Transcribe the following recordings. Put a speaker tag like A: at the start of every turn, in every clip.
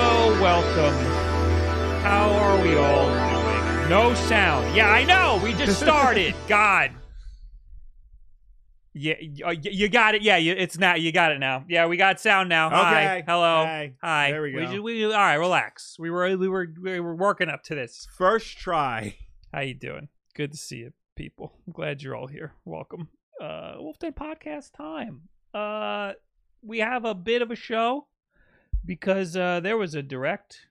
A: Oh, welcome. How are we all doing? No sound. Yeah, I know. We just started. God. Yeah, y- uh, y- you got it. Yeah, you, it's now. You got it now. Yeah, we got sound now. Hi.
B: Okay.
A: Hello.
B: Hey.
A: Hi.
B: There we go.
A: ju- we- all right, relax. We were we were we were working up to this.
B: First try.
A: How you doing? Good to see you, people. I'm glad you're all here. Welcome. Uh Wolf Den Podcast time. Uh we have a bit of a show because uh there was a direct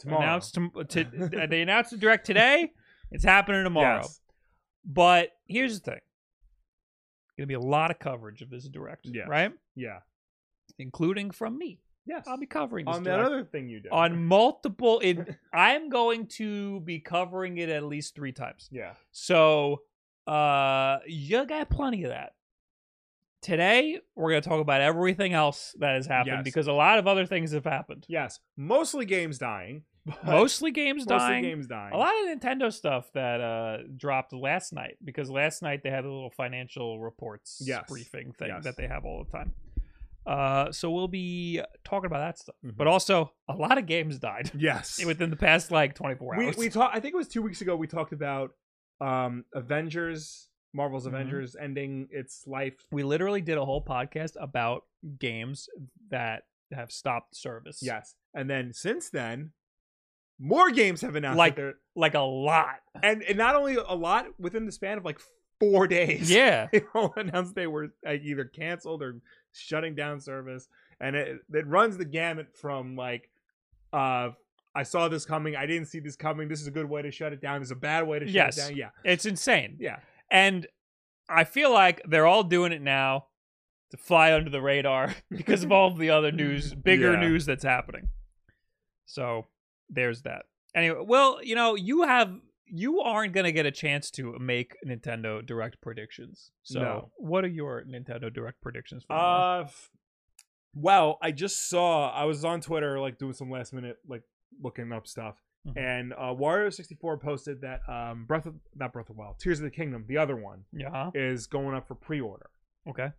B: Tomorrow.
A: announced tom- to, uh, they announced it direct today. It's happening tomorrow.
B: Yes.
A: But here's the thing: going to be a lot of coverage of this direct,
B: Yes.
A: right?
B: Yeah.
A: Including from me.
B: Yes.
A: I'll be covering this
B: on that
A: direct
B: other thing you did.
A: on multiple. In I'm going to be covering it at least three times.
B: Yeah.
A: So uh, you got plenty of that. Today we're going to talk about everything else that has happened
B: Yes.
A: because a lot of other things have happened.
B: Yes. Mostly games dying. but-
A: Mostly games
B: mostly
A: dying.
B: games dying.
A: A lot of Nintendo stuff that uh, dropped last night because last night they had a little financial reports
B: Yes.
A: briefing thing
B: Yes.
A: that they have all the time. Uh, so we'll be talking about that stuff,
B: Mhm.
A: but also a lot of games died
B: Yes.
A: within the past like 24
B: we
A: hours.
B: we talked. I think it was two weeks ago. We talked about um Avengers, Marvel's
A: Mhm.
B: Avengers ending its life.
A: We literally did a whole podcast about games that have stopped service.
B: Yes. And then since then, more games have announced
A: Like-
B: that they're
A: like a lot.
B: and and not only a lot within the span of like four days.
A: Yeah.
B: they all announced they were like, either canceled or shutting down service and it, it runs the gamut from like uh i saw this coming i didn't see this coming this is a good way to shut it down this is a bad way to shut
A: Yes.
B: it down yeah
A: It's insane.
B: yeah
A: And I feel like they're all doing it now to fly under the radar because of all the other news, bigger
B: Yeah.
A: news that's happening. So there's that. Anyway, well, you know, you have you aren't gonna get a chance to make Nintendo Direct predictions. So
B: No.
A: what are your Nintendo Direct predictions for? tomorrow?
B: uh f- well i just saw i was on twitter like doing some last minute like looking up stuff
A: Mhm.
B: and uh wario 64 posted that um breath of not breath of the wild tears of the kingdom the other one
A: yeah.
B: is going up for pre-order
A: Okay.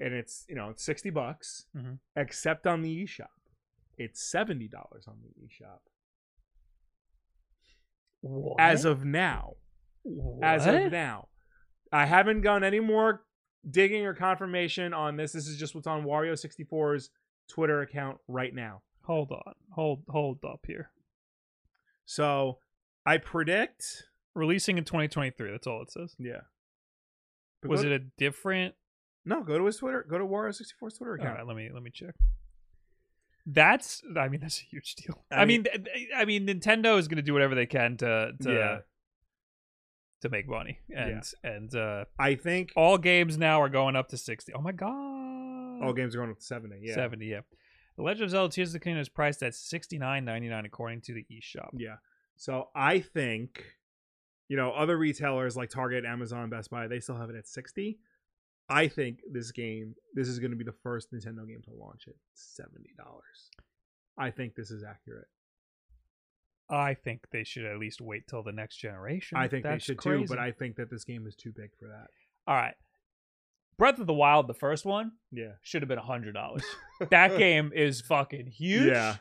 B: and it's you know it's 60 bucks
A: Mhm.
B: except on the eShop. It's $70 on the eShop
A: What?
B: as of now. As
A: What?
B: of now. I haven't gone any more digging or confirmation on this. This is just what's on Wario 64's Twitter account right now.
A: Hold on. Hold hold up here.
B: So, I predict
A: Releasing in 2023. That's all it says.
B: yeah. But
A: Was
B: go
A: it
B: to-
A: a different
B: No, go to his Twitter. Go to Wario 64's Twitter
A: All
B: account.
A: right, let me let me check. That's I mean that's a huge deal. I,
B: I
A: mean,
B: mean-
A: th- th- I mean Nintendo is going to do whatever they can to to
B: Yeah.
A: to make money and and uh
B: I think all,
A: all games now are going up to 60. Oh my god.
B: games are going up to 70. Yeah.
A: 70, yeah. The Legend of Zelda Tears of the Kingdom is priced at 69.99 according to the eShop.
B: Yeah. So I think, you know, other retailers like Target, Amazon, Best Buy, they still have it at 60. I think this game, this is going to be the first Nintendo game to launch at $70. I think this is accurate.
A: I think they should at least wait till the next generation.
B: I think
A: That's
B: they should
A: crazy.
B: too, but I think that this game is too big for that.
A: All right. Breath of the Wild, the first one,
B: Yeah.
A: should have been $100. that game is fucking huge.
B: Yeah.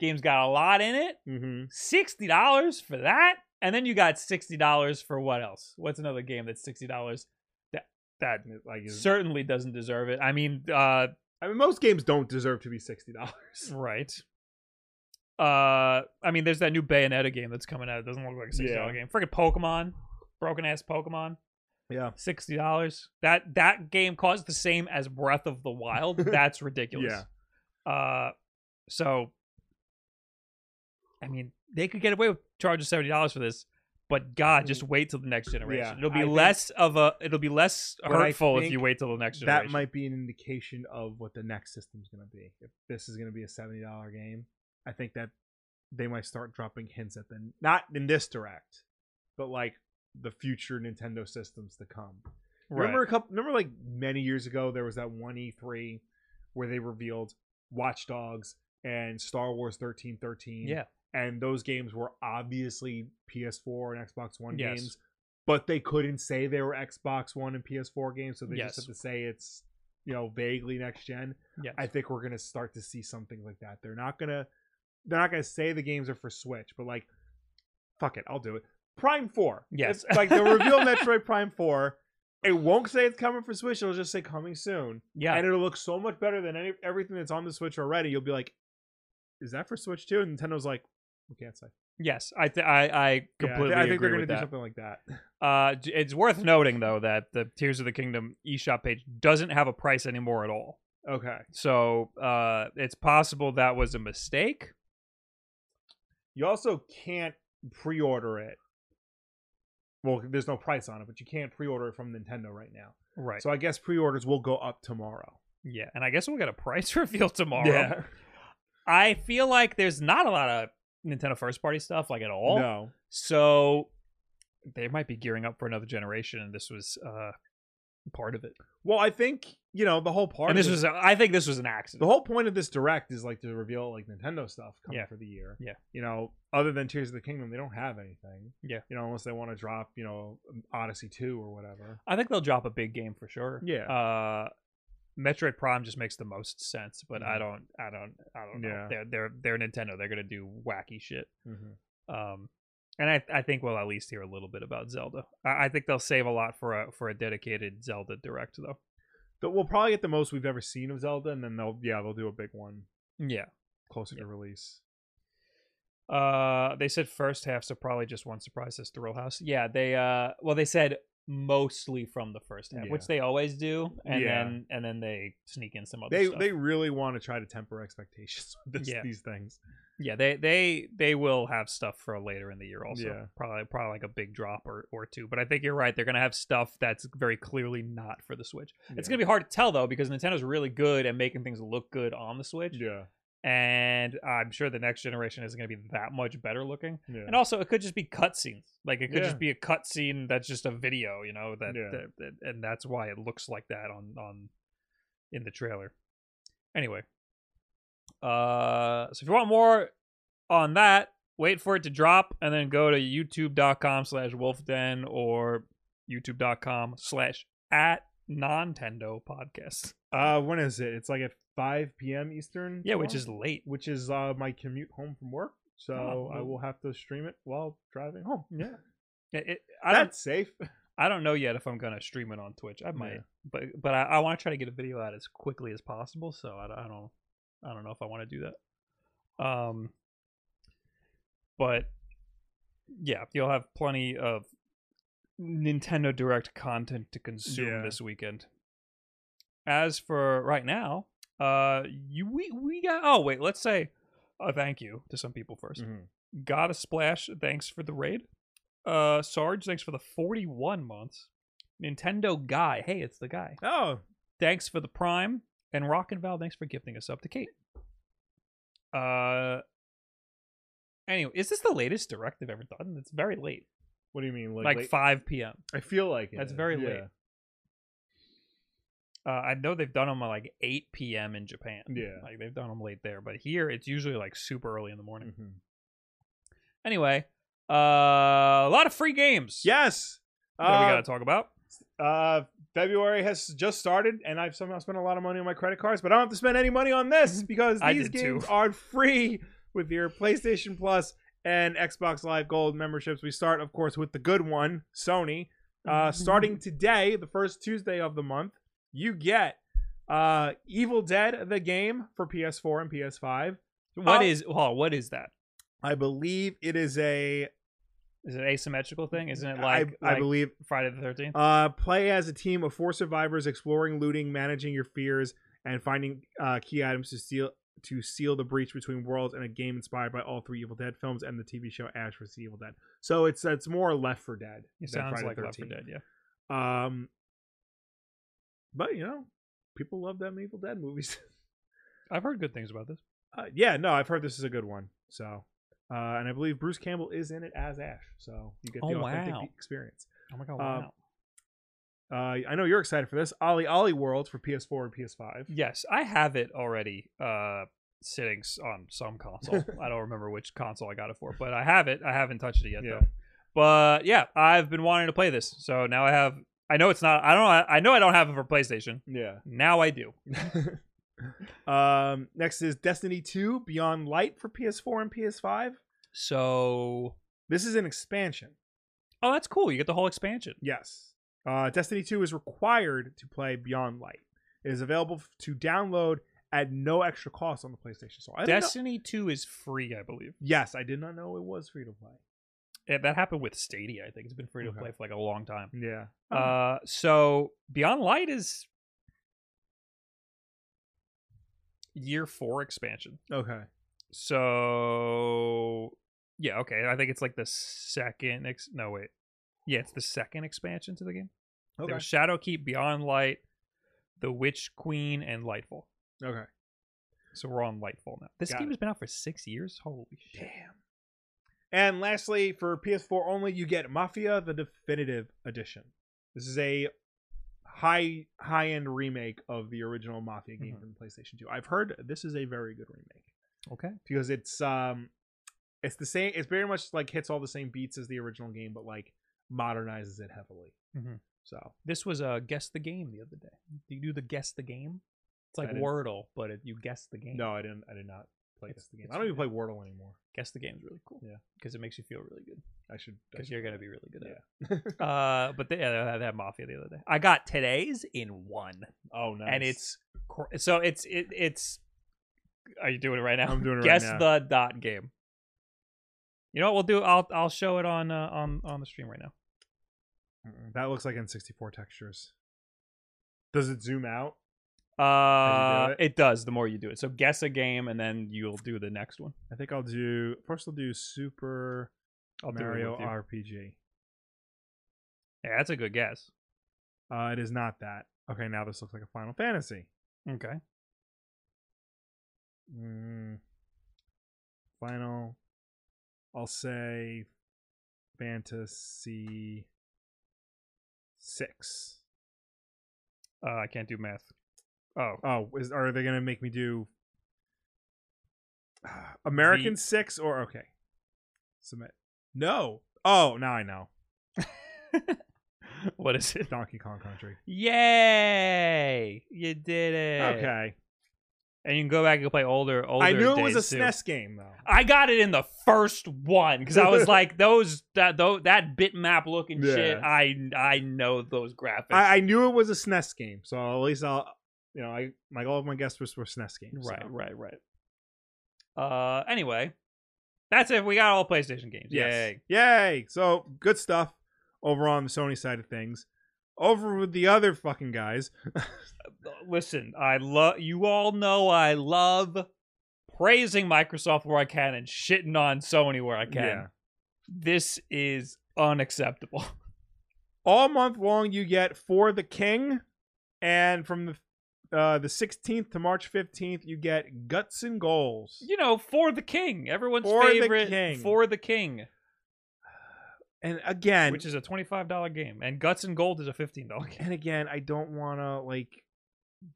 A: Game's got a lot in it.
B: Mm-hmm.
A: Sixty dollars for that, and then you got sixty dollars for what else? What's another game that's sixty dollars? That that
B: Like, is-
A: certainly doesn't deserve it. I mean, uh,
B: I mean, most games don't deserve to be $60.
A: right. Uh, I mean, there's that new Bayonetta game that's coming out. It doesn't look like a sixty dollar game. Freaking Pokemon, broken ass Pokemon,
B: Yeah.
A: sixty dollars. That that game costs the same as Breath of the Wild. that's ridiculous.
B: Yeah.
A: Uh, so, I mean, they could get away with charging seventy dollars for this, But God, just wait till the next generation.
B: Yeah,
A: it'll
B: I
A: be
B: think-
A: less of a. It'll be less
B: But I
A: hurtful if you
B: think
A: wait till the next generation.
B: That might be an indication of what the next system's going to be. If this is going to be a seventy dollar game, I think that they might start dropping hints at the not in this direct, but like the future Nintendo systems to come.
A: Right.
B: Remember a couple? Remember like many years ago, there was that one E3 where they revealed Watch Dogs and Star Wars thirteen thirteen.
A: Yeah.
B: and those games were obviously PS4 and Xbox One
A: Yes.
B: games, but they couldn't say they were Xbox One and PS4 games, so they
A: Yes.
B: just have to say it's you know vaguely next gen.
A: Yes.
B: I think we're gonna start to see something like that. They're not gonna they're not gonna say the games are for Switch, but like fuck it, I'll do it. Prime Four.
A: Yes.
B: It's like they'll reveal Metroid Prime Four. It won't say it's coming for Switch. It'll just say coming soon,
A: yeah.
B: and it'll look so much better than any, everything that's on the Switch already. You'll be like, "Is that for Switch too?" And Nintendo's like, "We can't say."
A: yes. I. Th- I. I
B: Yeah,
A: completely
B: I, think
A: agree
B: they're gonna
A: with
B: do
A: that.
B: something like that.
A: Uh, j- it's worth noting though that the Tears of the Kingdom eShop page doesn't have a price anymore at all.
B: Okay,
A: So uh, it's possible that was a mistake.
B: you also can't pre-order it. Well, there's no price on it, but you can't pre-order it from Nintendo right now.
A: Right.
B: So I guess pre-orders will go up tomorrow.
A: yeah, and I guess we'll get a price reveal tomorrow. I feel like there's not a lot of Nintendo first party stuff like at all.
B: No.
A: So they might be gearing up for another generation, and this was uh, part of it.
B: Well, I think you know the whole part.
A: and
B: of
A: this was, I think, this was an accident.
B: the whole point of this direct is like to reveal like Nintendo stuff coming
A: Yeah.
B: for the year.
A: Yeah.
B: You know, other than Tears of the Kingdom, they don't have anything.
A: Yeah.
B: You know, unless they want to drop you know Odyssey two or whatever.
A: I think they'll drop a big game for sure.
B: Yeah.
A: Uh, Metroid Prime just makes the most sense, but I
B: Mhm.
A: don't, I don't, I don't know.
B: Yeah.
A: They're they're they're Nintendo. They're gonna do wacky shit. Um, and I I think we'll at least hear a little bit about Zelda. I, I think they'll save a lot for a for a dedicated Zelda direct though.
B: But we'll probably get the most we've ever seen of Zelda, and then they'll yeah they'll do a big one
A: Yeah.
B: closer to release.
A: Uh, they said first half, so probably just one surprise is Thrill House. Yeah, they uh, well they said mostly from the first half, which
B: Yeah.
A: they always do, and
B: Yeah.
A: then and then they sneak in some other.
B: They
A: stuff.
B: they really want to try to temper expectations with this,
A: Yeah.
B: these things.
A: Yeah, they they they will have stuff for later in the year also.
B: Yeah.
A: Probably probably like a big drop or or two. But I think you're right. They're gonna have stuff that's very clearly not for the Switch. It's gonna be hard to tell though because Nintendo's really good at making things look good on the Switch,
B: yeah
A: and I'm sure the next generation is gonna be that much better looking.
B: yeah.
A: And also, it could just be cutscenes. Like it could
B: Yeah.
A: just be a cutscene that's just a video, you know. That,
B: Yeah.
A: that- that- and that's why it looks like that on on in the trailer. Anyway, uh, so if you want more on that, wait for it to drop, and then go to YouTube.com/slash WolfDen or YouTube.com/slash at Nintendo Podcast.
B: uh, when is it? It's like at five p.m. Eastern.
A: Yeah, which
B: tomorrow?
A: is late.
B: which is uh, my commute home from work. So
A: Oh,
B: I
A: well-
B: will have to stream it while driving home.
A: Yeah. It, it, I don't
B: That's safe.
A: I don't know yet if I'm gonna stream it on Twitch. I might, but but I, I want to try to get a video out as quickly as possible. So I, don't- I don't I don't know if I want to do that. Um, but yeah, you'll have plenty of Nintendo Direct content to consume
B: Yeah.
A: this weekend. As for right now, uh, you we we got oh wait, let's say a thank you to some people 1st
B: Mm-hmm.
A: Gotta Splash, thanks for the raid. Uh Sarge, thanks for the 41 months. Nintendo Guy, hey, it's the guy.
B: Oh,
A: Thanks for the Prime. And Rock and Val, thanks for gifting us up to Kate. Uh anyway, is this the latest direct they've ever done? It's very late.
B: what do you mean? Like,
A: Like,
B: late-
A: 5 p.m.
B: I feel like it
A: That's
B: is,
A: very
B: yeah.
A: late. Uh, I know they've done them at like 8 p.m. in Japan.
B: Yeah.
A: Like they've done them late there, but here it's usually like super early in the morning.
B: Mhm.
A: Anyway, uh a lot of free games.
B: Yes.
A: That we
B: Uh,
A: got to talk about.
B: uh, February has just started, and I've somehow spent a lot of money on my credit cards, but I don't have to spend any money on this because
A: I
B: these
A: did
B: games
A: too.
B: are free with your PlayStation Plus and Xbox Live Gold memberships. We start, of course, with the good one, Sony.
A: Mm-hmm.
B: Uh, starting today, the first Tuesday of the month, you get uh, Evil Dead, the game for PS4 and PS5.
A: What
B: Oh.
A: is well, what is that?
B: I believe it is a.
A: Is it an asymmetrical thing? Isn't it
B: I-
A: like,
B: I
A: like
B: believe
A: Friday the Thirteenth?
B: Uh, play as a team of four survivors exploring, looting, managing your fears, and finding uh, key items to steal to seal the breach between worlds and a game inspired by all three Evil Dead films and the TV show Ash vs. Evil Dead. So it's it's more Left for Dead.
A: It
B: than
A: sounds
B: Friday
A: like Left 4
B: 13th.
A: Dead, yeah.
B: Um, but you know, people love them Evil Dead movies.
A: I've heard good things about this.
B: uh, yeah, no, I've heard this is a good one. So, uh, and I believe Bruce Campbell is in it as Ash, so you get the
A: Oh,
B: authentic e-,
A: wow.
B: experience.
A: Oh my god,
B: Um, Uh, I know you're excited for this. Ollie Ollie World for PS4 and PS5.
A: Yes, I have it already uh sitting s- on some console. I don't remember which console I got it for, but I have it. I haven't touched it yet
B: Yeah.
A: though. But yeah, I've been wanting to play this. So now I have I know it's not I don't I know I don't have it for PlayStation.
B: Yeah.
A: Now I do.
B: um, next is Destiny 2 Beyond Light for PS4 and PS5.
A: So
B: This is an expansion.
A: Oh, that's cool. You get the whole expansion.
B: Yes. Uh, Destiny 2 is required to play Beyond Light. It is available f- to download at no extra cost on the PlayStation Store. I didn't know-
A: Destiny 2 is free, I believe.
B: yes, I did not know it was free to play.
A: Yeah, that happened with Stadia, I think. It's been free to
B: Okay. Hmm.
A: play for like a long time.
B: Yeah.
A: Uh, so Beyond Light is year four expansion.
B: okay.
A: So yeah, okay. I think it's like the second. Ex- no wait, yeah, it's the second expansion to the game.
B: Okay.
A: There was Shadowkeep, Beyond Light, The Witch Queen, and Lightfall.
B: Okay.
A: So we're on Lightfall now. This
B: Got
A: game
B: it.
A: has been out for six years. Holy shit!
B: Damn. And lastly, for PS4 only, you get Mafia: The Definitive Edition. This is a high high end remake of the original Mafia game
A: Mhm.
B: from PlayStation 2. I've heard this is a very good remake
A: Okay.
B: because it's um it's the same it's very much like hits all the same beats as the original game but like modernizes it heavily.
A: Mhm.
B: So,
A: This was uh, guess the game the other day. Do you do the guess the game? It's
B: I
A: like
B: didn't-
A: Wordle, but it, you guess the game.
B: no, I didn't I did not play
A: It's-
B: this game.
A: it's
B: I don't even play Wordle anymore.
A: Guess the game's really cool.
B: Yeah.
A: because it makes you feel really good.
B: I should I
A: Because
B: should-
A: you're gonna be really good at
B: Yeah.
A: it. Uh, but they, yeah, they had Mafia the other day. I got today's in one,
B: oh, nice.
A: and it's cr- so it's it, it's. Are you doing it right now?
B: I'm doing it right
A: Guess
B: now.
A: the dot game. You know what we'll do? I'll I'll show it on uh, on on the stream right now.
B: Mm-mm. That looks like N64 textures. Does it zoom out?
A: Uh,
B: it?
A: it? does. The more you do it, so guess a game, and then you'll do the next one.
B: I think I'll do first. I'll do Super
A: I'll
B: Mario
A: do it with you.
B: RPG.
A: Yeah, that's a good guess.
B: Uh, it is not that. Okay, now this looks like a Final Fantasy.
A: Okay.
B: Mm, final. I'll say Fantasy Six.
A: Uh, I can't do math. Oh,
B: Oh, is, are they gonna make me do American
A: The-
B: Six or okay? Submit. No. Oh, now I know.
A: what is it?
B: Donkey Kong Country.
A: Yay! You did it.
B: Okay.
A: And you can go back and play older, older.
B: I knew it was a
A: days, too.
B: SNES game though.
A: I got it in the first one because I was like, those that though that bitmap looking shit.
B: Yeah.
A: I I know those graphics.
B: I, I knew it was a SNES game, so at least I'll, you know, I my all of my guests were, were SNES games. so.
A: right, right, right. Uh, anyway, that's it. We got all PlayStation games.
B: Yes.
A: Yay!
B: Yay. So good stuff over on the Sony side of things. Over with the other fucking guys.
A: Listen, I love you all know I love praising Microsoft where I can and shitting on Sony where I can.
B: Yeah.
A: This is unacceptable.
B: All month long you get For the King and from the uh, the 16th to March 15th you get Guts and Goals.
A: you know, for the king, everyone's
B: For the
A: favorite
B: King.
A: for the king,
B: And again,
A: which is a twenty-five dollar game, and Guts and Gold is a fifteen dollar game.
B: and again, I don't want to like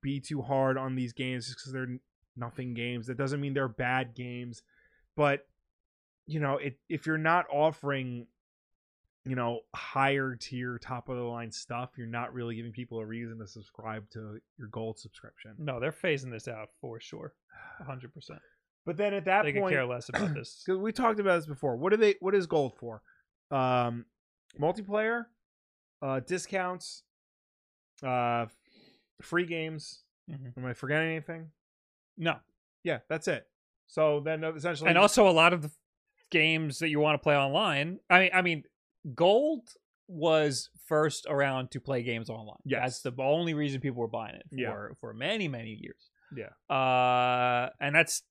B: be too hard on these games just because they're n- nothing games. That doesn't mean they're bad games, but you know, it, if you're not offering, you know, higher tier, top of the line stuff, you're not really giving people a reason to subscribe to your gold subscription.
A: No, they're phasing this out for sure, hundred percent.
B: But then at that
A: They could
B: point,
A: care less about this.
B: 'cause we talked about this before. What are they? What is gold for? Um, multiplayer, uh, discounts, uh, free games.
A: Mhm.
B: Am I forgetting anything?
A: No,
B: Yeah, that's it. So then uh, essentially,
A: and also a lot of the games that you want to play online. I mean, I mean, Gold was first around to play games online.
B: Yes.
A: That's the only reason people were buying it for
B: Yeah.
A: for many, many years.
B: Yeah.
A: Uh and that's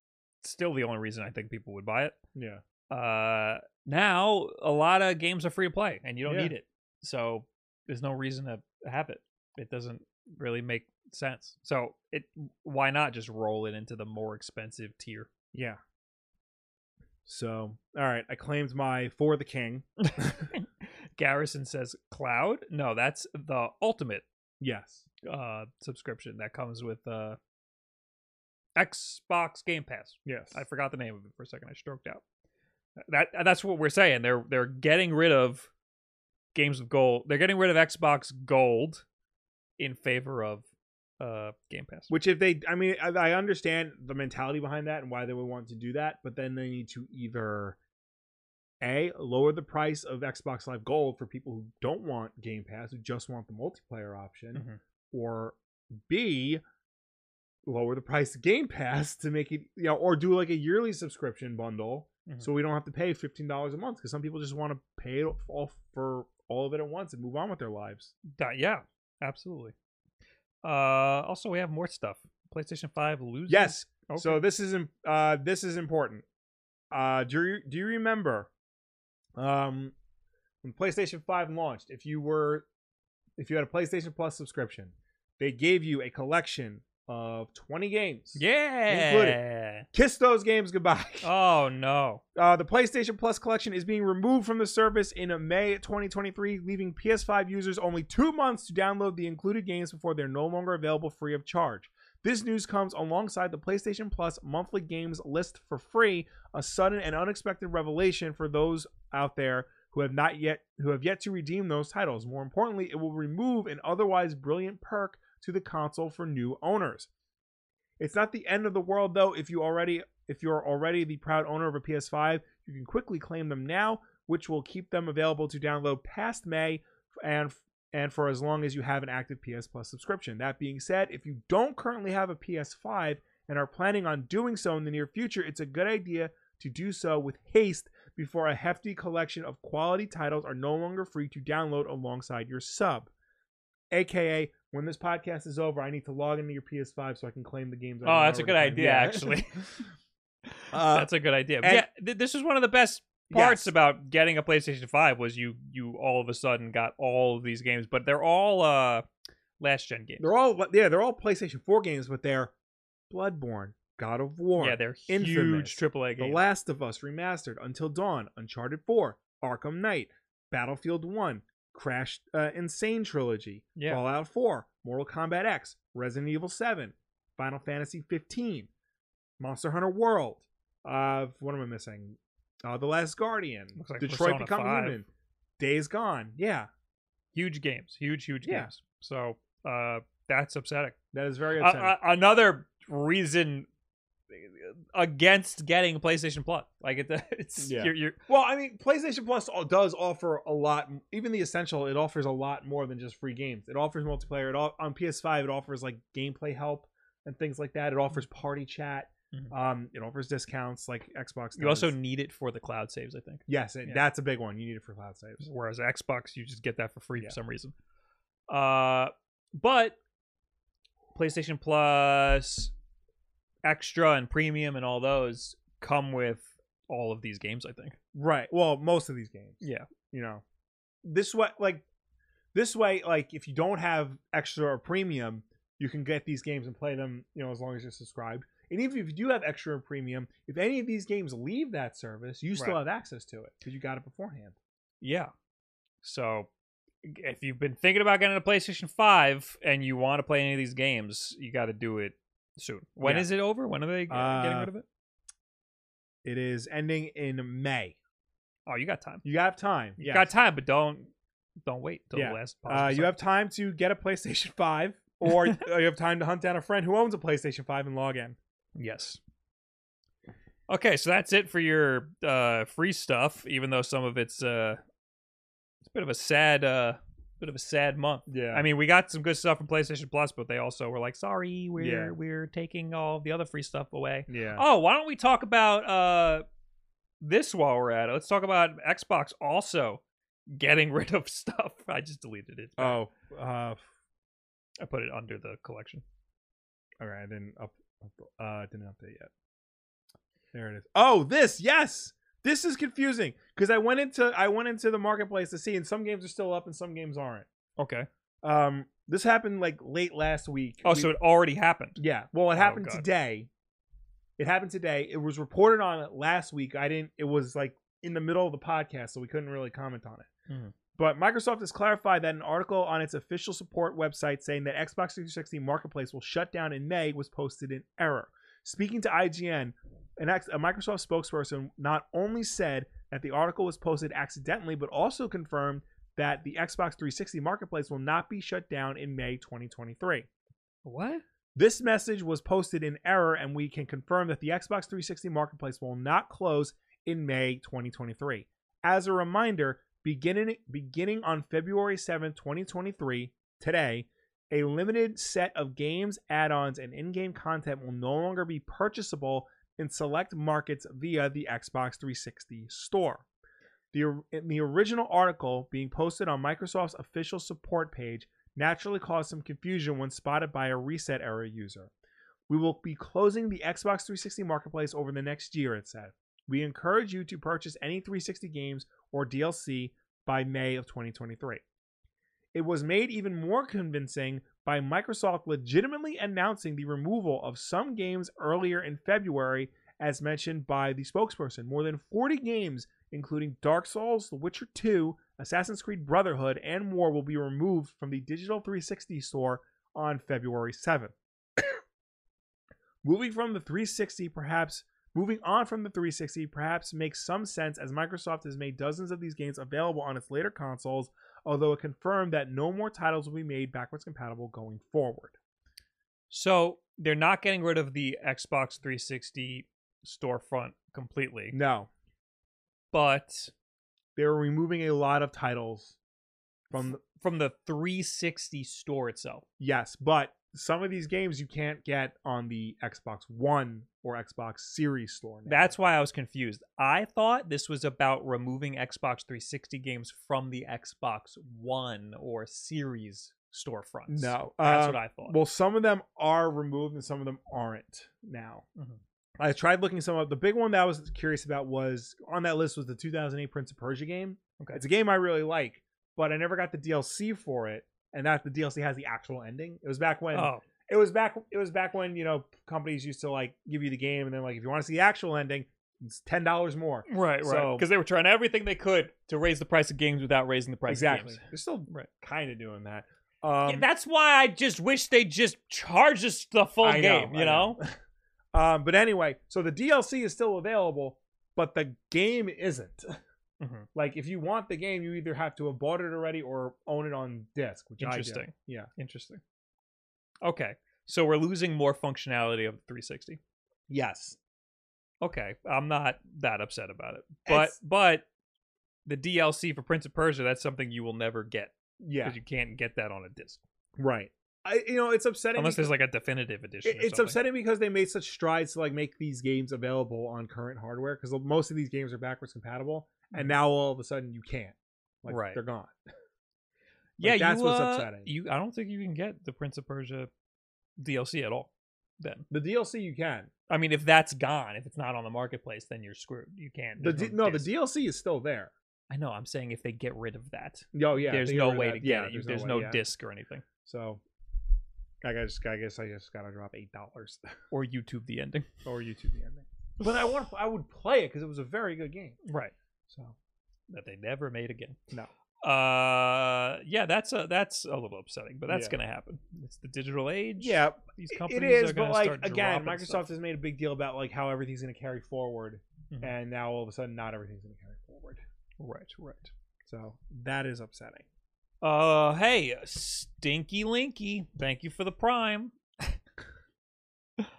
A: still the only reason I think people would buy it.
B: Yeah.
A: Uh now a lot of games are free to play and you don't
B: Yeah.
A: need it. So there's no reason to have it. It doesn't really make sense. So it why not just roll it into the more expensive tier?
B: Yeah. So, all right, I claimed my for the king.
A: Garrison says cloud? No, that's the ultimate
B: Yes.
A: uh subscription that comes with uh Xbox Game Pass.
B: Yes.
A: I forgot the name of it for a second. I stroked out. That that's what we're saying. They're they're getting rid of games of gold. They're getting rid of Xbox Gold in favor of uh Game Pass.
B: Which, if they, I mean, I, I understand the mentality behind that and why they would want to do that, but then they need to either a lower the price of Xbox Live Gold for people who don't want Game Pass, who just want the multiplayer option,
A: Mhm.
B: or B lower the price of Game Pass to make it, you know, or do like a yearly subscription bundle
A: Mhm.
B: so we don't have to pay fifteen dollars a month because some people just want to pay it all for all of it at once and move on with their lives.
A: Da- yeah, absolutely. Uh also we have more stuff. PlayStation 5 loses.
B: Yes,
A: Okay.
B: So this is im- uh this is important. Uh do you do you remember um when PlayStation 5 launched, if you were if you had a PlayStation Plus subscription, they gave you a collection of 20 games.
A: yeah.
B: Kiss those games goodbye.
A: Oh no.
B: Uh, the PlayStation Plus collection is being removed from the service in uh, May 2023, leaving PS5 users only two months to download the included games before they're no longer available free of charge. This news comes alongside the PlayStation Plus monthly games list for free, a sudden and unexpected revelation for those out there who have not yet who have yet to redeem those titles. More importantly, it will remove an otherwise brilliant perk to the console for new owners. It's not the end of the world though if you already if you're already the proud owner of a PS5, you can quickly claim them now, which will keep them available to download past May and and for as long as you have an active PS Plus subscription. That being said, if you don't currently have a PS5 and are planning on doing so in the near future, it's a good idea to do so with haste before a hefty collection of quality titles are no longer free to download alongside your sub. AKA, when this podcast is over, I need to log into your PS5 so I can claim the games. I
A: Oh, that's a
B: remember to
A: good
B: claim.
A: idea,
B: Yeah.
A: actually.
B: Uh,
A: that's a good idea.
B: and-
A: yeah, th- this is one of the best parts
B: Yes.
A: about getting a PlayStation Five was you you all of a sudden got all of these games, but they're all uh last gen games.
B: They're all yeah, they're all PlayStation 4 games, but they're Bloodborne, God of War,
A: yeah, they're
B: Infamous,
A: huge AAA
B: The
A: games.
B: Last of Us Remastered, Until Dawn, Uncharted 4, Arkham Knight, Battlefield 1, Crash uh, Insane Trilogy,
A: Yeah.
B: Fallout 4, Mortal Kombat X, Resident Evil 7, Final Fantasy 15, Monster Hunter World. Uh, what am I missing? Uh, the Last Guardian,
A: Looks like
B: Detroit
A: Persona
B: Become
A: 5.
B: Human, Days Gone. Yeah,
A: huge games, huge huge
B: Yeah.
A: games. So uh, that's upsetting.
B: that is very
A: A-
B: upsetting.
A: a- another reason against getting PlayStation Plus. Like it, it's
B: Yeah.
A: you're, you're
B: Well, I mean, PlayStation Plus all- does offer a lot. Even the essential, it offers a lot more than just free games. It offers multiplayer. It all, on PS5, it offers like gameplay help and things like that. It offers
A: Mm-hmm.
B: party chat.
A: Mhm.
B: Um, it offers discounts like Xbox.
A: you also
B: does.
A: need it for the cloud saves. I think.
B: yes, and
A: yeah.
B: that's a big one. You need it for cloud saves.
A: whereas Xbox you just get that for free
B: Yeah.
A: for some reason. Uh, but PlayStation Plus Extra and Premium and all those come with all of these games. I think.
B: Right. Well, most of these games.
A: Yeah.
B: You know, this way, like this way, like if you don't have extra or premium, you can get these games and play them. You know, as long as you're subscribed. And even if you do have extra or premium, if any of these games leave that service, you still
A: Right.
B: have access to it because you got it beforehand.
A: Yeah. So if you've been thinking about getting a PlayStation Five and you want to play any of these games, you got to do it soon. When
B: Yeah.
A: is it over? When are they uh, getting
B: Uh,
A: rid of it?
B: It is ending in May.
A: Oh, you got time.
B: You have time.
A: You
B: Yes.
A: got time, but don't don't wait till
B: Yeah.
A: the last.
B: Uh,
A: possible
B: you have time to get a PlayStation Five, or uh, you have time to hunt down a friend who owns a PlayStation Five and log in.
A: Yes. Okay, so that's it for your uh, free stuff. Even though some of it's uh, it's a bit of a sad, uh, bit of a sad month.
B: Yeah.
A: I mean, we got some good stuff from PlayStation Plus, but they also were like, "Sorry, we're
B: Yeah.
A: we're taking all the other free stuff away."
B: Yeah.
A: Oh, why don't we talk about uh, this while we're at it? Let's talk about Xbox also getting rid of stuff. I just deleted it.
B: Oh, uh,
A: I put it under the collection.
B: all right. I didn't up, up uh didn't update yet. There it is. Oh, this yes. This is confusing because I went into I went into the marketplace to see, and some games are still up and some games aren't.
A: Okay.
B: Um, this happened like late last week.
A: Oh,
B: We-
A: so it already happened.
B: Yeah. Well, it
A: Oh,
B: happened
A: God.
B: today. It happened today. It was reported on it last week. I didn't. It was like in the middle of the podcast, so we couldn't really comment on it.
A: Mhm.
B: But Microsoft has clarified that an article on its official support website saying that Xbox 360 Marketplace will shut down in May was posted in error. Speaking to IGN, an ex- a Microsoft spokesperson not only said that the article was posted accidentally, but also confirmed that the Xbox 360 Marketplace will not be shut down in May 2023.
A: What?
B: This message was posted in error, and we can confirm that the Xbox 360 Marketplace will not close in May 2023. As a reminder, beginning beginning on February 7th, 2023, today, a limited set of games, add-ons, and in-game content will no longer be purchasable in select markets via the Xbox 360 store. The, in the original article being posted on Microsoft's official support page naturally caused some confusion when spotted by a reset error user. We will be closing the Xbox 360 marketplace over the next year, it said. We encourage you to purchase any 360 games or DLC by May of 2023. It was made even more convincing by Microsoft legitimately announcing the removal of some games earlier in February, as mentioned by the spokesperson. More than 40 games, including Dark Souls, The Witcher 2, Assassin's Creed Brotherhood, and more, will be removed from the Digital 360 store on February 7th. moving from the 360, perhaps. Moving on from the 360 perhaps makes some sense as Microsoft has made dozens of these games available on its later consoles, although it confirmed that no more titles will be made backwards compatible going forward.
A: So they're not getting rid of the Xbox 360 storefront completely,
B: No,
A: but
B: they're removing a lot of titles from the,
A: from the 360 store itself.
B: yes, but some of these games you can't get on the Xbox One or Xbox Series store. Now.
A: That's why I was confused. I thought this was about removing Xbox 360 games from the Xbox One or Series storefronts.
B: no,
A: That's
B: um,
A: what I thought.
B: Well, some of them are removed and some of them aren't now.
A: Mhm.
B: I tried looking some up. The big one that I was curious about was on that list was the 2008 Prince of Persia game.
A: Okay.
B: It's a game I really like, but I never got the DLC for it, and that the DLC has the actual ending. It was back when
A: oh,
B: it was back it was back when you know companies used to like give you the game and then like if you want to see the actual ending, it's ten dollars more.
A: right, right.
B: so-
A: Because they were trying everything they could to raise the price of games without raising the price
B: exactly.
A: of games.
B: They're still
A: Right.
B: kind of doing that. Um,
A: Yeah, that's why I just wish they just charge us the full
B: I know,
A: game,
B: I
A: you know?
B: um, but anyway, so the DLC is still available, but the game isn't.
A: Mhm.
B: Like if you want the game, you either have to have bought it already or own it on disc, which I do.
A: Interesting.
B: Yeah.
A: Interesting. Okay. So we're losing more functionality of the 360.
B: Yes.
A: Okay. I'm not that upset about it. But
B: It's-
A: but the DLC for Prince of Persia, that's something you will never get
B: Yeah.
A: because you can't get that on a disc.
B: right. I you know it's upsetting
A: Unless
B: because-
A: there's like a definitive edition.
B: it- it's upsetting because they made such strides to like make these games available on current hardware because most of these games are backwards compatible, and now all of a sudden you can't. Like
A: Mm-hmm. Right.
B: they're gone.
A: Yeah,
B: Like, that's
A: you,
B: what's
A: uh,
B: upsetting.
A: You I don't think you can get the Prince of Persia DLC at all then.
B: The DLC you can.
A: I mean, if that's gone, if it's not on the marketplace, then you're screwed. You can't.
B: The
A: there's
B: D- no, the
A: disc.
B: DLC is still there.
A: I know. I'm saying if they get rid of that,
B: Oh yeah,
A: there's
B: they get
A: no
B: rid of
A: way
B: that.
A: to get
B: Yeah,
A: it. You- There's, no,
B: way, yeah.
A: disc or anything,
B: So I guess I guess I just gotta drop eight dollars
A: or YouTube the ending.
B: or YouTube the ending. But I want I would play it because it was a very good game.
A: Right.
B: So
A: That they never made again.
B: no,
A: Uh, yeah, that's a that's a little upsetting, but that's
B: Yeah.
A: gonna happen. It's the digital age.
B: yeah,
A: these
B: it-
A: companies
B: it is.
A: are
B: But
A: gonna
B: like
A: start
B: again,
A: dropping
B: Microsoft
A: stuff.
B: has made a big deal about like how everything's gonna carry forward,
A: Mhm.
B: and now all of a sudden not everything's gonna carry forward.
A: right, right.
B: So that is upsetting.
A: Uh, hey, Stinky Linky, thank you for the prime.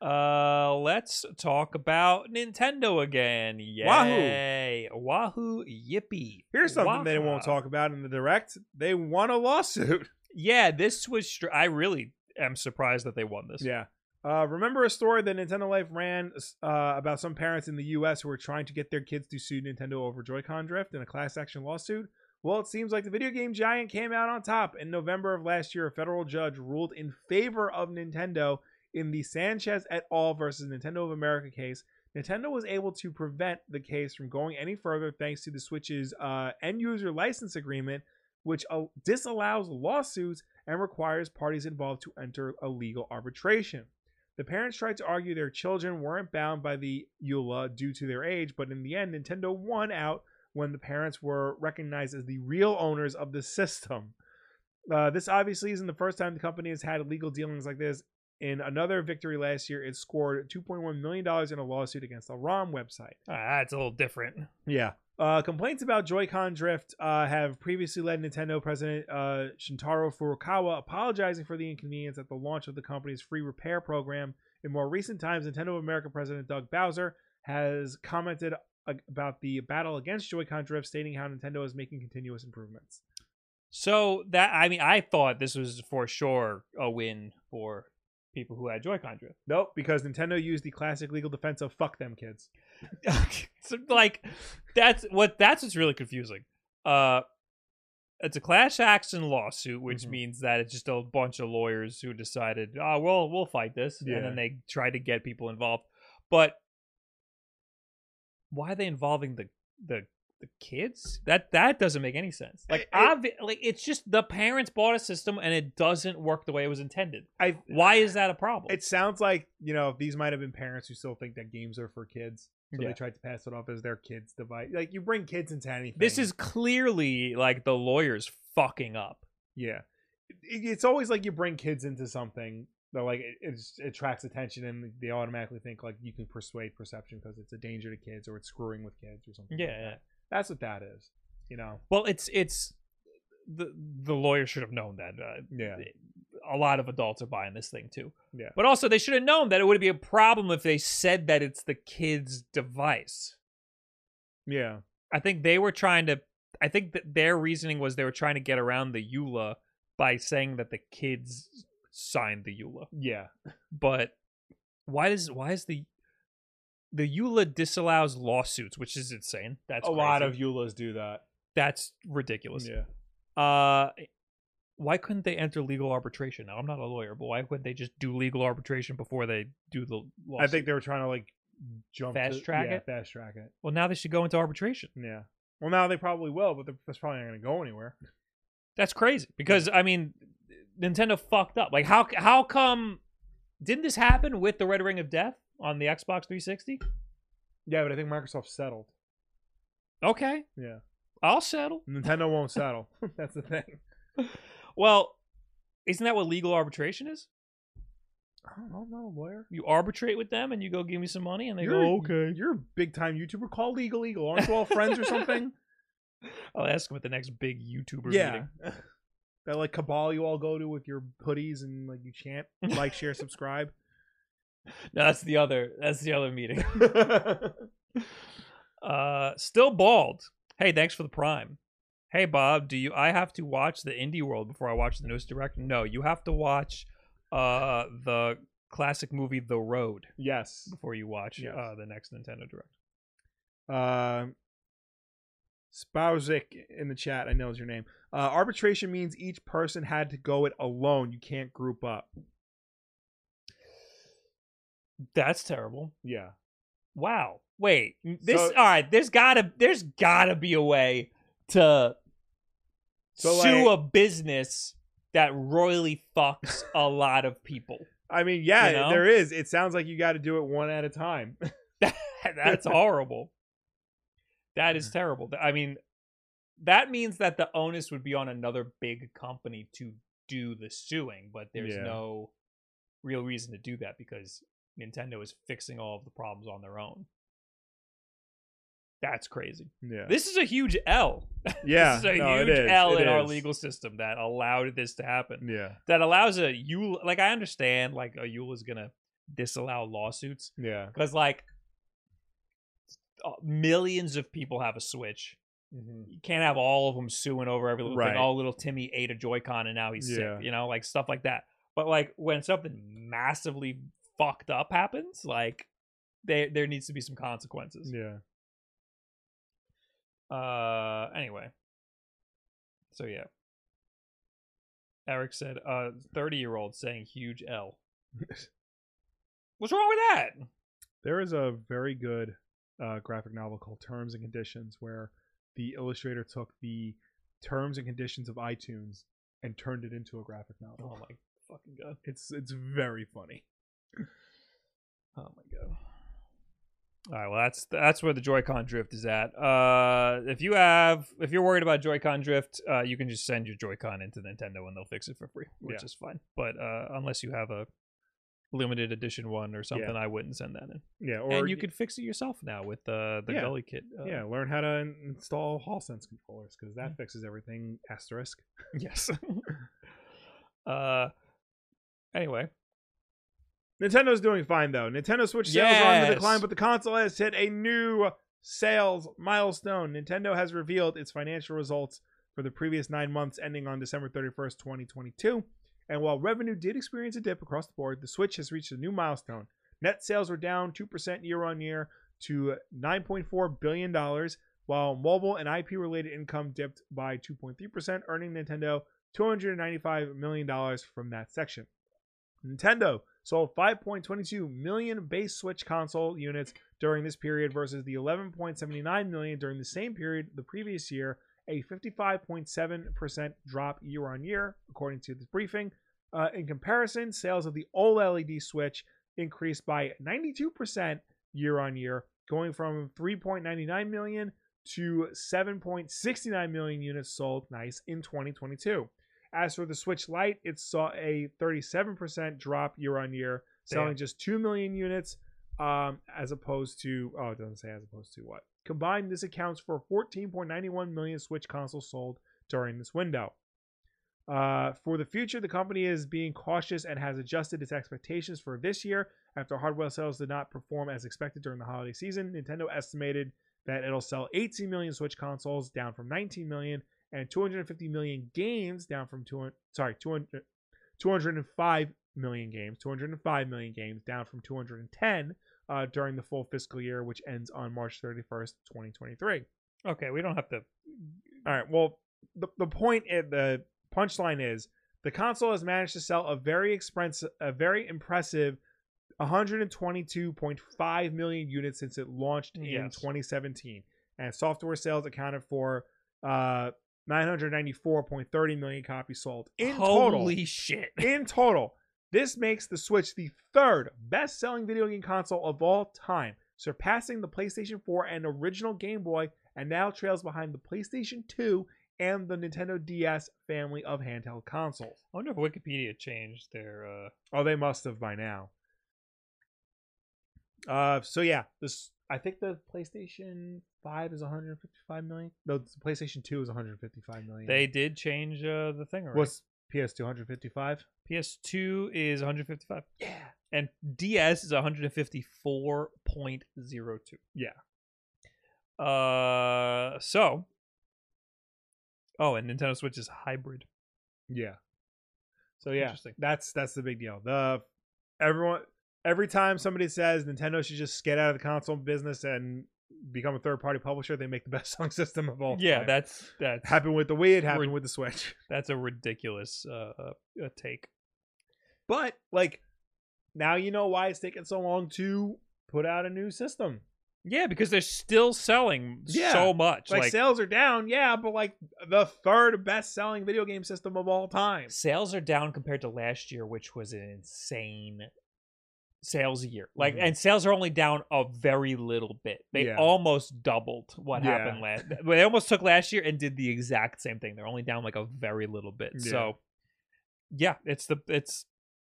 A: uh, let's talk about Nintendo again. Yay! Wahoo! Yippee!
B: Here's something they won't
A: Waha.
B: talk about in the direct. They won a lawsuit.
A: Yeah, this was. Str- I really am surprised that they won this.
B: Yeah. Uh, remember a story that Nintendo Life ran uh, about some parents in the U.S. who were trying to get their kids to sue Nintendo over Joy-Con drift in a class action lawsuit? Well, it seems like the video game giant came out on top. In November of last year, a federal judge ruled in favor of Nintendo in the Sanchez et al. versus Nintendo of America case. Nintendo was able to prevent the case from going any further thanks to the Switch's uh, end user license agreement, which uh, disallows lawsuits and requires parties involved to enter a legal arbitration. The parents tried to argue their children weren't bound by the E EULA due to their age, but in the end, Nintendo won out when the parents were recognized as the real owners of the system. Uh, this obviously isn't the first time the company has had legal dealings like this. In another victory last year, it scored $2.1 million in a lawsuit against the ROM website.
A: Ah, that's a little different.
B: Yeah. Uh, complaints about Joy-Con drift uh, have previously led Nintendo president uh, Shintaro Furukawa apologizing for the inconvenience at the launch of the company's free repair program. In more recent times, Nintendo of America president Doug Bowser has commented ag- about the battle against Joy-Con drift, stating how Nintendo is making continuous improvements.
A: So that I mean, I thought this was for sure a win for people who had Joy-Con drift.
B: Nope, because Nintendo used the classic legal defense of "fuck them kids."
A: so, like that's what that's what's really confusing. Uh it's a class action lawsuit, which
B: Mhm.
A: means that it's just a bunch of lawyers who decided, oh well, we'll fight this.
B: Yeah.
A: And then they try to get people involved. But why are they involving the the the kids? That that doesn't make any sense. Like
B: It- it-
A: obvi- like it's just the parents bought a system and it doesn't work the way it was intended.
B: I
A: Why is that a problem?
B: It sounds like you know these might have been parents who still think that games are for kids, so
A: Yeah.
B: they tried to pass it off as their kids' device. Like you bring kids into anything.
A: this is clearly like the lawyers fucking up.
B: yeah. It- It's always like you bring kids into something that like it, it just attracts attention, and they automatically think like you can persuade perception because it's a danger to kids or it's screwing with kids or something. like
A: Yeah, yeah.
B: that. that's what that is. You know.
A: Well, it's it's the the lawyer should have known that. Uh,
B: Yeah.
A: a lot of adults are buying this thing too.
B: Yeah.
A: But also, they should have known that it would be a problem if they said that it's the kid's device.
B: Yeah.
A: I think they were trying to. I think that their reasoning was they were trying to get around the EULA by saying that the kids signed the EULA.
B: Yeah.
A: But why does why is the the EULA disallows lawsuits, which is insane. That's
B: a lot
A: crazy.
B: of Eulas do that.
A: that's ridiculous.
B: Yeah.
A: Uh, why couldn't they enter legal arbitration? Now I'm not a lawyer, but why couldn't they just do legal arbitration before they do the lawsuit?
B: I think they were trying to like jump to-
A: Fast track
B: yeah,
A: it?
B: Fast track it.
A: well now they should go into arbitration.
B: Yeah. Well, now they probably will, but they're- that's probably not going to go anywhere.
A: That's crazy because I mean, Nintendo fucked up. Like how how come didn't this happen with the Red Ring of Death on the Xbox 360?
B: Yeah, but I think Microsoft settled.
A: Okay,
B: Yeah.
A: I'll settle.
B: Nintendo won't settle. that's the thing.
A: Well, isn't that what legal arbitration is?
B: I don't know, I'm not a lawyer.
A: You arbitrate with them and you go give me some money and they
B: You're-
A: go okay.
B: You're a big time YouTuber. Call Legal Eagle. Aren't you all friends or something?
A: I'll ask them at the next big YouTuber meeting.
B: that like cabal you all go to with your hoodies and like you chant like, share, subscribe.
A: No, that's the other. That's the other meeting.
B: yeah,
A: Uh, still bald. Hey, thanks for the prime. Hey, Bob, do you? I have to watch the Indie World before I watch the newest director. No, you have to watch uh the classic movie The Road
B: Yes.
A: before you watch
B: Yes.
A: uh the next Nintendo Direct.
B: Um, Spousic in the chat. I know is your name. Uh, arbitration means each person had to go it alone. You can't group up.
A: That's terrible.
B: Yeah.
A: Wow. Wait. This.
B: So-
A: all right. There's gotta. There's gotta be a way to
B: So,
A: sue
B: like-
A: a business that royally fucks a lot of people.
B: I mean, yeah,
A: You know?
B: there is. It sounds like you got to do it one at a time.
A: That's horrible. That is terrible. Th- I mean, that means that the onus would be on another big company to do the suing, but there's
B: Yeah.
A: no real reason to do that because Nintendo is fixing all of the problems on their own. That's crazy.
B: Yeah.
A: This is a huge L.
B: yeah.
A: this is a
B: no, it
A: huge
B: is.
A: L
B: It
A: in our
B: is.
A: legal system that allowed this to happen
B: Yeah.
A: that allows a you like I understand like a Yule is gonna disallow lawsuits
B: Yeah.
A: because like uh, millions of people have a Switch.
B: Mm-hmm.
A: You can't have all of them suing over every little
B: Right.
A: thing. Oh, little Timmy ate a Joy-Con and now he's
B: Yeah.
A: sick. You know, like stuff like that. But like when something massively fucked up happens, like there there needs to be some consequences.
B: Yeah.
A: Uh, anyway. So yeah. Eric said, "Uh, thirty-year-old saying huge L." What's wrong with that?
B: There is a very good uh, graphic novel called Terms and Conditions where the illustrator took the terms and conditions of iTunes and turned it into a graphic
A: Oh
B: novel.
A: my fucking god!
B: It's it's very funny.
A: Oh my god! All right, well that's that's where the Joy-Con drift is at. Uh, if you have if you're worried about Joy-Con drift, uh, you can just send your Joy-Con into Nintendo and they'll fix it for free, which
B: Yeah.
A: is fine. But uh, unless you have a limited edition one or something, I wouldn't send that in.
B: Yeah, or
A: and you
B: y-
A: could fix it yourself now with uh, the
B: Yeah.
A: Gully Kit. Uh,
B: yeah learn how to in- install HoloSense controllers because that fixes everything. Asterisk.
A: Yes. uh. Anyway,
B: Nintendo's doing fine though. Nintendo Switch sales are on the
A: Yes.
B: decline, but the console has hit a new sales milestone. Nintendo has revealed its financial results for the previous nine months ending on December 31st, 2022. And while revenue did experience a dip across the board, the Switch has reached a new milestone. Net sales were down 2% year on year to $9.4 billion, while mobile and IP related income dipped by 2.3%, earning Nintendo $295 million from that section. Nintendo sold 5.22 million base Switch console units during this period versus the 11.79 million during the same period the previous year, a 55.7% drop year on year, according to this briefing. Uh, in comparison, sales of the OLED Switch increased by 92% year on year, going from 3.99 million to 7.69 million units sold nice in 2022. As for the Switch Lite, it saw a 37% drop year on year, selling
A: Damn.
B: just 2 million units um, as opposed to, oh, it doesn't say as opposed to what. Combined, this accounts for 14.91 million Switch consoles sold during this window. Uh, for the future, the company is being cautious and has adjusted its expectations for this year after hardware sales did not perform as expected during the holiday season. Nintendo estimated that it'll sell 18 million Switch consoles, down from 19 million, and 250 million games, down from 200, sorry, 200, 205 million games, 205 million games, down from 210 uh, during the full fiscal year, which ends on March 31st, 2023.
A: okay, we don't have to.
B: All right. Well, the the point at the punchline is the console has managed to sell a very expensive, a very impressive 122.5 million units since it launched in
A: Yes.
B: 2017, and software sales accounted for uh 994.30 million copies sold in total.
A: Holy shit!
B: In total, this makes the Switch the third best selling video game console of all time, surpassing the PlayStation 4 and original Game Boy, and now trails behind the PlayStation 2 and the Nintendo DS family of handheld consoles.
A: I wonder if Wikipedia changed their. Uh...
B: Oh, they must have by now. Uh, so yeah, this I think the PlayStation 5 is 155 million. No, the PlayStation 2 is 155 million.
A: They did change uh, the thing. Already.
B: what's PS2 155?
A: PS2 is 155. Yeah. And DS is 154.02. Yeah. Uh so Oh, and Nintendo Switch is hybrid.
B: Yeah. So yeah,
A: Interesting.
B: that's that's the big deal. The everyone every time somebody says Nintendo should just get out of the console business and become a third party publisher, they make the best selling system of all.
A: yeah,
B: time.
A: that's that's
B: happened with the Wii. It happened
A: Rid-
B: with the Switch.
A: that's a ridiculous uh, uh uh, take.
B: But like now, you know why it's taking so long to put out a new system.
A: Yeah, because they're still selling
B: Yeah.
A: so much.
B: Like, sales are down, yeah, but like the third best selling video game system of all time.
A: sales are down compared to last year, which was an insane sales year. Like,
B: Mhm.
A: and sales are only down a very little bit. They
B: Yeah.
A: almost doubled what
B: Yeah.
A: happened last. They almost took last year and did the exact same thing. They're only down like a very little bit.
B: Yeah.
A: So, yeah, it's the it's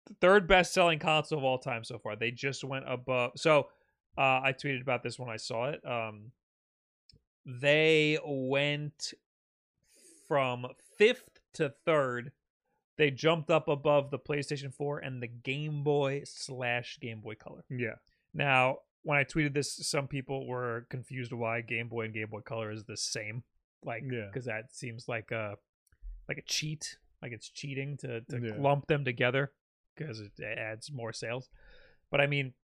A: the third best selling console of all time so far. They just went above. So, uh, I tweeted about this when I saw it. Um, they went from fifth to third. They jumped up above the PlayStation 4 and the Game Boy slash Game Boy Color.
B: Yeah.
A: Now, when I tweeted this, some people were confused why Game Boy and Game Boy Color is the same. Like,
B: Yeah.
A: because that seems like a like a cheat. Like it's cheating to to
B: Yeah.
A: lump them together because it adds more sales. But I mean,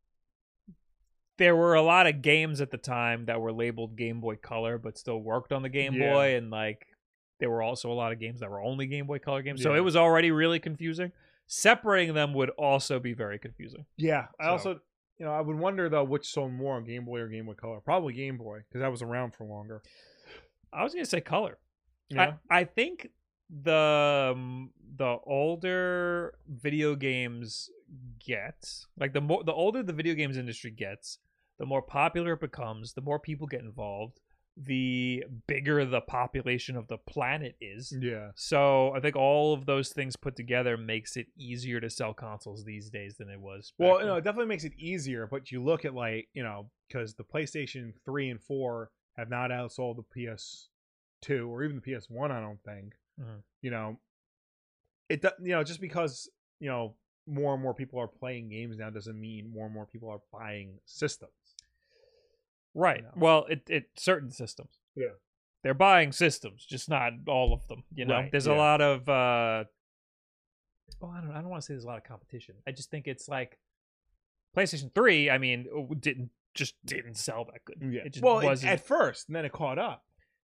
A: there were a lot of games at the time that were labeled Game Boy Color, but still worked on the Game
B: Yeah.
A: Boy, and like there were also a lot of games that were only Game Boy Color games. So
B: Yeah.
A: it was already really confusing. Separating them would also be very confusing.
B: Yeah, I
A: So-
B: also, you know, I would wonder though which sold more on Game Boy or Game Boy Color. Probably Game Boy because I was around for longer.
A: I was gonna say color.
B: Yeah,
A: I, I think the um, the older video games get, like the more the older the video games industry gets, the more popular it becomes, the more people get involved, the bigger the population of the planet is.
B: yeah,
A: So I think all of those things put together makes it easier to sell consoles these days than it was. back
B: Well, you
A: then.
B: know, it definitely makes it easier, but you look at like, you know, because the PlayStation 3 and 4 have not outsold the PS2 or even the PS1, I don't think.
A: Mhm.
B: You know, it, do- you know, just because, you know, more and more people are playing games now doesn't mean more and more people are buying systems.
A: right?
B: No.
A: Well, it it certain systems.
B: Yeah.
A: they're buying systems, just not all of them. You know,
B: Right,
A: there's a
B: yeah.
A: lot of. uh Well, I don't. I don't want to say there's a lot of competition. I just think it's like PlayStation Three. I mean, w- didn't just didn't sell that good. it just
B: well, it-
A: wasn't.
B: at first, and then it caught up.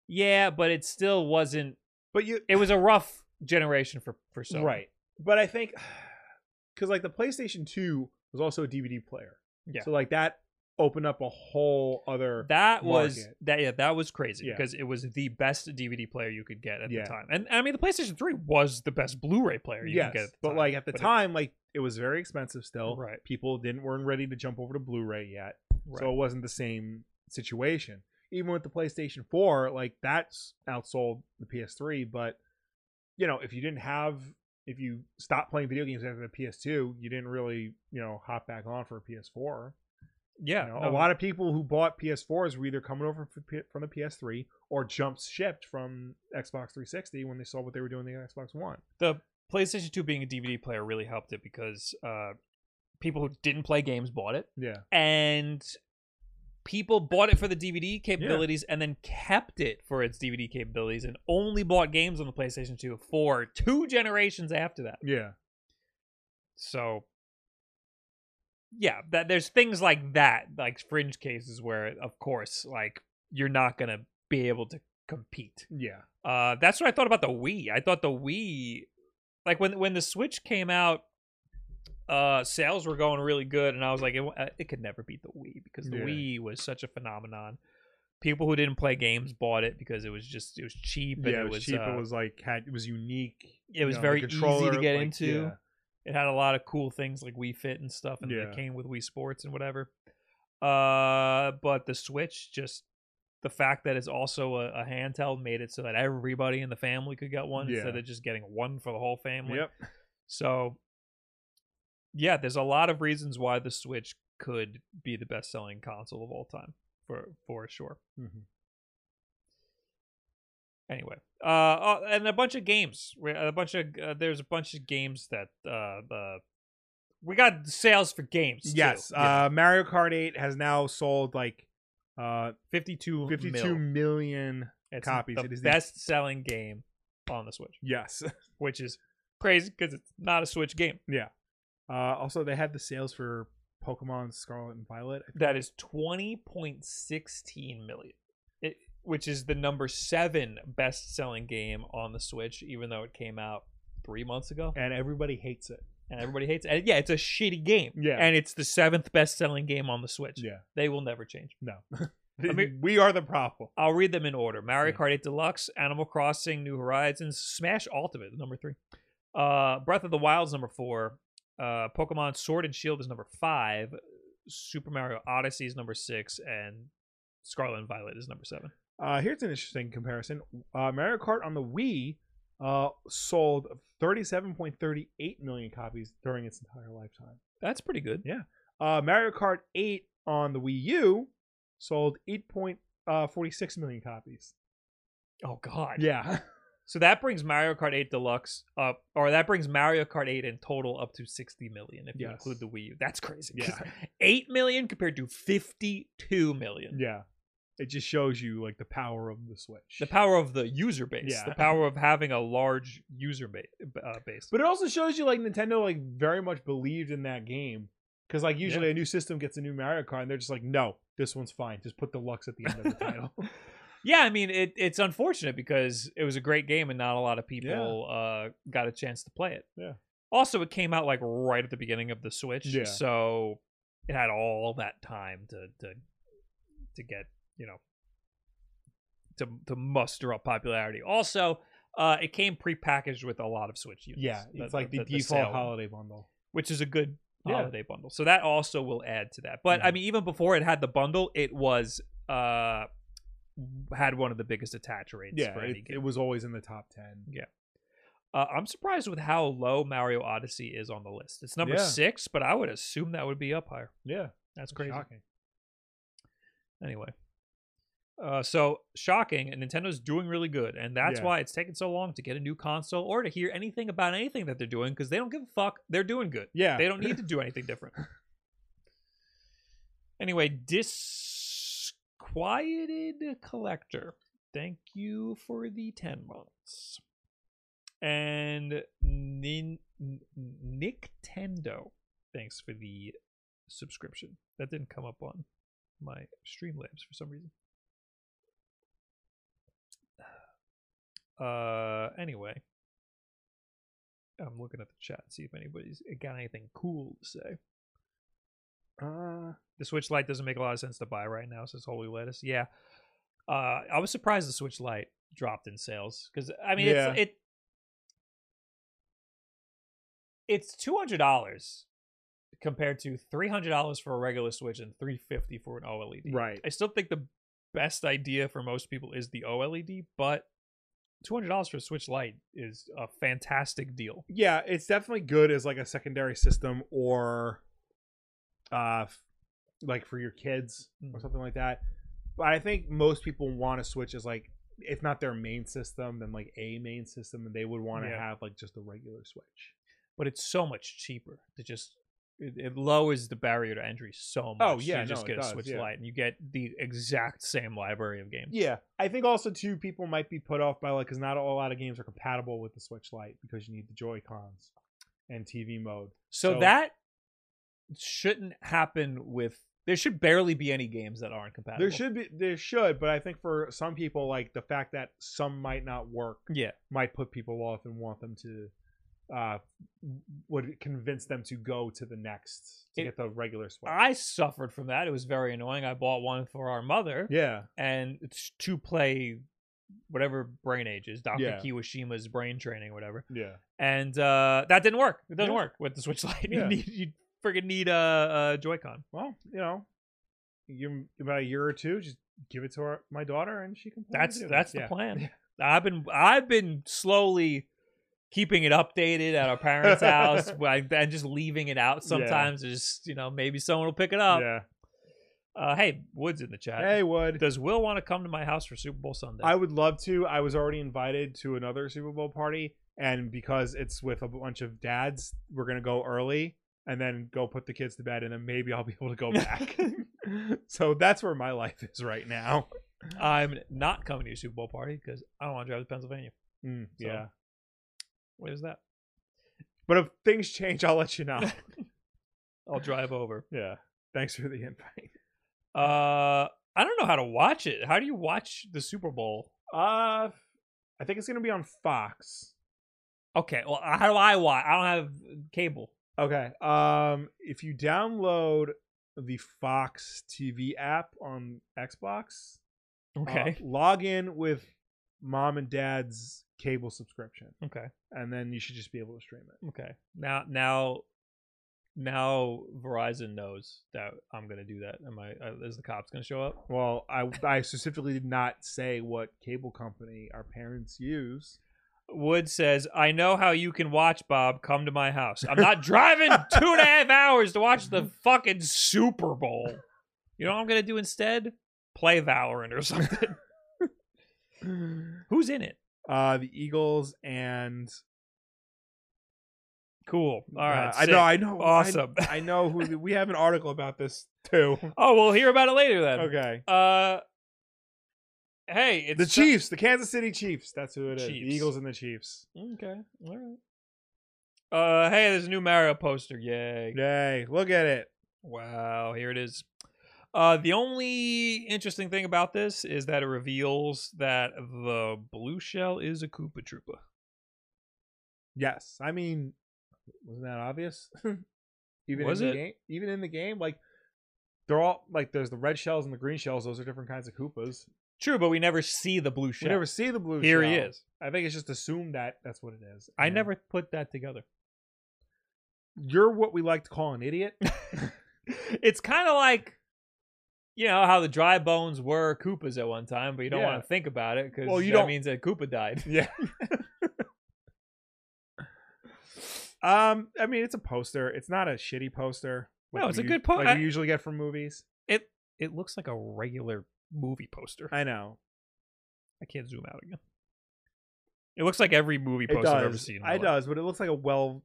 A: yeah, but it still wasn't.
B: But you,
A: It was a rough generation for for Sony.
B: Right. But I think because like the PlayStation 2 was also a DVD player.
A: Yeah.
B: So like that opened up a whole other.
A: That was
B: market.
A: that yeah, that was crazy
B: Yeah.
A: because it was the best DVD player you could get at
B: Yeah.
A: the time. And I mean the PlayStation 3 was the best Blu-ray player you
B: yes,
A: could get. At the
B: but
A: time,
B: like at the
A: but it-
B: time, like it was very expensive still.
A: Right.
B: People didn't weren't ready to jump over to Blu-ray yet,
A: right.
B: so it wasn't the same situation. Even with the PlayStation 4, like that's outsold the PS3. But you know, if you didn't have, if you stopped playing video games after the PS2, you didn't really, you know, hop back on for a PS4.
A: yeah,
B: You know, a lot of people who bought PS4s were either coming over from P- from the PS3 or jumped shipped from Xbox 360 when they saw what they were doing on the Xbox One.
A: the PlayStation 2 being a DVD player really helped it because uh people who didn't play games bought it
B: Yeah,
A: and people bought it for the DVD capabilities and then kept it for its DVD capabilities and only bought games on the PlayStation 2 for two generations after that.
B: yeah,
A: So yeah, that there's things like that, like fringe cases where of course like you're not going to be able to compete.
B: yeah,
A: Uh that's what I thought about the Wii. I thought the Wii like when when the Switch came out uh sales were going really good and I was like it, w- uh, it could never beat the Wii because the
B: Yeah.
A: Wii was such a phenomenon. People who didn't play games bought it because it was just it was cheap and
B: yeah.
A: it,
B: It was cheap.
A: uh,
B: it was like had it was unique.
A: it
B: you
A: was
B: know, the
A: very easy to
B: controller,
A: get
B: like,
A: into.
B: yeah.
A: It had a lot of cool things like Wii Fit and stuff, and
B: Yeah.
A: it came with Wii Sports and whatever. Uh, but the Switch, just the fact that it's also a, a handheld, made it so that everybody in the family could get one instead
B: Yeah.
A: of just getting one for the whole family.
B: Yep.
A: So, yeah, there's a lot of reasons why the Switch could be the best-selling console of all time for for sure.
B: Mhm.
A: Anyway, uh, oh, and a bunch of games. We- A bunch of uh, there's a bunch of games that uh, the we got sales for games. too.
B: Yes.
A: Yeah.
B: Uh, Mario Kart 8 has now sold like uh
A: 52
B: 52
A: mil.
B: million.
A: It's
B: copies.
A: The
B: It is the-
A: best-selling game on the Switch,
B: Yes.
A: which is crazy because it's not a Switch game.
B: Uh, also, they had the sales for Pokemon Scarlet and Violet.
A: That is 20.16 million, it, which is the number seven best-selling game on the Switch, even though it came out three months ago.
B: And everybody hates it.
A: and everybody hates it. And yeah, it's a shitty game.
B: Yeah.
A: And it's the seventh best selling game on the Switch.
B: Yeah.
A: They will never change.
B: No.
A: I mean-
B: we are the problem.
A: I'll read them in order Mario
B: Yeah.
A: Kart 8 Deluxe, Animal Crossing, New Horizons, Smash Ultimate, is number three. Uh, Breath of the Wild's number four. Uh, Pokemon Sword and Shield is number five. Super Mario Odyssey is number six. And Scarlet and Violet is number seven.
B: Uh, here's an interesting comparison. Uh, Mario Kart on the Wii uh, sold 37.38 million copies during its entire lifetime.
A: That's pretty good.
B: Uh, Mario Kart 8 on the Wii U sold 8.46 million copies.
A: Oh, God.
B: Yeah.
A: So that brings Mario Kart 8 Deluxe up, or that brings Mario Kart 8 in total up to 60 million if you
B: Yes.
A: include the Wii U. That's crazy.
B: Yeah.
A: 8 million compared to 52 million.
B: yeah. It just shows you like the power of the Switch.
A: The power of the user base,
B: Yeah.
A: the power of having a large user ba- uh, base.
B: But it also shows you like Nintendo like very much believed in that game Because like usually a new system gets a new Mario Kart, and they're just like, no, this one's fine. Just put deluxe at the end of the title.
A: Yeah, I mean it, it's unfortunate because it was a great game and not a lot of people uh, got a chance to play it.
B: Yeah.
A: Also, it came out like right at the beginning of the Switch,
B: Yeah.
A: so it had all that time to to to get you know to to muster up popularity. Also, uh, it came prepackaged with a lot of Switch units.
B: yeah, it's like the,
A: sale
B: default
A: one
B: holiday bundle.
A: which is a good
B: Yeah.
A: holiday bundle. So that also will add to that. But I
B: Mhm.
A: mean, even before it had the bundle, it was uh had one of the biggest attach rates
B: Yeah,
A: for any
B: it,
A: game.
B: it was always in the top ten.
A: uh, I'm surprised with how low Mario Odyssey is on the list. It's number
B: Yeah.
A: six, but I would assume that would be up higher.
B: Yeah,
A: That's crazy.
B: Shocking.
A: Anyway. Uh, so shocking, and Nintendo's doing really good, and that's
B: Yeah.
A: why it's taking so long to get a new console or to hear anything about anything that they're doing because they don't give a fuck. They're doing good.
B: Yeah,
A: They don't need to do anything different. Anyway, disquieted collector. Thank you for the ten months. And Nin- N- Nintendo, thanks for the subscription. That didn't come up on my Streamlabs for some reason. Uh, anyway, I'm looking at the chat see if anybody's got anything cool to say.
C: Uh,
A: The Switch Lite doesn't make a lot of sense to buy right now, says Holy Lettuce. Yeah. Uh, I was surprised the Switch Lite dropped in sales because I mean it's it it's two hundred dollars compared to three hundred dollars for a regular Switch and three fifty for an OLED.
C: right.
A: I still think the best idea for most people is the OLED, but two hundred dollars for a Switch Lite is a fantastic deal.
B: yeah, it's definitely good as like a secondary system or uh f- like for your kids or
A: Mhm.
B: something like that. But I think most people want to switch as like if not their main system, then like a main system and they would want to
A: Yeah.
B: have like just a regular switch.
A: but it's so much cheaper to just it, it lowers the barrier to entry so much.
B: Oh, yeah,
A: you just
B: no,
A: get
B: it does,
A: a Switch
B: yeah.
A: Lite and you get the exact same library of games.
B: Yeah. I think also too people might be put off by like cuz not a lot of games are compatible with the Switch Lite because you need the Joy-Cons and TV mode.
A: So,
B: So-
A: that shouldn't happen with. There should barely be any games that aren't compatible.
B: There should be there should, but I think for some people like the fact that some might not work
A: Yeah.
B: might put people off and want them to uh would convince them to go to the next to
A: It-
B: get the regular switch.
A: I suffered from that. It was very annoying. I bought one for our mother,
B: yeah.
A: and it's to play whatever brain age is, Dr.
B: Yeah.
A: Kiwishima's brain training, whatever.
B: Yeah.
A: And uh, that didn't work. It doesn't
B: Yeah.
A: work with the Switch Lite.
B: Yeah.
A: You need you friggin' need a, a Joy-Con.
B: Well, you know, you about a year or two, just give it to our, my daughter and she can play
A: That's
B: video
A: that's the
B: games.
A: plan. I've been I've been slowly keeping it updated at our parents' house like, and just leaving it out sometimes. Just you know, maybe someone will pick it
B: Yeah.
A: up. Uh, hey, Woods in the chat.
B: yeah. Hey, Wood.
A: does Will want to come to my house for Super Bowl Sunday?
B: I would love to. I was already invited to another Super Bowl party, and because it's with a bunch of dads, we're gonna go early and then go put the kids to bed, and then maybe I'll be able to go back. so that's where my life is right now.
A: I'm not coming to your Super Bowl party because I don't want to drive to Pennsylvania.
B: Mm,
A: So-
B: Yeah,
A: What is that?
B: but if things change, I'll let you know.
A: I'll drive over.
B: yeah, thanks for the invite.
A: Uh, I don't know how to watch it. How do you watch the Super Bowl?
B: Uh, I think it's gonna be on Fox.
A: Okay, well, how do I watch? I don't have cable.
B: Okay. Um, if you download the Fox TV app on Xbox, uh,
A: Okay,
B: log in with mom and dad's cable subscription,
A: okay.
B: and then you should just be able to stream it.
A: Okay. Now now now Verizon knows that I'm gonna do that. Am I? uh, Is the cops gonna show up?
B: Well, I I specifically did not say what cable company our parents use.
A: Wood says, "I know how you can watch Bob. Come to my house. I'm not driving two and a half hours to watch the fucking Super Bowl. You know what I'm gonna do instead? Play Valorant or something. Who's in it?
B: Uh, the Eagles and
A: Cool. All right.
B: uh, I
A: sick.
B: know, I know, I-
A: Awesome.
B: I, know who the- we have an article about this too.
A: oh, we'll hear about it later then.
B: Okay,
A: Uh, hey, it's
B: the Chiefs, the Kansas City Chiefs. That's who it is.
A: Chiefs.
B: The Eagles and the Chiefs.
A: Okay. All right. Uh, hey, there's a new Mario poster. Yay.
B: Yay! Look at it.
A: Wow, here it is. Uh, the only interesting thing about this is that it reveals that the blue shell is a Koopa Troopa.
B: Yes, I mean, wasn't that obvious? even
A: Was
B: in
A: it?
B: the game, even in the game, like they're all like there's the red shells and the green shells. Those are different kinds of Koopas.
A: True, but we never see the blue shell.
B: We never see the blue.
A: here
B: shell.
A: he is.
B: I think it's just assumed that that's what it is.
A: I
B: And
A: never put that together.
B: You're what we like to call an idiot.
A: it's kind of like, you know, how the dry bones were Koopas at one time, but you don't
B: Yeah.
A: want to think about it because
B: Well, you
A: that
B: don't-
A: means that Koopa died.
B: yeah. um, I mean, it's a poster. It's not a shitty poster.
A: No, it's a
B: we-
A: good po-
B: Like
A: I-
B: you usually get from movies.
A: It it looks like a regular movie poster.
B: I know.
A: I can't zoom out again. It looks like every movie
B: It
A: poster I've ever
B: does.
A: seen. in my
B: It
A: life.
B: does, but it looks like a well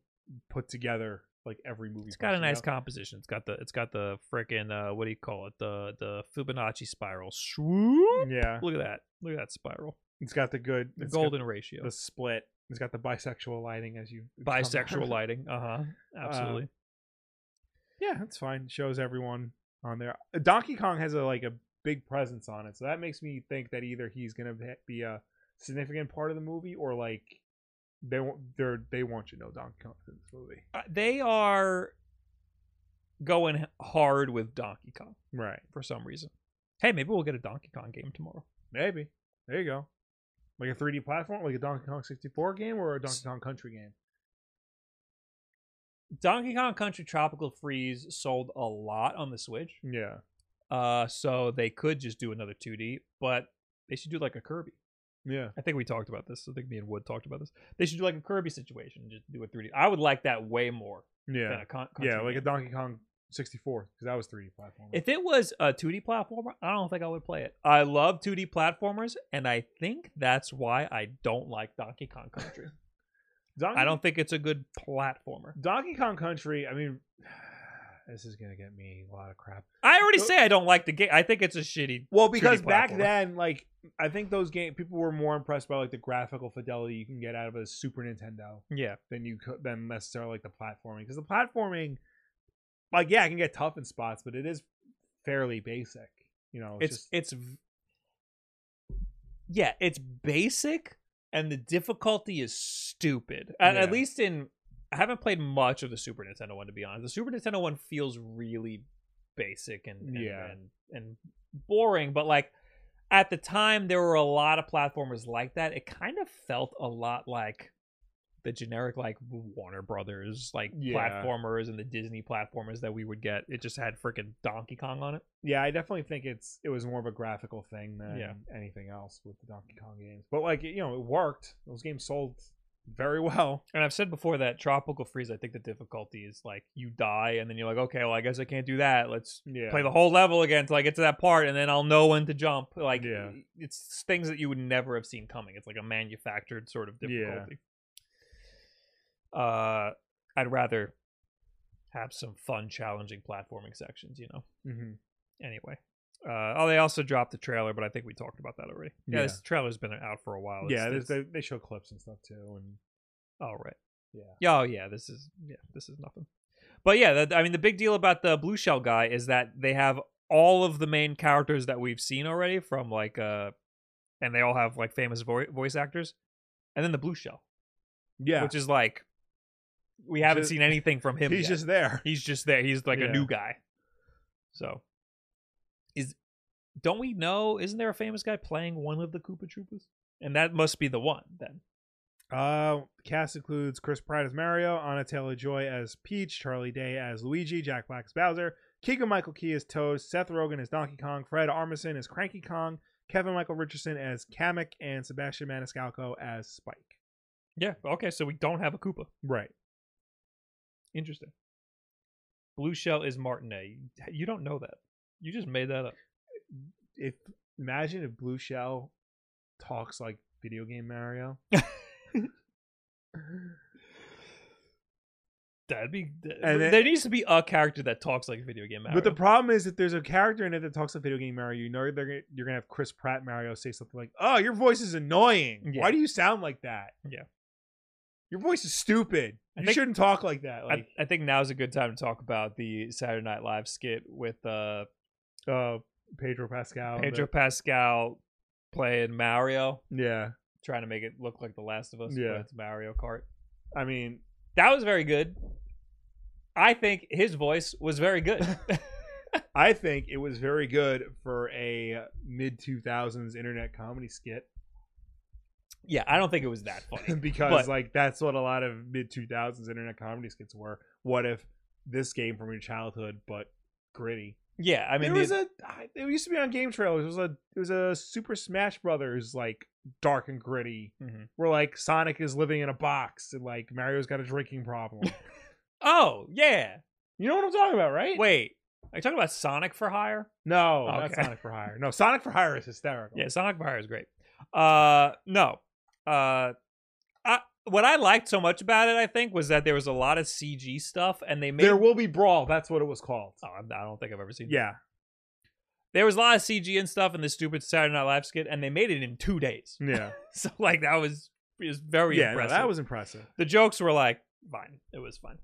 B: put together like every movie.
A: It's got a
B: poster, you
A: nice
B: know?
A: composition. It's got the it's got the frickin' uh, what do you call it? The the Fibonacci spiral. Swoop.
B: Yeah,
A: Look at that. Look at that spiral.
B: it's got the good
A: The
B: it's got
A: golden ratio.
B: the split. It's got the bisexual lighting as you
A: Bisexual lighting. Uh huh. Absolutely.
B: Yeah, that's fine. Shows everyone on there. Uh, Donkey Kong has a like a big presence on it, so that makes me think that either he's gonna be- be a significant part of the movie or like they want they're they want you to know Donkey Kong's in this movie.
A: Uh, they are going h- hard with Donkey Kong
B: Right.
A: for some reason. Hey, maybe we'll get a Donkey Kong game tomorrow.
B: Maybe. There you go. Like a 3D platform, like a Donkey Kong 64 game or a Donkey Kong Country game.
A: Donkey Kong Country Tropical Freeze sold a lot on the Switch.
B: Yeah.
A: Uh, so they could just do another 2D, but they should do like a Kirby.
B: Yeah.
A: I think we talked about this. I think me and Wood talked about this. They should do like a Kirby situation, and just do a 3D. I would like that way more
B: Yeah.
A: than a con- country
B: Yeah, like a
A: game.
B: Donkey Kong 64 because that was 3D platform.
A: If it was a 2D platformer, I don't think I would play it. I love 2D platformers, and I think that's why I don't like Donkey Kong Country.
B: Donkey,
A: I don't think it's a good platformer.
B: Donkey Kong Country. I mean, this is gonna get me a lot of crap.
A: I already say I don't like the game. I think it's a shitty.
B: Well, because back
A: platformer.
B: then, like, I think those game people were more impressed by like the graphical fidelity you can get out of a Super Nintendo
A: Yeah,
B: than you could than necessarily like the platforming because the platforming, like, yeah, I can get tough in spots, but it is fairly basic. You know,
A: it's
B: just-
A: it's v yeah, it's basic, and the difficulty is stupid. At, at
B: Yeah.
A: least in I haven't played much of the Super Nintendo one to be honest. The Super Nintendo one feels really basic and and,
B: Yeah.
A: and and boring, but like at the time there were a lot of platformers like that. It kind of felt a lot like the generic like Warner Brothers like
B: Yeah.
A: platformers and the Disney platformers that we would get. It just had freaking Donkey Kong on it.
B: yeah, I definitely think it's it was more of a graphical thing than
A: Yeah.
B: anything else with the Donkey Kong games. But like, you know, it worked. Those games sold very well.
A: And I've said before that tropical freeze, I think the difficulty is like you die and then you're like, okay, well, I guess I can't do that. Let's
B: Yeah,
A: play the whole level again until I get to that part and then I'll know when to jump. Like,
B: Yeah.
A: it's things that you would never have seen coming. It's like a manufactured sort of
B: Yeah.
A: difficulty. Uh, I'd rather have some fun, challenging platforming sections, you know?
B: hmm
A: Anyway. Uh, oh, they also dropped the trailer, but I think we talked about that already. Yeah,
B: Yeah.
A: this trailer's been out for a while. Oh, It's-
B: yeah. there's-
A: it's-
B: They, they show clips and stuff too, and
A: Oh right.
B: Yeah.
A: Yeah. Oh yeah. This is yeah. This is nothing. But yeah, that, I mean, the big deal about the blue shell guy is that they have all of the main characters that we've seen already from like uh, and they all have like famous vo- voice actors, and then the blue shell,
B: yeah,
A: which is like we haven't
B: Just-
A: seen anything from him.
B: he's
A: yet.
B: just there.
A: he's just there. He's like a
B: Yeah.
A: new guy. So is don't we know? Isn't there a famous guy playing one of the Koopa Troopas? And that must be the one then.
B: Uh, cast includes Chris Pratt as Mario, Anna Taylor Joy as Peach, Charlie Day as Luigi, Jack Black as Bowser, Keegan Michael Key as Toad, Seth Rogen as Donkey Kong, Fred Armisen as Cranky Kong, Kevin Michael Richardson as Kamek, and Sebastian Maniscalco as Spike.
A: Yeah. Okay. So we don't have a Koopa.
B: Right.
A: Interesting. Blue shell is Martinet. You don't know that. You just made that up.
B: If imagine if Blue Shell talks like video game Mario.
A: That'd be. th-
B: And
A: there
B: then-
A: needs to be a character that talks like a video game. Mario.
B: But the problem is that there's a character in it that talks like video game Mario. You know they're gonna, you're gonna have Chris Pratt Mario say something like, "Oh, your voice is annoying.
A: Yeah.
B: Why do you sound like that?"
A: Yeah.
B: Your voice is stupid.
A: I
B: you
A: think-
B: shouldn't talk like that.
A: I,
B: Like,
A: I think now's a good time to talk about the Saturday Night Live skit with uh,
B: uh, Pedro Pascal.
A: Pedro
B: the-
A: Pascal playing Mario,
B: yeah.
A: trying to make it look like The Last of Us. but
B: Yeah.
A: it's Mario Kart.
B: I mean,
A: That was very good. I think his voice was very good.
B: I think it was very good for a mid 2000s internet comedy skit
A: yeah, I don't think it was that funny.
B: because,
A: But-
B: like, that's what a lot of mid 2000s internet comedy skits were. What if this game from your childhood, but gritty?
A: Yeah, I mean,
B: there was
A: the-
B: a I- it used to be on game trailers. It was a it was a Super Smash Brothers like dark and gritty,
A: Mhm.
B: where like Sonic is living in a box and like Mario's got a drinking problem.
A: oh yeah.
B: you know what I'm talking about, right?
A: Wait, are you talking about Sonic for Hire?
B: no,
A: Oh,
B: not
A: okay.
B: Sonic for Hire. No, Sonic for Hire is hysterical.
A: Yeah, Sonic Fire is great. Uh, no, uh, I, what I liked so much about it, I think, was that there was a lot of CG stuff, and they made.
B: there will be brawl. That's what it was called.
A: oh, I'm- I don't think I've ever seen. that.
B: Yeah,
A: there was a lot of CG and stuff in the stupid Saturday Night Live skit, and they made it in two days.
B: yeah,
A: So like that was is very
B: Mm. yeah. no,
A: impressive.
B: that was impressive.
A: the jokes were like fine. It was fun.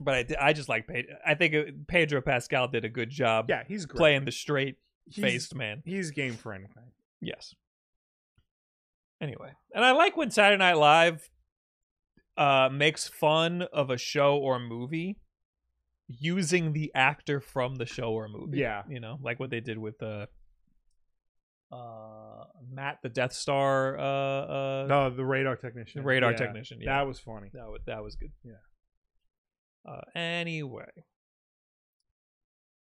A: But I, di- I just like Pedro. I think it- Pedro Pascal did a good job
B: Yeah, he's great.
A: Um, playing the straight
B: He's-
A: faced man.
B: He's game for anything.
A: Yes. Anyway, and I like when Saturday Night Live uh, makes fun of a show or movie using the actor from the show or movie.
B: Yeah.
A: you know, like what they did with uh, uh, Matt the Death Star uh, uh,
B: No, the radar technician.
A: radar
B: Yeah,
A: technician. Yeah,
B: That was funny.
A: that was, that was good.
B: Yeah.
A: Uh, anyway,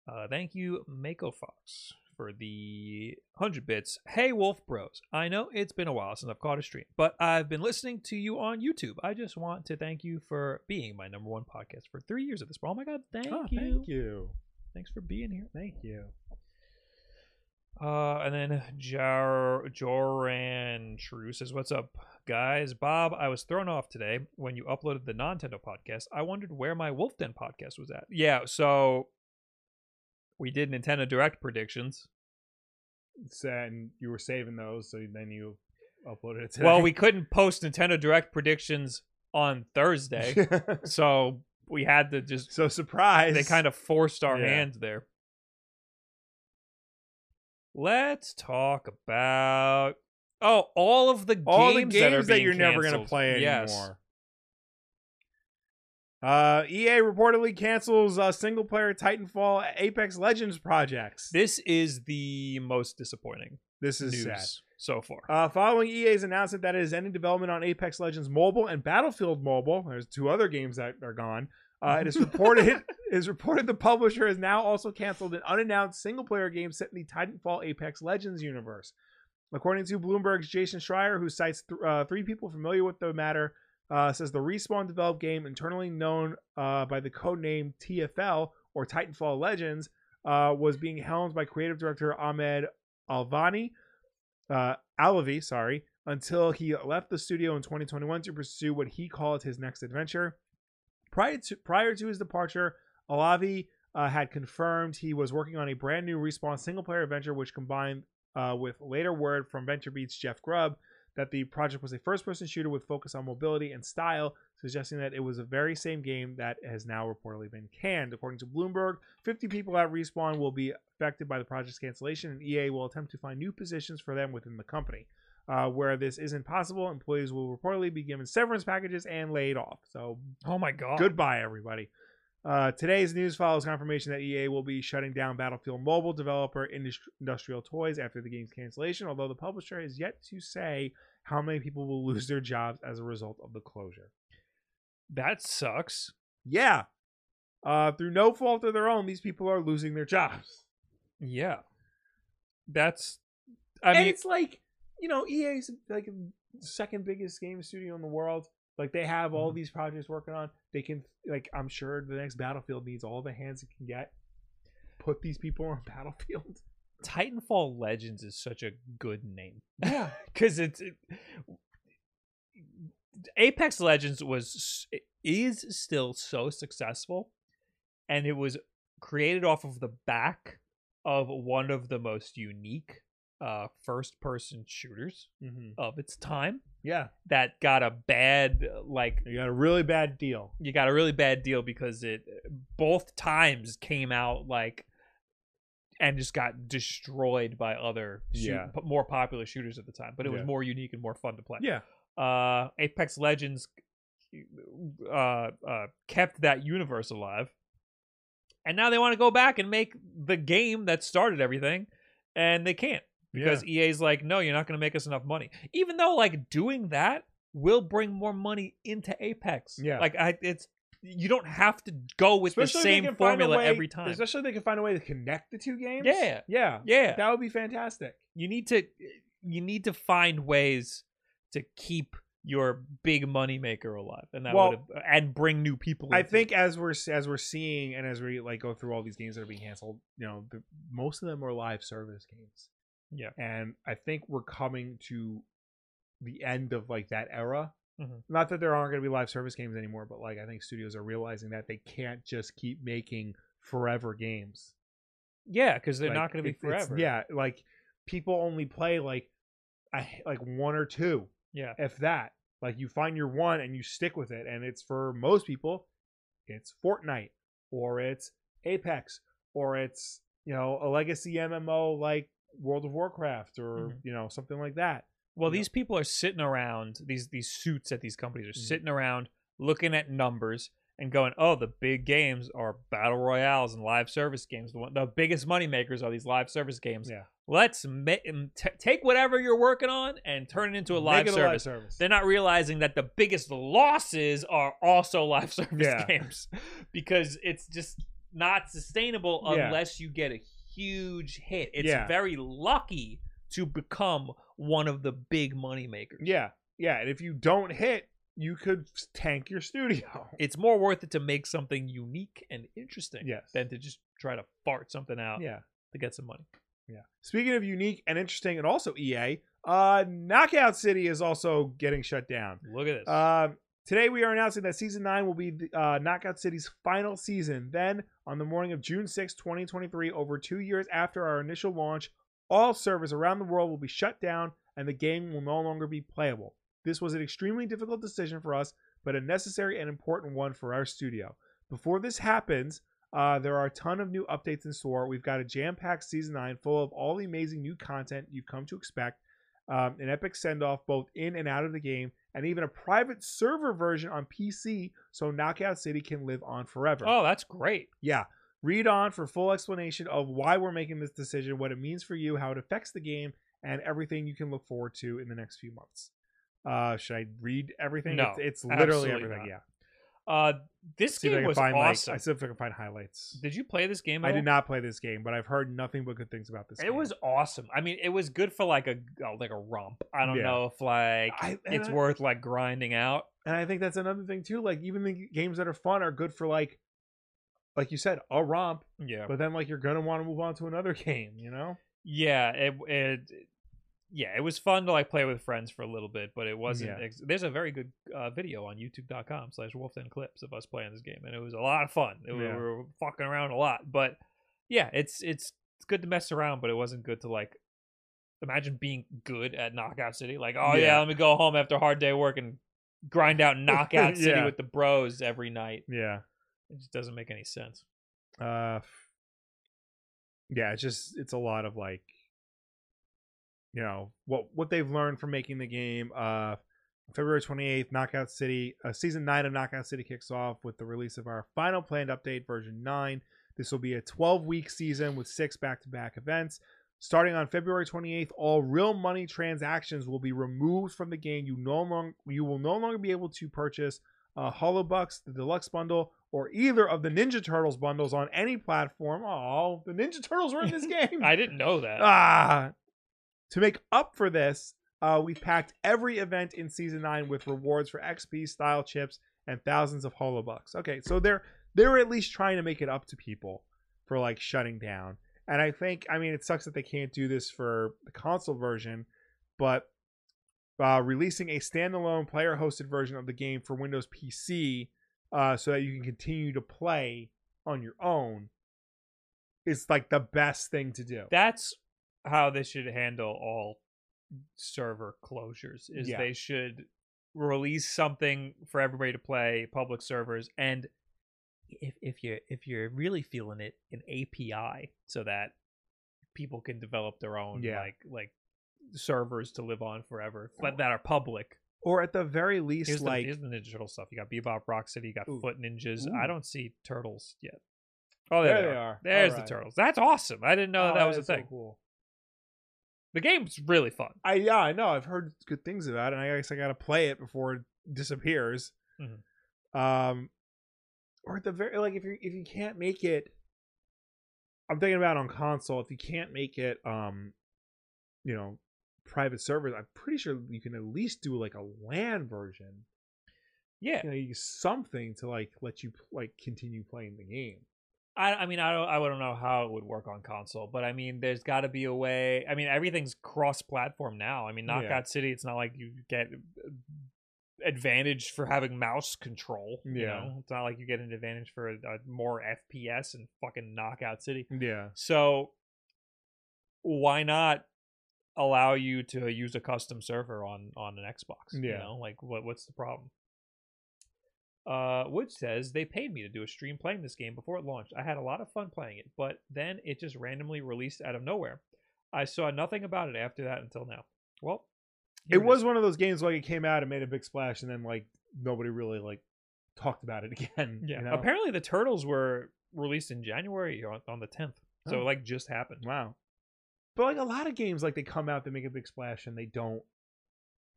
A: uh, thank you, Mako Fox, for the 100 bits. Hey, Wolf Bros. I know it's been a while since I've caught a stream, but I've been listening to you on YouTube. I just want to thank you for being my number one podcast for three years of this. Oh my God, thank,
B: Oh,
A: you.
B: Thank you.
A: Thanks for being here.
B: Thank you.
A: Uh, and then Jar Joran True says, "What's up, guys? Bob, I was thrown off today when you uploaded the Nintendo podcast. I wondered where my Wolf Den podcast was at. Yeah, so we did Nintendo Direct predictions.
B: Sa- And you were saving those, so then you uploaded it. Today.
A: Well, we couldn't post Nintendo Direct predictions on Thursday, so we had to just
B: so surprise.
A: they kind of forced our
B: Yeah.
A: hands there. Let's talk about oh, all of the games
B: all the games
A: that, are
B: that,
A: being
B: you're never going to
A: canceled.
B: play
A: Yes.
B: anymore. Uh, EA reportedly cancels uh, single-player Titanfall Apex Legends projects. This,
A: This is the most disappointing
B: is
A: news
B: sad.
A: so far.
B: Uh, following EA's announcement that it is ending development on Apex Legends Mobile and Battlefield Mobile, there's two other games that are gone. Uh, it is reported it is reported the publisher has now also canceled an unannounced single-player game set in the Titanfall Apex Legends universe. According to Bloomberg's Jason Schreier, who cites th- uh, three people familiar with the matter, uh, says the respawn developed game, internally known uh, by the codename TFL or Titanfall Legends, uh, was being helmed by creative director Ahmed Alvani, uh, Alavi, sorry, until he left the studio in 2021 to pursue what he called his next adventure. Prior to prior to his departure, Alavi uh, had confirmed he was working on a brand new respawn single player adventure, which combined uh, with later word from Venture Beats Jeff Grubb that the project was a first person shooter with focus on mobility and style, suggesting that it was the very same game that has now reportedly been canned. According to Bloomberg, 50 people at Respawn will be affected by the project's cancellation, and EA will attempt to find new positions for them within the company. Uh, where this isn't possible, employees will reportedly be given severance packages and laid off. So
A: oh my god.
B: Goodbye, everybody. Uh, today's news follows confirmation that EA will be shutting down Battlefield Mobile developer Indust- Industrial Toys after the game's cancellation, although the publisher has yet to say how many people will lose their jobs as a result of the closure.
A: That sucks.
B: Yeah. Uh, through no fault of their own, these people are losing their jobs.
A: Yeah. That's I
B: and
A: mean
B: it's like, you know, EA's like the second biggest game studio in the world. Like they have all
A: Mhm.
B: these projects working on. They can like I'm sure the next Battlefield needs all the hands it can get. Put these people on Battlefield.
A: Titanfall Legends is such a good name.
B: Yeah.
A: because it's it, Apex Legends was is still so successful, and it was created off of the back of one of the most unique uh, first-person shooters
B: mm-hmm.
A: of its time.
B: Yeah,
A: that got a bad like
B: you got a really bad deal.
A: you got a really bad deal because it both times came out like and just got destroyed by other shoot,
B: Yeah.
A: p- more popular shooters at the time but it was
B: Yeah.
A: more unique and more fun to play
B: Yeah,
A: uh apex legends uh, uh kept that universe alive and now they want to go back and make the game that started everything and they can't because EA's like, no, you're not going to make us enough money. Even though like doing that will bring more money into Apex.
B: Yeah.
A: like I, it's you don't have to go with
B: especially if they
A: the same
B: can find a
A: formula
B: way-
A: every time.
B: Especially if they can find a way to connect the two games.
A: Yeah.
B: yeah,
A: yeah,
B: that would be fantastic.
A: you need to you need to find ways to keep your big money maker alive, and that
B: Well,
A: would and bring new people.
B: I
A: into
B: think
A: it.
B: as we're as we're seeing and as we like go through all these games that are being canceled, you know, the, most of them are live service games.
A: Yeah.
B: and I think we're coming to the end of like that era.
A: Mhm.
B: Not that there aren't going to be live service games anymore, but like I think studios are realizing that they can't just keep making forever games.
A: yeah, because they're
B: Like,
A: not going to be
B: it- it's-
A: forever.
B: Yeah, like people only play like a, like one or two
A: yeah,
B: if that. Like you find your one and you stick with it, and it's for most people, it's Fortnite or it's Apex or it's you know a legacy MMO like World of Warcraft or
A: Mhm.
B: you know something like that.
A: Well,
B: you know?
A: these people are sitting around these these suits at these companies are
B: Mhm.
A: sitting around looking at numbers and going, "Oh, the big games are battle royales and live service games. The, one, the biggest money makers are these live service games.
B: Yeah.
A: Let's ma- m- t- take whatever you're working on and turn it into a
B: Make
A: live
B: it
A: service."
B: service.
A: They're not realizing that the biggest losses are also live service
B: Yeah.
A: games because it's just not sustainable
B: Yeah.
A: unless you get a huge hit. It's
B: Yeah.
A: very lucky to become one of the big money makers.
B: yeah, yeah. And if you don't hit, you could tank your studio.
A: It's more worth it to make something unique and interesting
B: Yes.
A: than to just try to fart something out
B: yeah,
A: to get some money.
B: yeah. Speaking of unique and interesting, and also EA, uh, Knockout City is also getting shut down.
A: Look at this.
B: Um, today we are announcing that season nine will be the, uh, Knockout City's final season. Then, on the morning of June 6, 2023, over two years after our initial launch, all servers around the world will be shut down and the game will no longer be playable. This was an extremely difficult decision for us, but a necessary and important one for our studio. Before this happens, uh, there are a ton of new updates in store. We've got a jam packed season 9 full of all the amazing new content you've come to expect, um, an epic send off both in and out of the game, and even a private server version on PC so Knockout City can live on forever.
A: oh, that's great.
B: Yeah. Read on for full explanation of why we're making this decision, what it means for you, how it affects the game, and everything you can look forward to in the next few months. Uh, should I read everything?
A: No,
B: it's, it's literally
A: absolutely
B: everything.
A: not.
B: Yeah.
A: Uh, this
B: See if I
A: game
B: can
A: was
B: find
A: awesome.
B: like I see if I can find highlights.
A: Did you play this game? at
B: I
A: all?
B: did not play this game, but I've heard nothing but good things about this.
A: It
B: game.
A: was awesome. I mean, it was good for like a uh, like a romp. I don't
B: Yeah.
A: know if like
B: I- and
A: it's
B: I-
A: worth like grinding out.
B: and I think that's another thing too. Like even the games that are fun are good for like, like you said, a romp.
A: Yeah,
B: But then like you're gonna want to move on to another game. You know?
A: yeah, it, it yeah, it was fun to like play with friends for a little bit, but it wasn't.
B: Yeah.
A: Ex- there's a very good uh, video on YouTube.com/slash Wolfden Clips of us playing this game, and it was a lot of fun. It- we
B: Yeah.
A: were fucking around a lot, but yeah, it's it's it's good to mess around, but it wasn't good to like. Imagine being good at Knockout City. Like, oh yeah,
B: Yeah.
A: let me go home after a hard day of work and grind out Knockout City
B: Yeah.
A: with the bros every night.
B: Yeah.
A: It just doesn't make any sense.
B: Uh. Yeah. It's just it's a lot of like, you know what what they've learned from making the game. Uh. February 28th, Knockout City, uh, season 9 of Knockout City kicks off with the release of our final planned update, version 9. This will be a 12 week season with six back to back events. Starting on February 28th, all real money transactions will be removed from the game. You no longer you will no longer be able to purchase uh, Hollow Bucks, the Deluxe Bundle, or either of the Ninja Turtles bundles on any platform. Oh, the Ninja Turtles were in this game.
A: I didn't know that.
B: Ah. To make up for this, uh, we packed every event in season nine with rewards for XP, style chips, and thousands of holobucks. Okay, so they're they're at least trying to make it up to people for like shutting down. And I think I mean it sucks that they can't do this for the console version, but uh, releasing a standalone player-hosted version of the game for Windows PC, uh, so that you can continue to play on your own, is like the best thing to do.
A: That's how they should handle all server closures is
B: Yeah.
A: they should release something for everybody to play public servers and if if you if you're really feeling it an API so that people can develop their own
B: Yeah.
A: like like servers to live on forever but that are public
B: or at the very least,
A: here's,
B: like
A: the, here's the Ninja Turtle stuff. You got Bebop, Rocksteady, you got
B: Ooh.
A: Foot Ninjas.
B: Ooh.
A: I don't see turtles yet. Oh, there, they are. There's the
B: Alright.
A: turtles. That's awesome. I didn't know that,
B: Oh,
A: that was a
B: is so
A: thing.
B: cool.
A: The game's really fun.
B: I yeah, I know. I've heard good things about it, and I guess I gotta play it before it disappears.
A: Mhm.
B: Um, or at the very like if you if you can't make it, I'm thinking about on console. If you can't make it, um, you know, private servers, I'm pretty sure you can at least do like a LAN version.
A: Yeah.
B: You know, you- something to like let you like continue playing the game.
A: I, I mean, I don't, I don't know how it would work on console, but I mean, there's got to be a way. I mean, everything's cross-platform now. I mean,
B: Yeah.
A: Knockout City, it's not like you get uh, advantage for having mouse control. You
B: Yeah.
A: know? It's not like you get an advantage for uh, more FPS in fucking Knockout City.
B: Yeah.
A: So why not allow you to use a custom server on on an Xbox? You
B: Yeah.
A: know, like what what's the problem? Uh, Wood says they paid me to do a stream playing this game before it launched. I had a lot of fun playing it, but then it just randomly released out of nowhere. I saw nothing about it after that until now. Well, here
B: it
A: is.
B: was one of those games like it came out and made a big splash, and then like nobody really like talked about it again.
A: yeah.
B: you know?
A: Apparently, the turtles were released in January on, on the tenth, so
B: Oh.
A: it, like just happened.
B: Wow. But like a lot of games, like they come out, they make a big splash, and they don't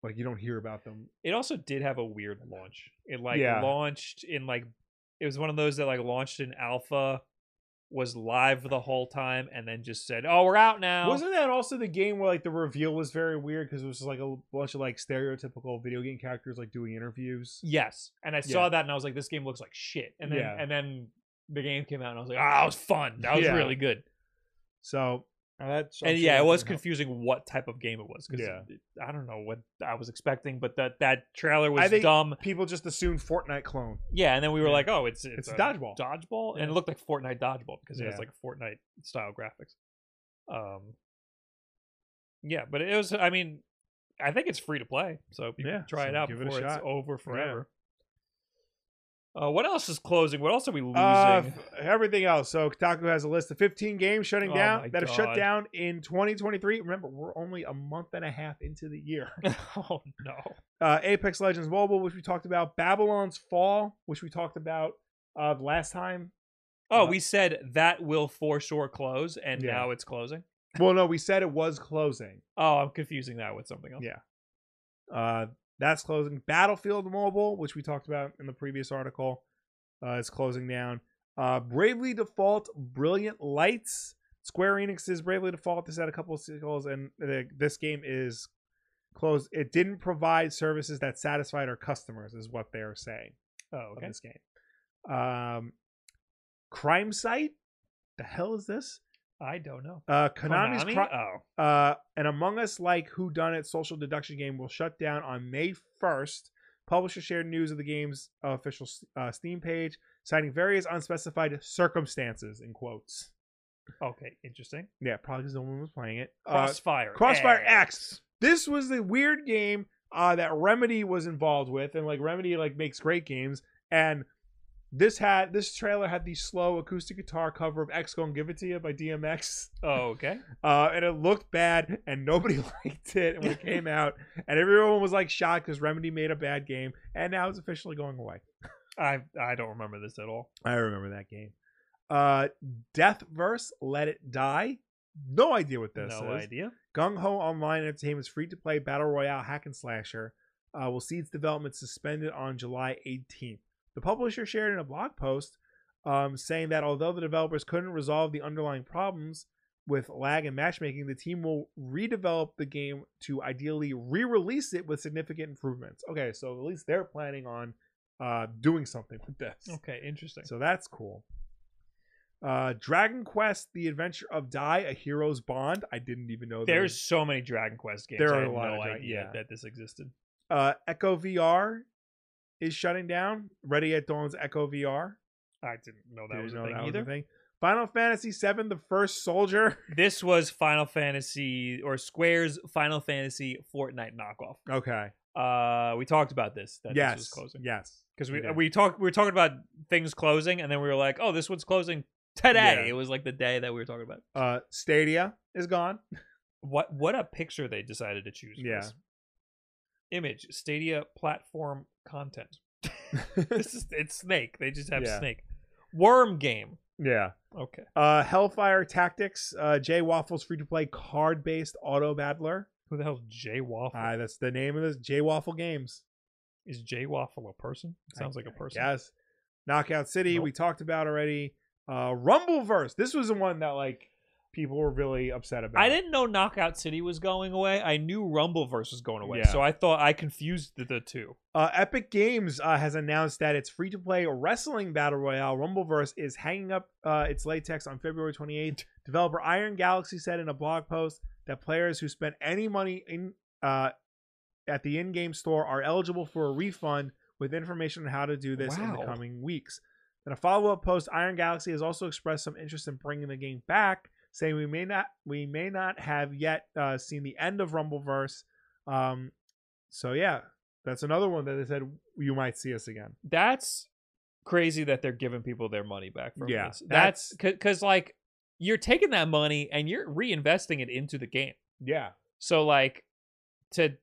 B: like you don't hear about them.
A: it also did have a weird launch. It like
B: Yeah.
A: launched in like it was one of those that like launched in alpha, was live the whole time, and then just said, "Oh, we're out now."
B: Wasn't that also the game where like the reveal was very weird because it was just like a bunch of like stereotypical video game characters like doing interviews?
A: Yes, and I saw that and I was like, "This game looks like shit." And then
B: Yeah.
A: and then the game came out and I was like, "Ah, it was fun. That was
B: Yeah.
A: really good."
B: So uh, that's I'm
A: and
B: sure
A: yeah,
B: that
A: it was
B: didn't help.
A: confusing what type of game it was because
B: Yeah.
A: I don't know what I was expecting, but that that trailer was
B: think-
A: dumb.
B: People just assume Fortnite clone.
A: Yeah, and then we were
B: Yeah.
A: like, "Oh, it's it's,
B: It's dodgeball.
A: dodgeball," and
B: Yeah.
A: it looked like Fortnite dodgeball because it has
B: Yeah.
A: like Fortnite style graphics. Um, yeah, but it was. I mean, I think it's free to play, so people
B: Yeah,
A: can try it
B: so
A: out
B: give it a
A: before it's
B: shot.
A: over forever. Uh, what else is closing? What else are we losing?
B: Uh, f- everything else. So Kotaku has a list of 15 games shutting
A: Oh my
B: down that have
A: God.
B: shut down in 2023. Remember, we're only a month and a half into the year.
A: oh no!
B: uh, Apex Legends Mobile, which we talked about, Babylon's Fall, which we talked about uh, last time.
A: Oh,
B: Uh,
A: we said that will for sure close, and
B: Yeah.
A: now it's closing.
B: Well, no, we said it was closing.
A: Oh, I'm confusing that with something else.
B: Yeah. Uh, that's closing. Battlefield Mobile, which we talked about in the previous article, uh, is closing down. Uh, Bravely Default, Brilliant Lights. Square Enix's Bravely Default has had a couple of sequels, and the, this game is closed. It didn't provide services that satisfied our customers, is what they are saying.
A: Oh,
B: of
A: okay.
B: this game. Um, Crime Site, the hell is this?
A: I don't know.
B: Uh, Konami's
A: Konami?
B: cri-
A: oh,
B: uh, an Among Us like Who Done It social deduction game will shut down on May first. Publisher shared news of the game's official uh, Steam page, citing various unspecified circumstances in quotes.
A: okay, interesting.
B: Yeah, probably because no one was playing it. Uh,
A: Crossfire.
B: Crossfire X. This was the weird game uh, that Remedy was involved with, and like Remedy like makes great games, and this had this trailer had the slow acoustic guitar cover of X Gon Give It To You by DMX,
A: Oh, okay.
B: uh, and it looked bad, and nobody liked it when it came out, and everyone was like shocked because Remedy made a bad game, and now it's officially going away.
A: I I don't remember this at all.
B: I remember that game. Uh, Deathverse, Let It Die. No idea what this
A: no
B: is.
A: idea.
B: Gung Ho Online Entertainment's free to play battle royale hack and slasher uh, will see its development suspended on July 18th. The publisher shared in a blog post um, saying that although the developers couldn't resolve the underlying problems with lag and matchmaking, the team will redevelop the game to ideally re release it with significant improvements. Okay, so at least they're planning on uh, doing something with this.
A: Okay, interesting.
B: So that's cool. Uh, Dragon Quest: The Adventure of Dai, a Hero's Bond. I didn't even know there
A: There's
B: was-
A: so many Dragon Quest games.
B: There
A: I
B: are a
A: had
B: lot
A: no
B: of Dra-
A: idea
B: yeah.
A: that this existed.
B: Uh, Echo VR is shutting down. Ready at Dawn's Echo VR.
A: I didn't know that
B: Didn't
A: was a
B: know
A: thing
B: that was
A: either.
B: thing. Final Fantasy VII: The First Soldier.
A: This was Final Fantasy or Square's Final Fantasy Fortnite knockoff.
B: Okay.
A: Uh, we talked about this. That
B: yes.
A: this was closing
B: Yes.
A: because
B: we
A: we
B: did.
A: we talked we were talking about things closing, and then we were like, oh, this one's closing today.
B: Yeah.
A: It was like the day that we were talking about.
B: Uh, Stadia is gone.
A: What what a picture they decided to choose. for
B: Yeah.
A: this. Image Stadia platform content. this is it's Snake. They just have
B: Yeah.
A: Snake. Worm game.
B: Yeah.
A: Okay.
B: Uh, Hellfire Tactics. Uh, Jay Waffles free to play card based auto battler.
A: Who the hell's Jay Waffle?
B: Uh, that's the name of this Jay Waffle Games.
A: is Jay Waffle a person? Sounds like a person.
B: Yes. Knockout City.
A: Nope.
B: We talked about already. Uh, Rumbleverse. This was the one that like people were really upset about.
A: I didn't know Knockout City was going away. I knew Rumbleverse was going away,
B: Yeah.
A: so I thought I confused the, the two.
B: Uh, Epic Games uh, has announced that its free to play wrestling battle royale Rumbleverse is hanging up uh, its latex on February 28th. Developer Iron Galaxy said in a blog post that players who spent any money in uh, at the in-game store are eligible for a refund with information on how to do this in the
A: Wow.
B: coming weeks. In a follow-up post, Iron Galaxy has also expressed some interest in bringing the game back, saying we may not we may not have yet uh, seen the end of Rumbleverse. Um, so yeah, that's another one that they said you might see us again.
A: That's crazy that they're giving people their money back. From
B: Yeah,
A: this. that's because like you're taking that money and you're reinvesting it into the game.
B: Yeah,
A: So like to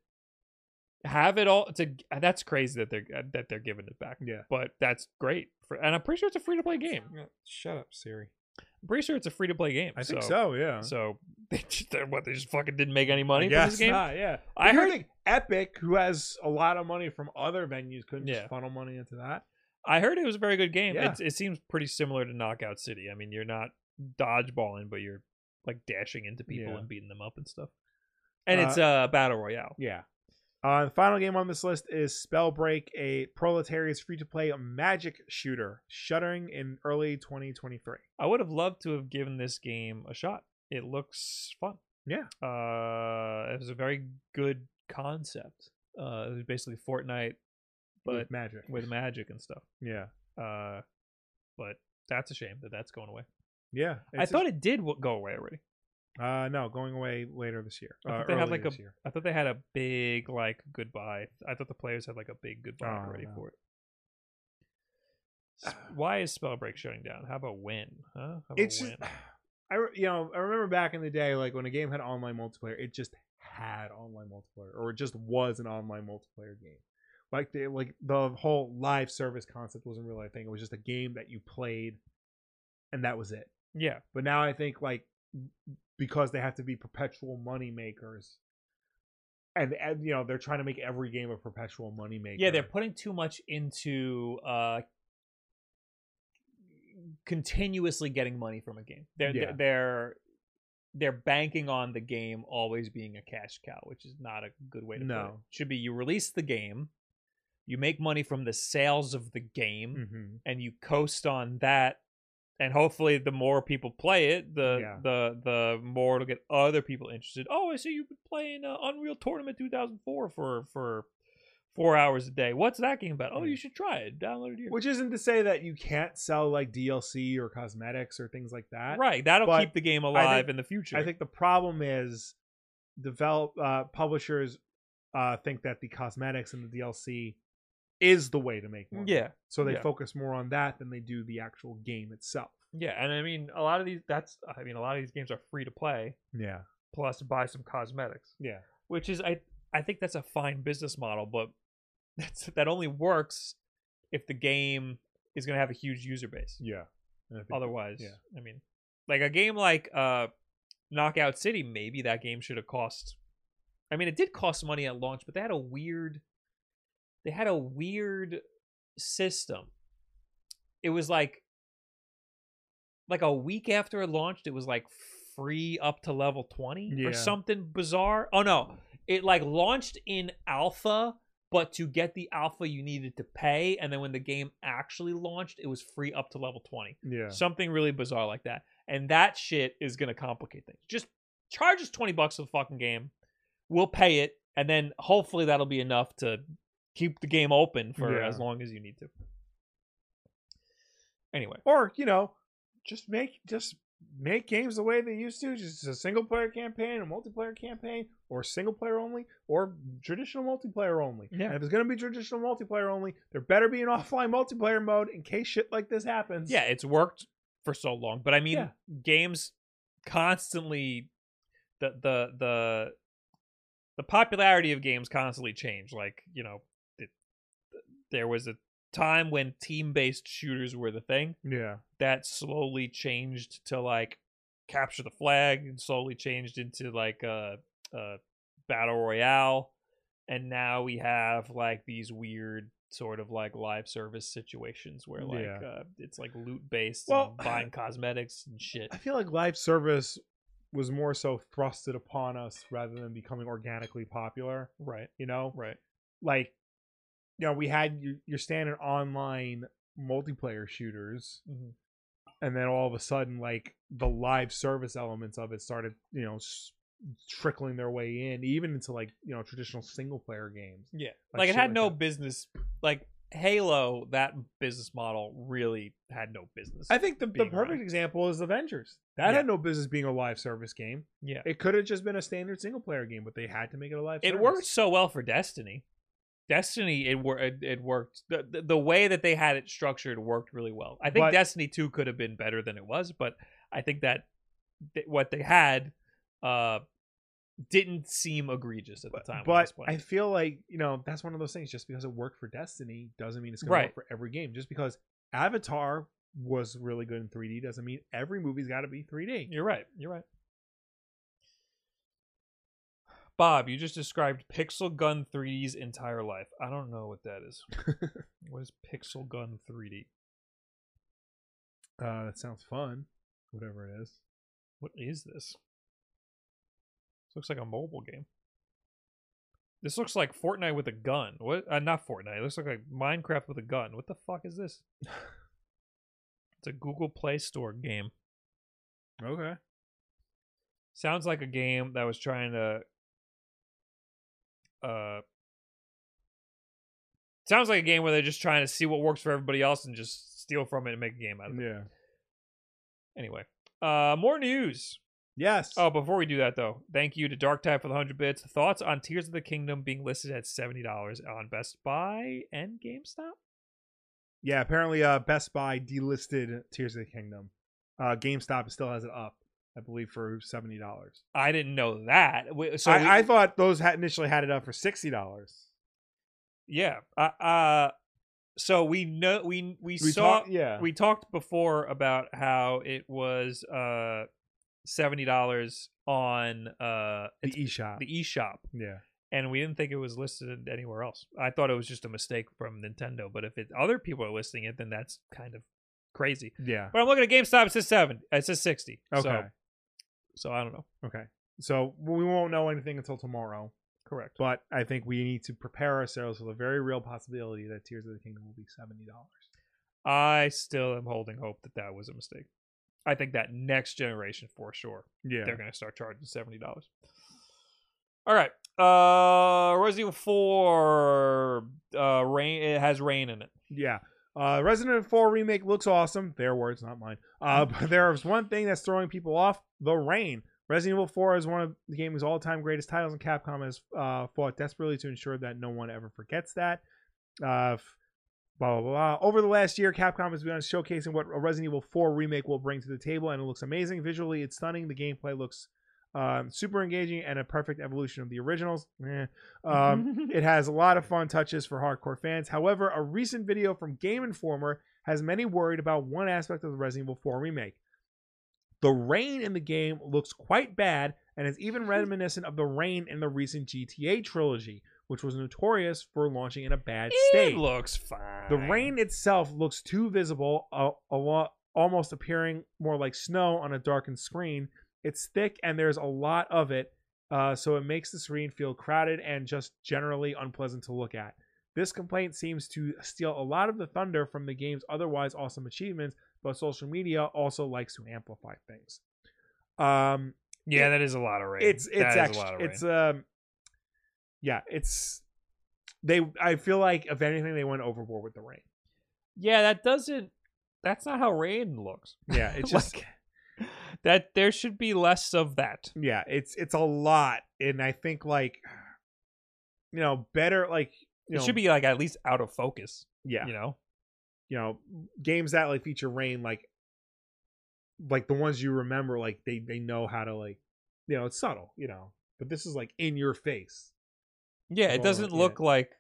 A: have it all to that's crazy that they're uh, that they're giving it back.
B: Yeah.
A: but that's great. For, and I'm pretty sure it's a free to play game.
B: shut up, Siri.
A: I'm pretty sure it's a free to play game.
B: I think so. Yeah,
A: So they just, they're- what they just fucking didn't make any money
B: Yeah,
A: from this game.
B: Not, yeah,
A: I
B: I heard
A: heard-
B: Epic, who has a lot of money from other venues, couldn't
A: Yeah.
B: just funnel money into that.
A: I heard it was a very good game.
B: Yeah.
A: It's It, seems pretty similar to Knockout City. I mean, you're not dodgeballing, but you're like dashing into people
B: Yeah.
A: and beating them up and stuff. And it's uh battle royale.
B: Yeah. Uh, the final game on this list is Spellbreak, a proletariat's free-to-play magic shooter, shuttering in early 2023.
A: I would have loved to have given this game a shot. It looks fun.
B: Yeah.
A: Uh, it was a very good concept. Uh, it was basically Fortnite, but
B: With magic.
A: with magic and stuff.
B: yeah,
A: Uh, but that's a shame that that's going away.
B: yeah.
A: I thought it did w- go away already.
B: Uh, no, going away later this year.
A: I
B: Uh,
A: thought they had,
B: early
A: like, a-
B: this year.
A: I thought they had a big like goodbye. I thought the players had like a big goodbye
B: Oh,
A: already
B: no.
A: for it. S- Why is Spellbreak shutting down? How about when? Huh? How about
B: It's
A: when?
B: just, I re- you know I remember back in the day like when a game had online multiplayer, it just had online multiplayer, or it just was an online multiplayer game. Like the like the whole live service concept wasn't really a thing. It was just a game that you played, and that was it.
A: yeah,
B: But now I think like because they have to be perpetual money makers, and, and you know they're trying to make every game a perpetual money maker.
A: yeah. They're putting too much into uh, continuously getting money from a game. They're
B: Yeah.
A: they're they're banking on the game always being a cash cow, which is not a good way to put it.
B: No.
A: Should be you release the game, you make money from the sales of the game.
B: Mhm.
A: and you coast on that and hopefully the more people play it the
B: Yeah.
A: the the more it'll get other people interested oh i see you've been playing uh, unreal tournament 2004 for for four hours a day what's that game about oh you should try it download it here
B: Hmm. Which isn't to say that you can't sell like DLC or cosmetics or things like that.
A: right that'll
B: but
A: keep the game alive in the future
B: I think the problem is develop uh, publishers uh, think that the cosmetics and the DLC is the way to make money.
A: yeah
B: So they
A: yeah.
B: focus more on that than they do the actual game itself.
A: yeah and i mean a lot of these that's i mean a lot of these games are free to play
B: Yeah.
A: plus buy some cosmetics
B: Yeah.
A: which is I I think that's a fine business model, but that's that only works if the game is going to have a huge user base.
B: Yeah. And I think-
A: Otherwise,
B: yeah.
A: I mean, like a game like uh Knockout City, maybe that game should have cost. I mean, it did cost money at launch, but they had a weird, they had a weird system. It was like, like a week after it launched, it was like free up to level twenty
B: Yeah.
A: or something bizarre. Oh no, it like launched in alpha, but to get the alpha, you needed to pay, and then when the game actually launched, it was free up to level twenty
B: yeah.
A: something really bizarre like that. And that shit is gonna complicate things. Just charge us twenty bucks for the fucking game. We'll pay it, and then hopefully that'll be enough to keep the game open for
B: Yeah.
A: as long as you need to. Anyway,
B: Or, you know, just make just make games the way they used to. Just a single player campaign, a multiplayer campaign, or single player only, or traditional multiplayer only.
A: Yeah.
B: And if it's gonna be traditional multiplayer only, there better be an offline multiplayer mode in case shit like this happens.
A: Yeah, it's worked for so long, but I mean,
B: Yeah.
A: games constantly the the the the popularity of games constantly change. Like you know, it, there was a time when team-based shooters were the thing.
B: Yeah.
A: That slowly changed to like capture the flag, and slowly changed into like a, a battle royale, and now we have like these weird sort of like live service situations where like
B: Yeah.
A: uh, it's like loot based
B: Well-
A: and buying cosmetics and shit.
B: I feel like live service was more so thrusted upon us rather than becoming organically popular,
A: Right,
B: you know?
A: right.
B: Like you know, we had your, your standard online multiplayer shooters
A: Mhm.
B: and then all of a sudden like the live service elements of it started, you know, s- trickling their way in even into like, you know, traditional single player games.
A: Yeah,
B: Like
A: like, it
B: shit
A: had
B: like
A: no
B: that.
A: business. Like Halo, that business model really had no business.
B: I think the, the
A: Being
B: perfect
A: live.
B: example is Avengers. That
A: Yeah.
B: had no business being a live service game.
A: yeah,
B: It could have just been a standard single player game, but they had to make it a live
A: it
B: service.
A: worked so well for Destiny. Destiny, it wor- it, it worked. The, the the way that they had it structured worked really well. I think
B: But-
A: Destiny two could have been better than it was, but I think that th- what they had uh didn't seem egregious at the
B: But,
A: time. when
B: but
A: was playing.
B: I feel like, you know, that's one of those things. Just because it worked for Destiny doesn't mean it's going
A: Right.
B: to work for every game. Just because Avatar was really good in 3D doesn't mean every movie's got to be 3D.
A: You're right. You're right. Bob, you just described Pixel Gun 3D's entire life. I don't know what that is. what is Pixel Gun 3D?
B: Uh, that sounds fun, whatever it is.
A: What is this? This looks like a mobile game. This looks like Fortnite with a gun. What? Uh, not Fortnite. It looks like a Minecraft with a gun. What the fuck is this? it's a Google Play Store game.
B: Okay.
A: Sounds like a game that was trying to. Uh, sounds like a game where they're just trying to see what works for everybody else and just steal from it and make a game out of it.
B: Yeah.
A: Anyway, uh, more news.
B: Yes.
A: Oh, before we do that though, thank you to Dark Tide for the hundred bits. Thoughts on Tears of the Kingdom being listed at seventy dollars on Best Buy and GameStop?
B: Yeah, apparently uh Best Buy delisted Tears of the Kingdom. Uh GameStop still has it up, I believe, for seventy dollars.
A: I didn't know that. Wait, So
B: So I,
A: we-
B: I thought those had initially had it up for sixty dollars.
A: yeah. Uh, uh, so we know we we, saw
B: yeah.
A: we talked before about how it was uh seventy dollars on uh
B: the
A: it's-
B: eShop.
A: the eShop,
B: yeah.
A: and we didn't think it was listed anywhere else. I thought it was just a mistake from Nintendo, but if it, other people are listing it, then that's kind of crazy.
B: Yeah.
A: But I'm looking at GameStop. It says seven. uh, It says sixty.
B: Okay.
A: So, so I don't know.
B: Okay. So we won't know anything until tomorrow.
A: Correct.
B: But I think we need to prepare ourselves for the very real possibility that Tears of the Kingdom will be seventy dollars.
A: I still am holding hope that that was a mistake. I think that next generation for sure
B: Yeah.
A: they're going to start charging seventy dollars. All right. Uh, Resident Evil Four. Uh, rain. It has rain in it.
B: Yeah. Uh, Resident Evil 4 remake looks awesome. Their words, not mine. Uh, but there is one thing that's throwing people off: the rain. Resident Evil 4 is one of the game's all-time greatest titles, and Capcom has uh, fought desperately to ensure that no one ever forgets that. Uh, f- blah, blah blah blah. Over the last year, Capcom has been showcasing what a Resident Evil 4 remake will bring to the table, and it looks amazing visually. It's stunning. The gameplay looks um, super engaging and a perfect evolution of the originals. Eh. Um, it has a lot of fun touches for hardcore fans. However, a recent video from Game Informer has many worried about one aspect of the Resident Evil 4 remake. The rain in the game looks quite bad and is even reminiscent of the rain in the recent GTA trilogy, which was notorious for launching in a bad state.
A: It looks fine.
B: The rain itself looks too visible, a, a lot, almost appearing more like snow on a darkened screen. It's thick and there's a lot of it, uh, so it makes the screen feel crowded and just generally unpleasant to look at. This complaint seems to steal a lot of the thunder from the game's otherwise awesome achievements, but social media also likes to amplify things. Um,
A: Yeah, that is a lot of rain.
B: it's it's
A: That is
B: actually
A: a lot of rain.
B: it's um yeah it's they i feel like if anything they went overboard with the rain
A: yeah, that doesn't that's not how rain looks.
B: Yeah, it's just
A: Like, that there should be less of that.
B: yeah, it's it's a lot, and I think like you know better like you
A: it
B: know
A: should be like at least out of focus.
B: yeah
A: You know?
B: you know games that like feature rain like like the ones you remember like they they know how to like you know it's subtle you know but this is like in your face
A: Yeah,
B: Well,
A: it doesn't
B: yeah.
A: look like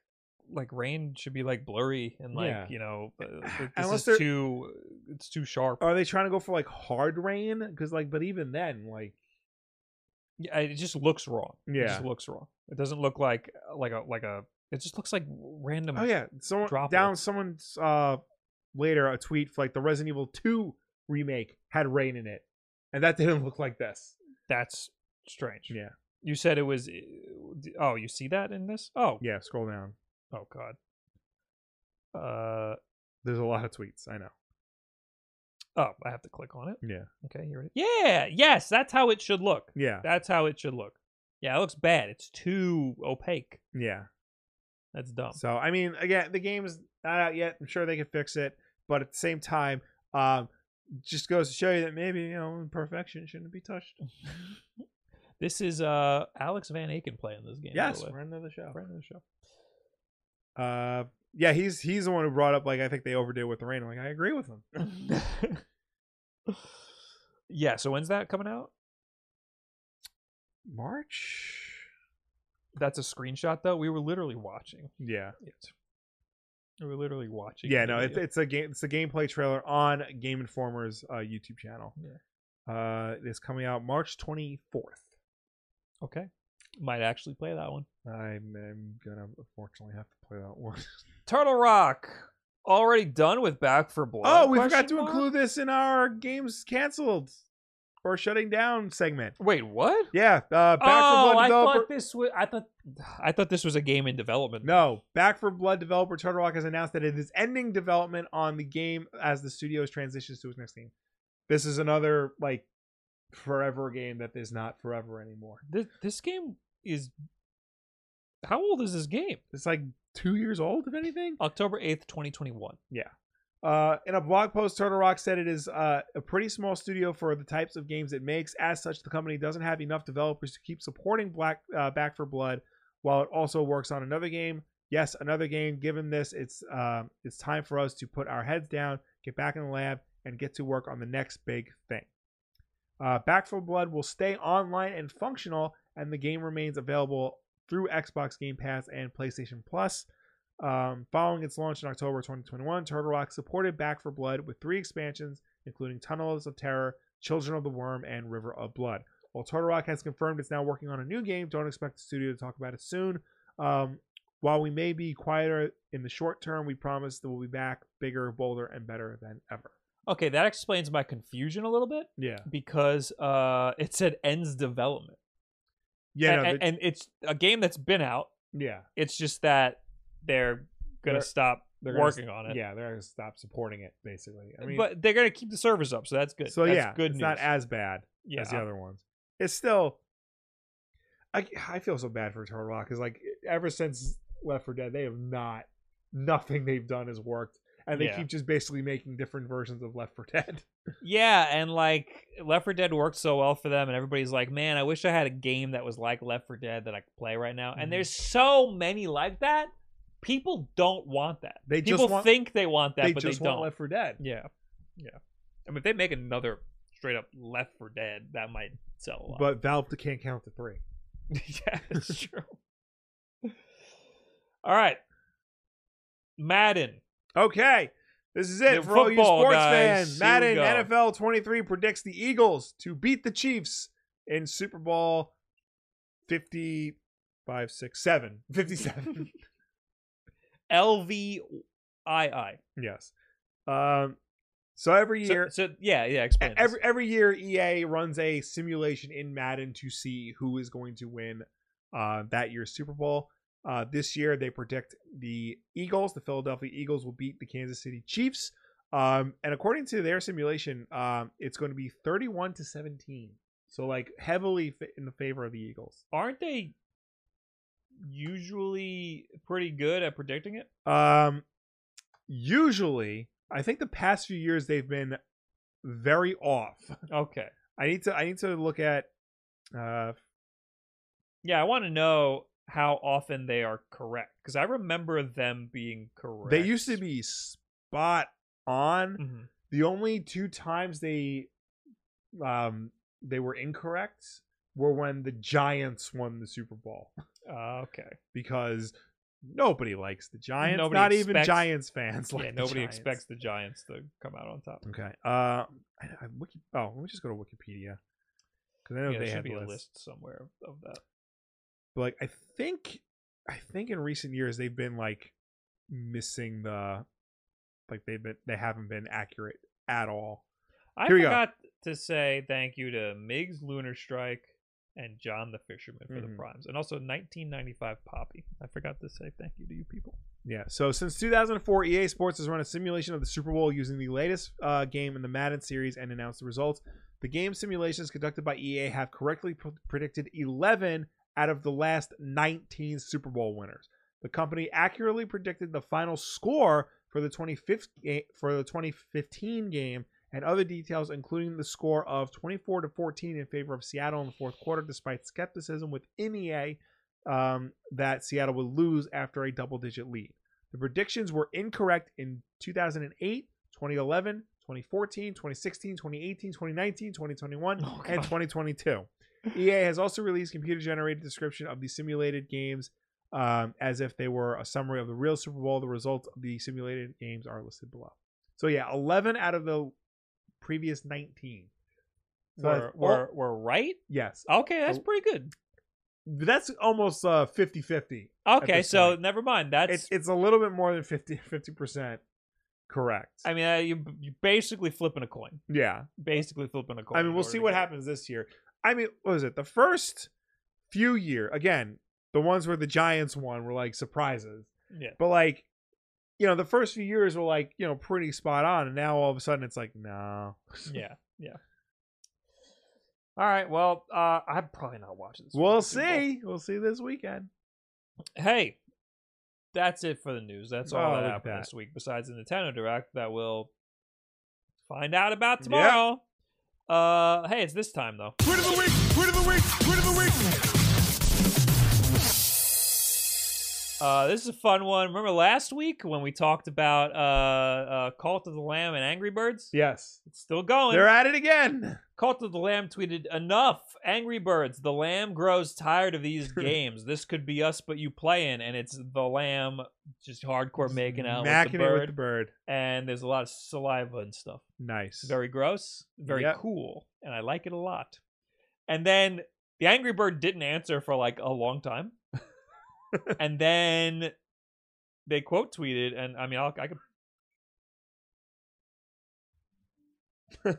A: like rain should be like blurry and like
B: Yeah.
A: you know uh, like, this
B: Unless
A: is
B: they're- Uh,
A: too it's too sharp.
B: are they trying to go for like hard rain because like but even then like
A: Yeah, it just looks wrong. it just
B: Yeah.
A: looks wrong. It doesn't look like uh, like a like a. It just looks like random.
B: oh yeah someone
A: Droplet.
B: down someone's uh later a tweet for like the resident evil 2 remake had rain in it and that didn't look like this
A: that's strange.
B: yeah
A: You said it was. Oh, you see that in this? Oh,
B: yeah scroll down
A: Oh God. Uh
B: there's a lot of tweets i know
A: oh, I have to click on it.
B: yeah
A: Okay, here it is. Yeah, yes, that's how it should look.
B: yeah
A: That's how it should look. Yeah, it looks bad. It's too opaque.
B: yeah
A: That's dumb.
B: So I mean, again, the game's not out yet. I'm sure they can fix it, but at the same time, um, just goes to show you that maybe you know imperfection shouldn't be touched.
A: This is uh Alex Van Aken playing this game. by
B: yes,
A: the way.
B: friend of the show.
A: friend of the show.
B: Uh, yeah, he's he's the one who brought up like I think they overdid with the rain. I'm like I agree with him.
A: yeah. So when's that coming out?
B: March.
A: That's a screenshot though. We were literally watching.
B: Yeah,
A: it. We were literally watching.
B: yeah.
A: the
B: No, it's
A: video.
B: it's a game. It's a gameplay trailer on Game Informer's uh, YouTube channel. Uh, it's coming out March 24th.
A: okay. Might actually play that one.
B: I'm, I'm gonna unfortunately have to play that one.
A: Turtle Rock already done with Back for Blood.
B: Oh, we forgot
A: question
B: to
A: mark?
B: include this in our games canceled or shutting down segment.
A: Wait, what?
B: Yeah, uh, Back
A: oh,
B: for Blood
A: I
B: developer.
A: thought this was. I thought. I thought this was a game in development.
B: No, Back for Blood developer Turtle Rock has announced that it is ending development on the game as the studio transitions to its next game. This is another like forever game that is not forever anymore.
A: This, this game is. How old is this game?
B: It's like two years old, if anything.
A: October eighth, twenty twenty one.
B: Uh, in a blog post, Turtle Rock said it is uh, a pretty small studio for the types of games it makes. As such, the company doesn't have enough developers to keep supporting Black uh, Back for Blood, while it also works on another game. Yes, another game. Given this, it's um it's time for us to put our heads down, get back in the lab, and get to work on the next big thing. Uh, Back for Blood will stay online and functional, and the game remains available through Xbox Game Pass and PlayStation Plus. Um, following its launch in October 2021, Turtle Rock supported Back for Blood with three expansions, including Tunnels of Terror, Children of the Worm, and River of Blood. While Turtle Rock has confirmed it's now working on a new game, don't expect the studio to talk about it soon. Um, while we may be quieter in the short term, we promise that we'll be back bigger, bolder, and better than ever.
A: Okay, that explains my confusion a little bit
B: Yeah,
A: because uh, it said ends development.
B: yeah,
A: and,
B: no,
A: and- and it's a game that's been out.
B: the- yeah.
A: It's just that they're gonna
B: They're-
A: stop
B: they're gonna-
A: working on it.
B: Yeah, they're gonna stop supporting it basically. I mean,
A: but they're gonna keep the servers up, so that's good.
B: so
A: That's
B: yeah,
A: good
B: it's
A: news.
B: not as bad.
A: yeah.
B: as the other ones. It's still, I, I feel so bad for Turtle Rock because like ever since Left 4 Dead, they have not nothing they've done has worked, and they
A: Yeah.
B: keep just basically making different versions of Left 4 Dead.
A: Yeah, and like Left 4 Dead worked so well for them, and everybody's like, "Man, I wish I had a game that was like Left 4 Dead that I could play right now."
B: Mhm.
A: And there's so many like that. People don't want that.
B: They
A: People
B: just want
A: think they want that,
B: they
A: but
B: just
A: they
B: want
A: don't.
B: Left 4 Dead.
A: yeah, yeah. I mean, if they make another straight up Left 4 Dead, that might sell a lot.
B: But Valve can't count to three.
A: yeah, that's true. all right, Madden.
B: Okay, this is it
A: The
B: for all you
A: football
B: sports
A: guys. Here
B: fans.
A: we
B: Madden
A: go.
B: NFL 23 predicts the Eagles to beat the Chiefs in Super Bowl 55, 6, 7. 57.
A: LVII. So-
B: Yes. Um, so every year, e,
A: So, yeah, yeah. Explain this.
B: every every year, EA runs a simulation in Madden to see who is going to win uh, that year's Super Bowl. Uh, this year, they predict the Eagles, the Philadelphia Eagles, will beat the Kansas City Chiefs. Um, and according to their simulation, um, it's going to be thirty-one to seventeen. So like heavily fa- in the favor of the Eagles.
A: aren't they usually pretty good at predicting it?
B: Um, usually, I think the past few years they've been very off.
A: Okay.
B: I need to I need to look at uh
A: Yeah, I want to know how often they are correct because I remember them being correct.
B: they used to be spot on.
A: Mhm.
B: The only two times they um they were incorrect were when the Giants won the Super Bowl
A: Uh, okay.
B: because nobody likes the Giants.
A: Nobody
B: Not even
A: expects-
B: Giants fans like
A: yeah,
B: the
A: nobody
B: Giants.
A: expects the Giants to come out on top.
B: Okay. Uh, I, I, Wiki, oh, let me just go to Wikipedia because I know
A: Yeah, there
B: they
A: should
B: had
A: be
B: the
A: a
B: list.
A: list somewhere of that.
B: But like, I think, I think in recent years they've been like missing the, like they've been they haven't been accurate at all.
A: I
B: Here we go.
A: forgot to say thank you to Migs Lunar Strike and John the Fisherman for the
B: Mhm.
A: primes, and also 1995 Poppy. I forgot to say thank you to you people.
B: Yeah. So since 2004, EA Sports has run E a simulation of the Super Bowl using the latest uh, game in the Madden series and announced the results. The game simulations conducted by EA have correctly pr- predicted 11 out of the last 19 Super Bowl winners. The company accurately predicted the final score for the 25th ga- for the 2015 game and other details, including the score of 24 to 14 in favor of Seattle in the fourth quarter, despite skepticism within EA um, that Seattle would lose after a double-digit lead. The predictions were incorrect in 2008, 2011, 2014, 2016, 2018, 2019, 2021,
A: Oh,
B: and
A: God.
B: 2022. EA has also released computer-generated description of the simulated games um, as if they were a summary of the real Super Bowl. The results of the simulated games are listed below. So yeah, 11 out of the previous 19. So
A: We're,
B: that's-
A: we're,
B: oh,
A: we're right.
B: yes,
A: Okay, that's
B: Oh.
A: pretty good.
B: that's almost uh 50-50.
A: Okay,
B: this
A: so
B: point.
A: never mind. That's
B: It's it's a little bit more than 50 percent correct.
A: I mean, uh, you you basically flipping a coin.
B: yeah,
A: Basically flipping a coin.
B: I mean
A: in
B: we'll
A: order
B: see
A: to
B: what
A: get it.
B: happens this year. I mean, what was it the first few year again? The ones where the Giants won were like surprises.
A: Yeah.
B: But like, you know, the first few years were like, you know, pretty spot on, and now all of a sudden it's like, no.
A: Yeah, yeah. All right. Well, uh, I'm probably not watching this. fucking
B: We'll
A: Super Bowl.
B: see. We'll see this weekend.
A: Hey, that's it for the news. That's all that
B: Oh, look at
A: happened
B: that.
A: this week. Besides the Nintendo Direct, that we'll find out about tomorrow. Uh, hey, it's this time though.
B: Word of the week. Word of the week. Word of the week.
A: Uh, this is a fun one. Remember last week when we talked about uh, uh Cult of the Lamb and Angry Birds?
B: Yes,
A: It's still going.
B: they're at it again.
A: Cult of the Lamb tweeted, Enough! Angry Birds, the lamb grows tired of these games. This could be us, but you playing. And it's the lamb just hardcore making out with the
B: Macking it
A: bird.
B: with the bird.
A: And there's a lot of saliva and stuff.
B: Nice.
A: Very gross, very
B: Yep.
A: cool. And I like it a lot. And then the Angry Bird didn't answer for like a long time. and then they quote tweeted, and I mean, I'll, I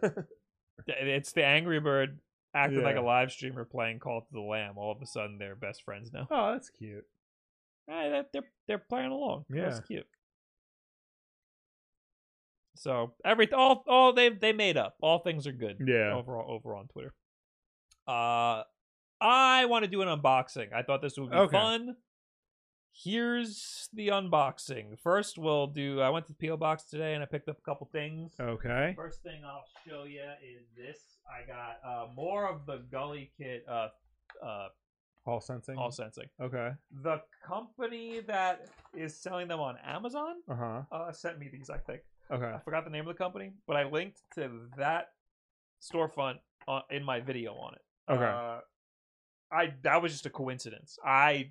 A: could. it's the Angry Bird acting like a
B: Yeah.
A: live streamer playing Call to the Lamb. All of a sudden, they're best friends now.
B: Oh, that's cute.
A: Ah, that- they're they're playing along. That's
B: Yeah.
A: cute. So every all all they they made up. All things are good.
B: Yeah.
A: Overall, over on Twitter. Uh, I want to do an unboxing. I thought this would be
B: Okay.
A: fun. Here's the unboxing. First, we'll do. I went to the PO box today and I picked up a couple things.
B: Okay.
A: First thing I'll show you is this. I got uh, more of the Gully Kit uh, uh,
B: All sensing.
A: all sensing.
B: Okay.
A: The company that is selling them on Amazon
B: Uh huh.
A: uh, sent me these, I think.
B: Okay.
A: I forgot the name of the company, but I linked to that storefront on, in my video on it.
B: Okay.
A: Uh, I that was just a coincidence. I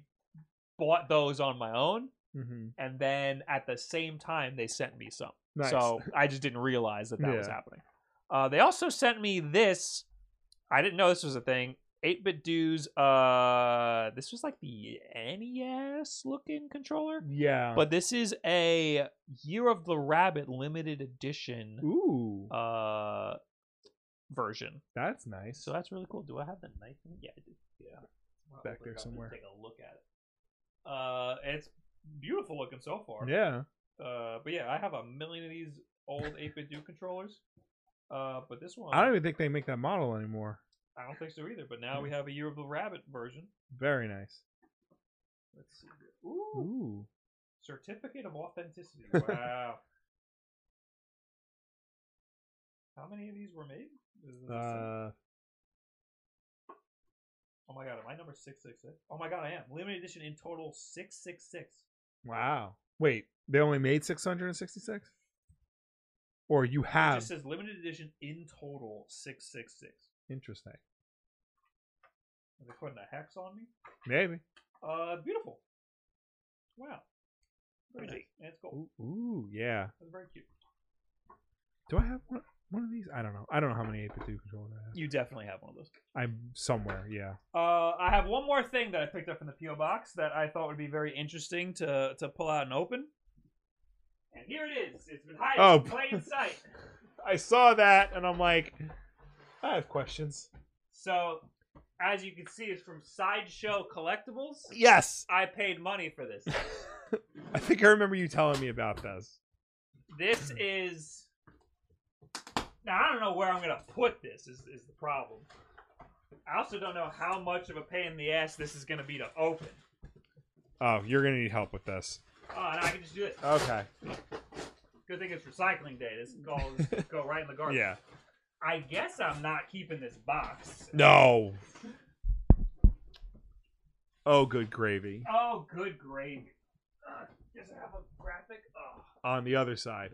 A: bought those on my own,
B: mm-hmm.
A: and then at the same time they sent me some.
B: Nice.
A: So I just didn't realize that that was
B: Yeah.
A: happening. Uh, they also sent me this. I didn't know this was a thing. 8 bit dudes. Uh, this was like the NES looking controller,
B: yeah.
A: but this is a Year of the Rabbit limited edition
B: ooh,
A: uh, version.
B: that's nice.
A: So that's really cool. Do I have the knife? In it? Yeah, I do. Yeah, I'll
B: Back
A: open
B: there
A: it up and
B: somewhere.
A: Take a look at it. Uh, it's beautiful looking so far.
B: yeah.
A: Uh, but yeah, I have a million of these old 8-bit Duke controllers. Uh, but this one,
B: I don't even think they make that model anymore.
A: I don't think so either. But now we have a Year of the Rabbit version.
B: Very nice.
A: Let's see. here. Ooh,
B: Ooh.
A: certificate of authenticity. Wow. How many of these were made? Is this-
B: Uh,
A: oh my god, am I number six six six? Oh my god, I am. Limited edition in total six six six.
B: wow. Wait, they only made 666? Or you
A: It
B: have.
A: just says limited edition in total six six six.
B: Interesting.
A: Are they putting a hex on me?
B: Maybe.
A: Uh, beautiful. Wow. Very
D: Pretty.
A: nice. And it's cool.
B: Ooh, ooh, yeah.
A: That's very cute.
B: Do I have one, one of these? I don't know. I don't know how many 8 bit 2 controllers I have.
A: You definitely have one of those.
B: I'm somewhere, yeah.
A: Uh, I have one more thing that I picked up in the PO box that I thought would be very interesting to to pull out and open. And here it is. It's been hiding
B: Oh.
A: in plain sight.
B: I saw that and I'm like, I have questions.
A: So, as you can see, it's from Sideshow Collectibles.
B: Yes!
A: I paid money for this.
B: I think I remember you telling me about this.
A: This is. Now I don't know where I'm gonna put this. Is is the problem? I also don't know how much of a pain in the ass this is gonna be to open.
B: Oh, you're going to need help with this.
A: Oh, and I can just do it.
B: Okay.
A: Good thing it's recycling day. This can go this can go right in the garbage.
B: Yeah.
A: I guess I'm not keeping this box.
B: No. Oh, good gravy.
A: Oh, good gravy. Uh, does it have a graphic? Oh,
B: On the other side,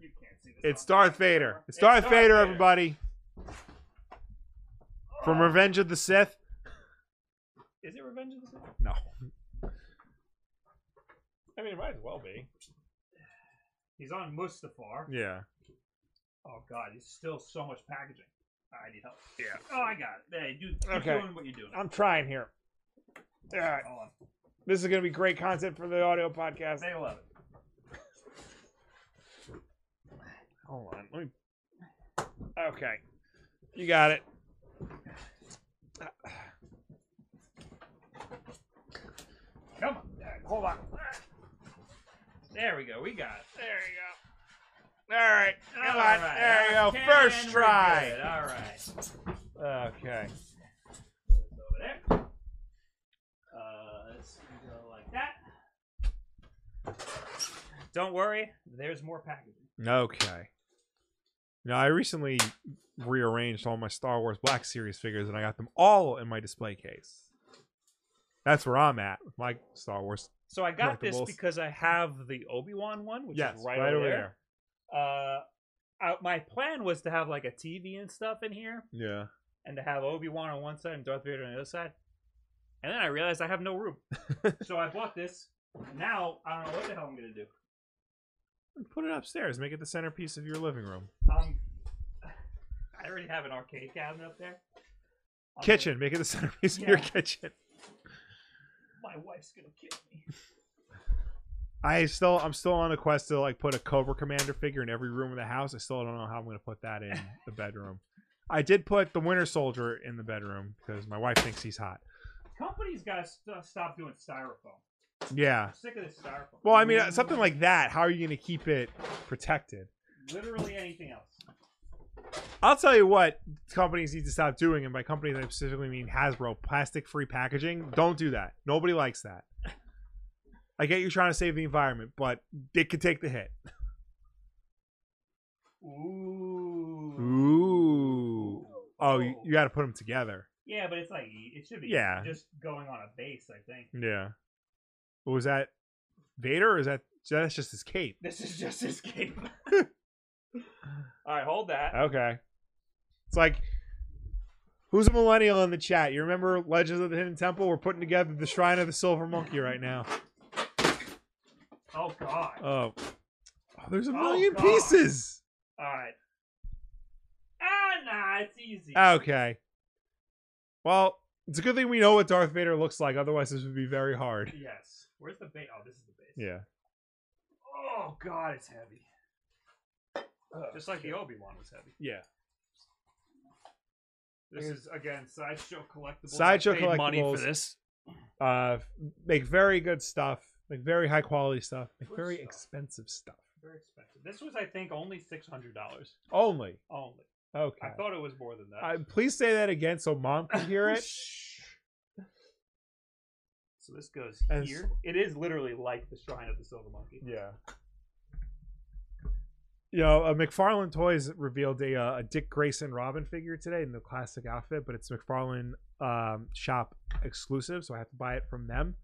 A: you can't see this.
B: it's
A: on-
B: Darth Vader. It's Darth Vader, everybody. From Revenge of the Sith.
A: Is it Revenge of the Sith?
B: No.
A: I mean, it might as well be. He's on Mustafar.
B: Yeah.
A: Oh God, it's still so much packaging. I need help. Yeah. Oh, I got it. Hey, do keep
B: Okay.
A: doing what you're doing.
B: I'm trying here. All right.
A: Hold on.
B: This is going to be great content for the audio podcast.
A: They love it.
B: Hold on. Let me. Okay. You got it.
A: Come on. There, hold on. There we go. We got it. There you go.
B: All right. Come
A: All
B: on.
A: right,
B: There you
A: I
B: go.
A: can,
B: First
A: we're
B: try.
A: good. All right.
B: Okay.
A: over there. Uh, let's go like that. Don't worry, there's more packaging.
B: Okay. Now I recently rearranged all my Star Wars Black Series figures, and I got them all in my display case. That's where I'm at with my Star Wars.
A: So I got this
B: Collectibles.
A: because I have the Obi Wan one, which
B: yes,
A: is right, over there. Uh, I, my plan was to have like a TV and stuff in here,
B: there.
A: and to have Obi Wan on one side and Darth Vader on the other side. And then I realized I have no room, so I bought this. Now I don't know what the hell I'm gonna do.
B: Yeah. Put it upstairs. Make it the centerpiece of your living room.
A: Um, I already have an arcade cabinet up there. I'm gonna-
B: kitchen. Make it the centerpiece of your
A: Yeah.
B: kitchen.
A: my wife's gonna kill me.
B: I still, I'm still on a quest to like put a Cobra Commander figure in every room of the house. I still don't know how I'm going to put that in the bedroom. I did put the Winter Soldier in the bedroom because my wife thinks he's hot.
A: Companies gotta st- stop doing styrofoam.
B: Yeah.
A: I'm sick of this styrofoam.
B: Well, I mean, uh, something like that. How are you going to keep it protected?
A: literally anything else.
B: I'll tell you what companies need to stop doing, and by companies I specifically mean Hasbro, plastic-free packaging. Don't do that. Nobody likes that. I get you're trying to save the environment, but it could take the hit.
A: Ooh.
B: Ooh. Oh, you, you got to put them together.
A: Yeah, but it's like it should be.
B: Yeah.
A: Just going on a base, I think.
B: Yeah. Was that Vader? Or is that that's just his cape?
A: This is just his cape. All right, hold that.
B: Okay. It's like, who's a millennial in the chat? You remember Legends of the Hidden Temple? We're putting together the Shrine of the Silver Monkey right now.
A: Oh God.
B: Oh, oh there's a
A: Oh,
B: million
A: God.
B: pieces.
A: All right. Ah, nah, it's easy.
B: Oh, Okay. Well, it's a good thing we know what Darth Vader looks like. Otherwise, this would be very hard.
A: Yes. Where's the base? Oh, this is the base.
B: Yeah.
A: Oh God, it's heavy. Just like the Obi Wan was heavy.
B: Yeah.
A: This is again sideshow collectibles.
B: Sideshow
A: I paid money for
B: Collectibles.
A: this.
B: Uh, make very good stuff. Make very high quality stuff. Make
A: Good
B: very
A: stuff.
B: expensive stuff.
A: Very expensive. This was, I think, only six hundred dollars.
B: Only.
A: Only.
B: Okay.
A: I thought it was more than that.
B: Uh, please say that again so mom can hear it.
A: so this goes
B: As-
A: here. It is literally like the shrine of the silver monkey.
B: yeah. You know, uh, McFarlane Toys revealed a, uh, a Dick Grayson Robin figure today in the classic outfit, but it's McFarlane um, shop exclusive, so I have to buy it from them.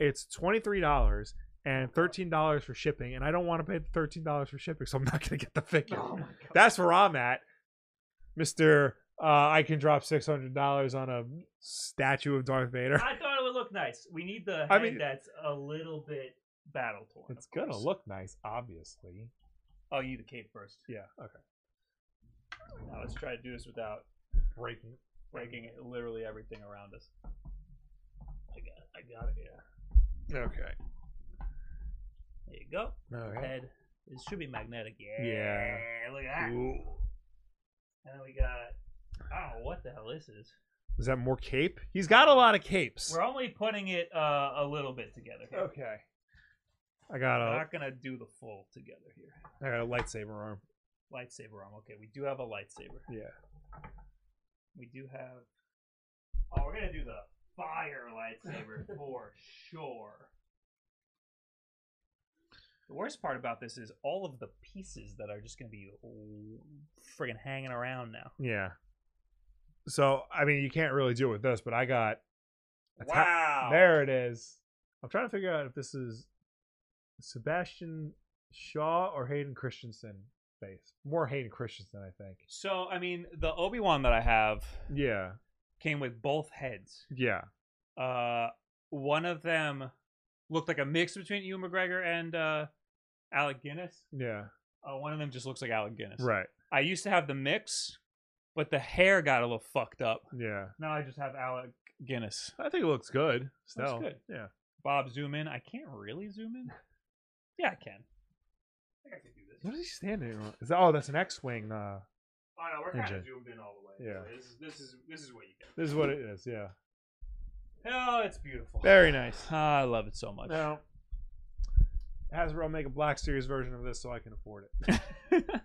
B: It's twenty three dollars and thirteen dollars for shipping, and I don't want to pay thirteen dollars for shipping, so I'm not going to get the figure.
A: Oh my god.
B: That's where I'm at, Mister. Uh, I can drop six hundred dollars on a statue of Darth Vader.
A: I thought it would look nice. We need the head
B: I mean-
A: that's a little bit battle torn.
B: It's gonna look nice, obviously.
A: Oh, you need the cape first.
B: Yeah. Okay.
A: Now let's try to do this without
B: Breaking.
A: breaking literally everything around us. I got, it. I got it. Yeah.
B: Okay.
A: There you go.
B: Okay.
A: Head. It should be magnetic. Yeah.
B: Yeah.
A: Look at that. And then we got. I don't know what the hell this is.
B: Is that more cape? He's got a lot of capes.
A: We're only putting it uh, a little bit together. Here.
B: Okay. I got
A: We're
B: a
A: not gonna do the full together here.
B: I got a lightsaber arm.
A: Lightsaber arm. Okay, we do have a lightsaber.
B: Yeah.
A: We do have. Oh, we're gonna do the fire lightsaber for sure. The worst part about this is all of the pieces that are just gonna be friggin' hanging around now.
B: Yeah. So I mean, you can't really do it with this, but I got. a ta-
A: Wow.
B: there it is. I'm trying to figure out if this is Sebastian Shaw or Hayden Christensen face. More Hayden Christensen, I think.
A: So I mean, the Obi Wan that I have
B: Yeah.
A: came with both heads.
B: Yeah.
A: Uh, one of them looked like a mix between Ewan McGregor and uh, Alec Guinness.
B: Yeah.
A: Uh, one of them just looks like Alec Guinness.
B: Right.
A: I used to have the mix, but the hair got a little fucked up.
B: Yeah.
A: Now I just have Alec Guinness.
B: I think it looks good.
A: Looks
B: Still.
A: good.
B: Yeah.
A: Bob, zoom in. I can't really zoom in. Yeah, I can. I think I can do this.
B: What is he standing on? Is that, oh, that's an X-wing. Uh,
A: Oh no, we're
B: kinda Engine.
A: zoomed in all the
B: way, Yeah.
A: This is this is this is what you
B: this is what it is. Yeah.
A: get. Oh, it's beautiful.
B: Very nice.
A: Ah, I love it so much.
B: Now, Hasbro will make a Black Series version of this so I can afford it.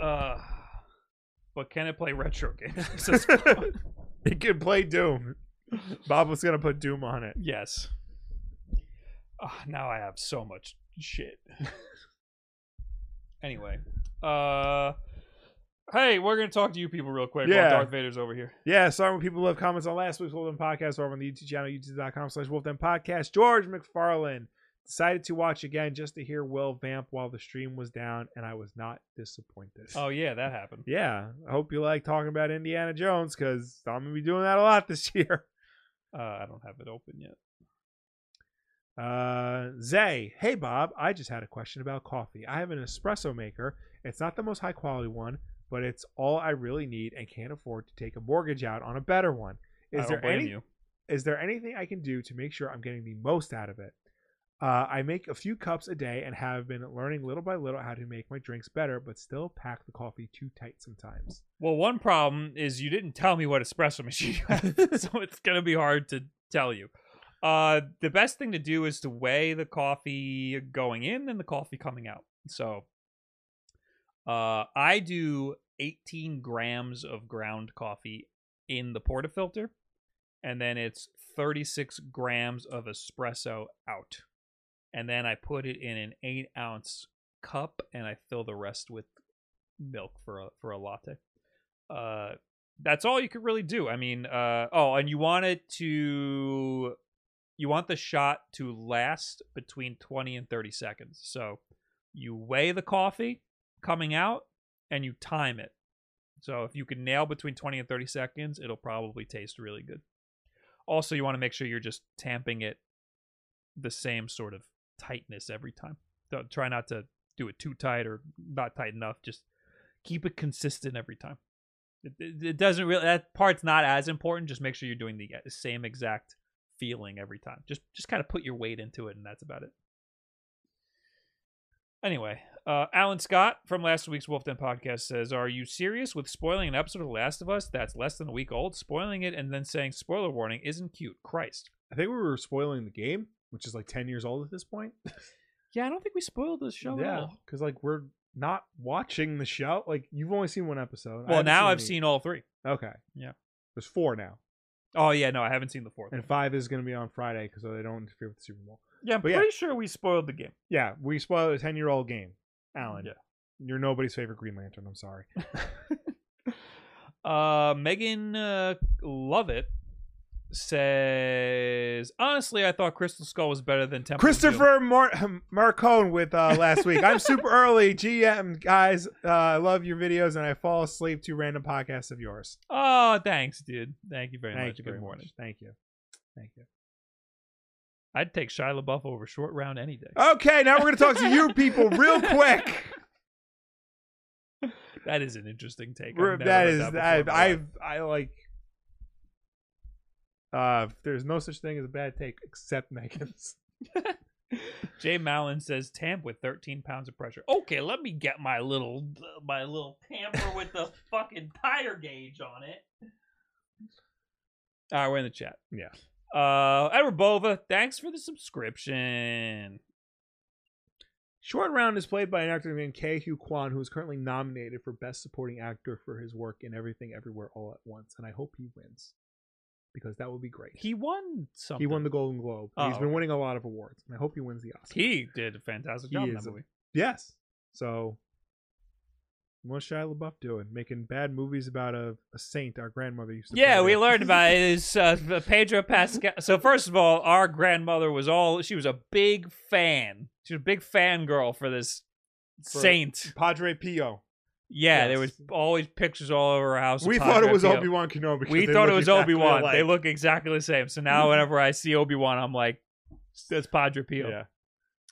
A: uh, but can it play retro games?
B: it can play Doom. Bob was gonna put Doom on it.
A: yes. Uh, now I have so much shit. anyway, uh, hey, we're gonna talk to you people real quick.
B: Yeah.
A: While Darth Vader's over here.
B: Yeah, sorry when people left comments on last week's Wolfden podcast or on the YouTube channel, youtube.com slash Wolfden Podcast. George McFarlane decided to watch again just to hear Will Vamp while the stream was down, and I was not disappointed.
A: Oh yeah, that happened.
B: Yeah, I hope you like talking about Indiana Jones because I'm gonna be doing that a lot this year.
A: Uh, I don't have it open yet.
B: Uh, Zay, hey Bob, I just had a question about coffee. I have an espresso maker. It's not the most high quality one, but it's all I really need and can't afford to take a mortgage out on a better one.
A: I
B: Is
A: don't
B: there
A: blame
B: any?
A: you.
B: Is there anything I can do to make sure I'm getting the most out of it? Uh, I make a few cups a day and have been learning little by little how to make my drinks better, but still pack the coffee too tight sometimes.
A: Well, one problem is you didn't tell me what espresso machine you have, so it's gonna be hard to tell you. Uh, the best thing to do is to weigh the coffee going in and the coffee coming out. So, uh, I do 18 grams of ground coffee in the portafilter, and then it's 36 grams of espresso out, and then I put it in an eight ounce cup, and I fill the rest with milk for a for a latte uh that's all you could really do. I mean, uh oh, and you want it to you want the shot to last between 20 and 30 seconds. So you weigh the coffee coming out and you time it. So if you can nail between 20 and 30 seconds, it'll probably taste really good. Also, you want to make sure you're just tamping it the same sort of tightness every time. Don't try not to do it too tight or not tight enough. Just keep it consistent every time. It, it, it doesn't really that part's not as important. Just make sure you're doing the e- same exact feeling every time. Just just kind of put your weight into it, and that's about it. Anyway, uh, Alan Scott from last week's Wolf Den podcast says, "Are you serious with spoiling an episode of The Last of Us that's less than a week old? Spoiling it and then saying spoiler warning isn't cute. Christ."
B: I think we were spoiling the game, which is like 10 years old at this point.
A: Yeah, I don't think we spoiled the show at all.
B: because like we're not watching the show. Like you've only seen one episode. I
A: Well,
B: haven't
A: now I've
B: any.
A: seen all three.
B: Okay.
A: Yeah.
B: There's four now,
A: Oh yeah, no, I haven't seen the fourth.
B: and five is going to be on Friday because they don't interfere with the Super Bowl.
A: yeah, I'm
B: but yeah.
A: pretty sure we spoiled the game.
B: Yeah, we spoiled a ten-year-old game. Alan. Yeah. You're nobody's favorite Green Lantern. I'm sorry.
A: Uh, Megan uh, Lovett says, honestly, I thought Crystal Skull was better than Temple. of Doom."
B: Christopher Mar- Marcone with uh, last week. I'm super early. GM guys, uh, I love your videos, and I fall asleep to random podcasts of yours.
A: Oh, thanks, dude. Thank you very
B: Thank
A: much.
B: you
A: Good
B: very
A: morning.
B: much. Thank you. Thank you.
A: I'd take Shia LaBeouf over short round any day.
B: Okay, now we're gonna talk to you people real quick.
A: That is an interesting take.
B: We're-
A: I've never
B: that
A: heard
B: is
A: before in
B: I've,
A: my
B: I've
A: life.
B: I like. Uh, there's no such thing as a bad take except Megan's.
A: Jay Mallon says tamp with 13 pounds of pressure. Okay, let me get my little my little tamper with the fucking tire gauge on it. All right, Ah, we're in the chat.
B: Yeah.
A: Uh, Edward Bova, thanks for the subscription.
B: Short Round is played by an actor named K. Hugh Kwan, who is currently nominated for Best Supporting Actor for his work in Everything Everywhere All at Once, and I hope he wins because that would be great.
A: He won something.
B: He won the Golden Globe. and He's
A: Oh,
B: been
A: okay.
B: winning a lot of awards, and I hope he wins the Oscar.
A: He did a fantastic
B: He
A: job in that
B: is a-
A: movie.
B: yes. So, what's Shia LaBeouf doing? Making bad movies about a, a saint our grandmother used to.
A: Yeah,
B: play
A: we
B: with.
A: learned about it. It's, uh, Pedro Pascal. So first of all, our grandmother was all she was a big fan. She was a big fangirl for this
B: For-
A: saint.
B: Padre Pio.
A: Yeah, there was
B: Yes.
A: always pictures all over her house. of
B: We thought it
A: Padre
B: was
A: Pio.
B: Obi Wan Kenobi. 'cause
A: We
B: they
A: thought it
B: look
A: was
B: exactly
A: Obi Wan. They
B: alike.
A: look exactly the same. So now whenever I see Obi Wan, I'm like, that's Padre Pio.
B: Yeah.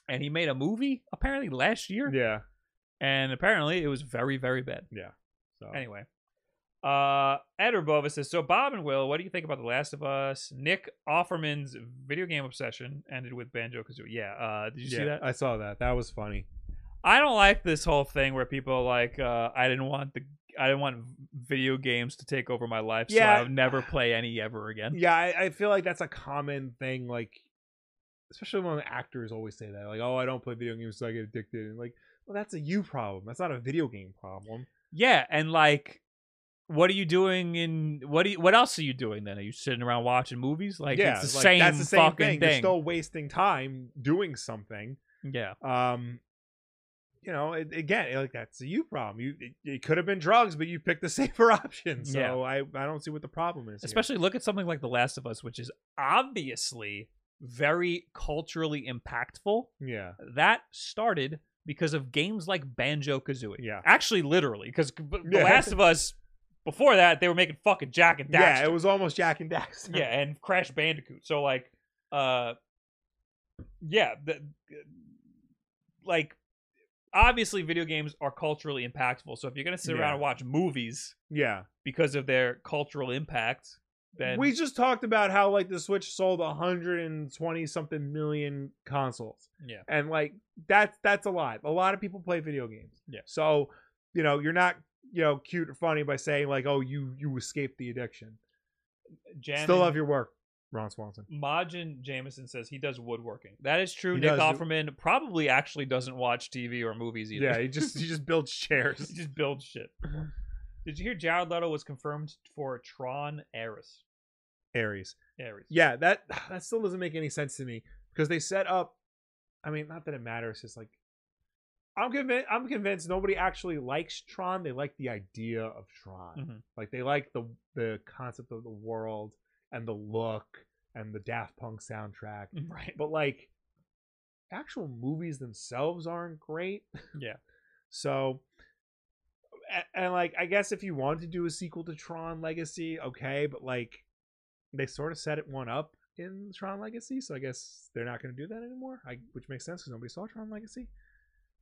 A: And he made a movie apparently last year,
B: Yeah.
A: and apparently it was very, very bad.
B: So.
A: Anyway, uh, Edward Bova says, "So Bob and Will, what do you think about The Last of Us? Nick Offerman's video game obsession ended with Banjo Kazooie. Yeah, uh, did you see
B: Yeah,
A: that?
B: I saw that. That was funny.
A: I don't like this whole thing where people are like, uh, I didn't want the, I didn't want video games to take over my life,
B: Yeah.
A: so I'll never play any ever again.
B: Yeah, I, I feel like that's a common thing. Like, especially when actors always say that, like, "Oh, I don't play video games, so I get addicted." And like, well, that's a you problem. That's not a video game problem.
A: Yeah, and like, what are you doing in what do you, what else are you doing then? Are you sitting around watching movies? Like,
B: yeah,
A: it's the
B: like,
A: same
B: that's the same
A: fucking
B: thing. You're still wasting time doing something.
A: yeah,
B: Um, you know, it, again, like that's a you problem. You it, it could have been drugs, but you picked the safer option. So
A: Yeah.
B: I I don't see what the problem is. here.
A: especially look at something like The Last of Us, which is obviously very culturally impactful.
B: yeah,
A: That started because of games like Banjo Kazooie.
B: Yeah.
A: actually, literally, because The
B: Yeah.
A: Last of Us. Before that, they were making fucking Jack and Daxter.
B: yeah. It was almost Jack and Daxter.
A: yeah and crash bandicoot so like uh yeah the, like obviously video games are culturally impactful so if you're gonna sit around
B: Yeah.
A: and watch movies
B: yeah.
A: because of their cultural impact then
B: we just talked about how like the Switch sold 120 something million consoles,
A: yeah
B: and like that's that's a lot. A lot of people play video games.
A: Yeah.
B: So you know you're not you know cute or funny by saying like oh you you escaped the addiction.
A: Jan
B: Still
A: and
B: love your work, Ron Swanson.
A: Majin Jameson says he does woodworking. That is true.
B: He
A: Nick
B: does.
A: Offerman probably actually doesn't watch TV or movies either.
B: Yeah, he just he just builds
A: he
B: chairs.
A: just builds shit. Did you hear Jared Leto was confirmed for Tron Ares?
B: Aries.
A: Ares.
B: Yeah, that that still doesn't make any sense to me because they set up. I mean, not that it matters. It's like I'm convinced. I'm convinced nobody actually likes Tron. They like the idea of Tron.
A: Mhm.
B: Like they like the the concept of the world and the look and the Daft Punk soundtrack.
A: Mm, Right.
B: But like, actual movies themselves aren't great.
A: Yeah.
B: So, a- and like, I guess if you wanted to do a sequel to Tron Legacy, okay, but like, they sort of set it one up in Tron Legacy, so I guess they're not going to do that anymore. I, which makes sense because nobody saw Tron Legacy.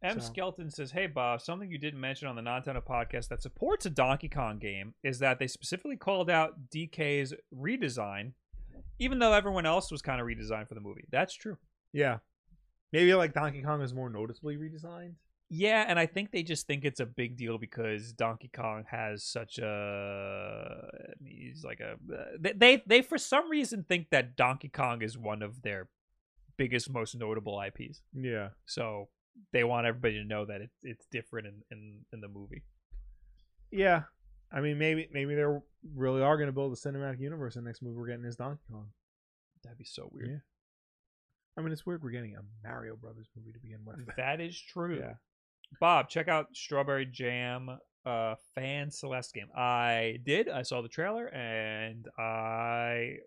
A: M.
B: So-
A: Skelton says, "Hey Bob, something you didn't mention on the Nintendo podcast that supports a Donkey Kong game is that they specifically called out DK's redesign, even though everyone else was kind of redesigned for the movie. That's true.
B: Yeah. Maybe like Donkey Kong is more noticeably redesigned.
A: Yeah, and I think they just think it's a big deal because Donkey Kong has such a he's like a they they, they for some reason think that Donkey Kong is one of their biggest, most notable IPs.
B: Yeah.
A: So they want everybody to know that it's it's different in in, in the movie."
B: Yeah. I mean, maybe maybe they really are going to build a cinematic universe, and the next movie we're getting is Donkey Kong.
A: That'd be so weird.
B: Yeah. I mean, it's weird we're getting a Mario Brothers movie to begin with.
A: That is true.
B: Yeah.
A: Bob, check out Strawberry Jam uh fan Celeste game. I did. I saw the trailer and I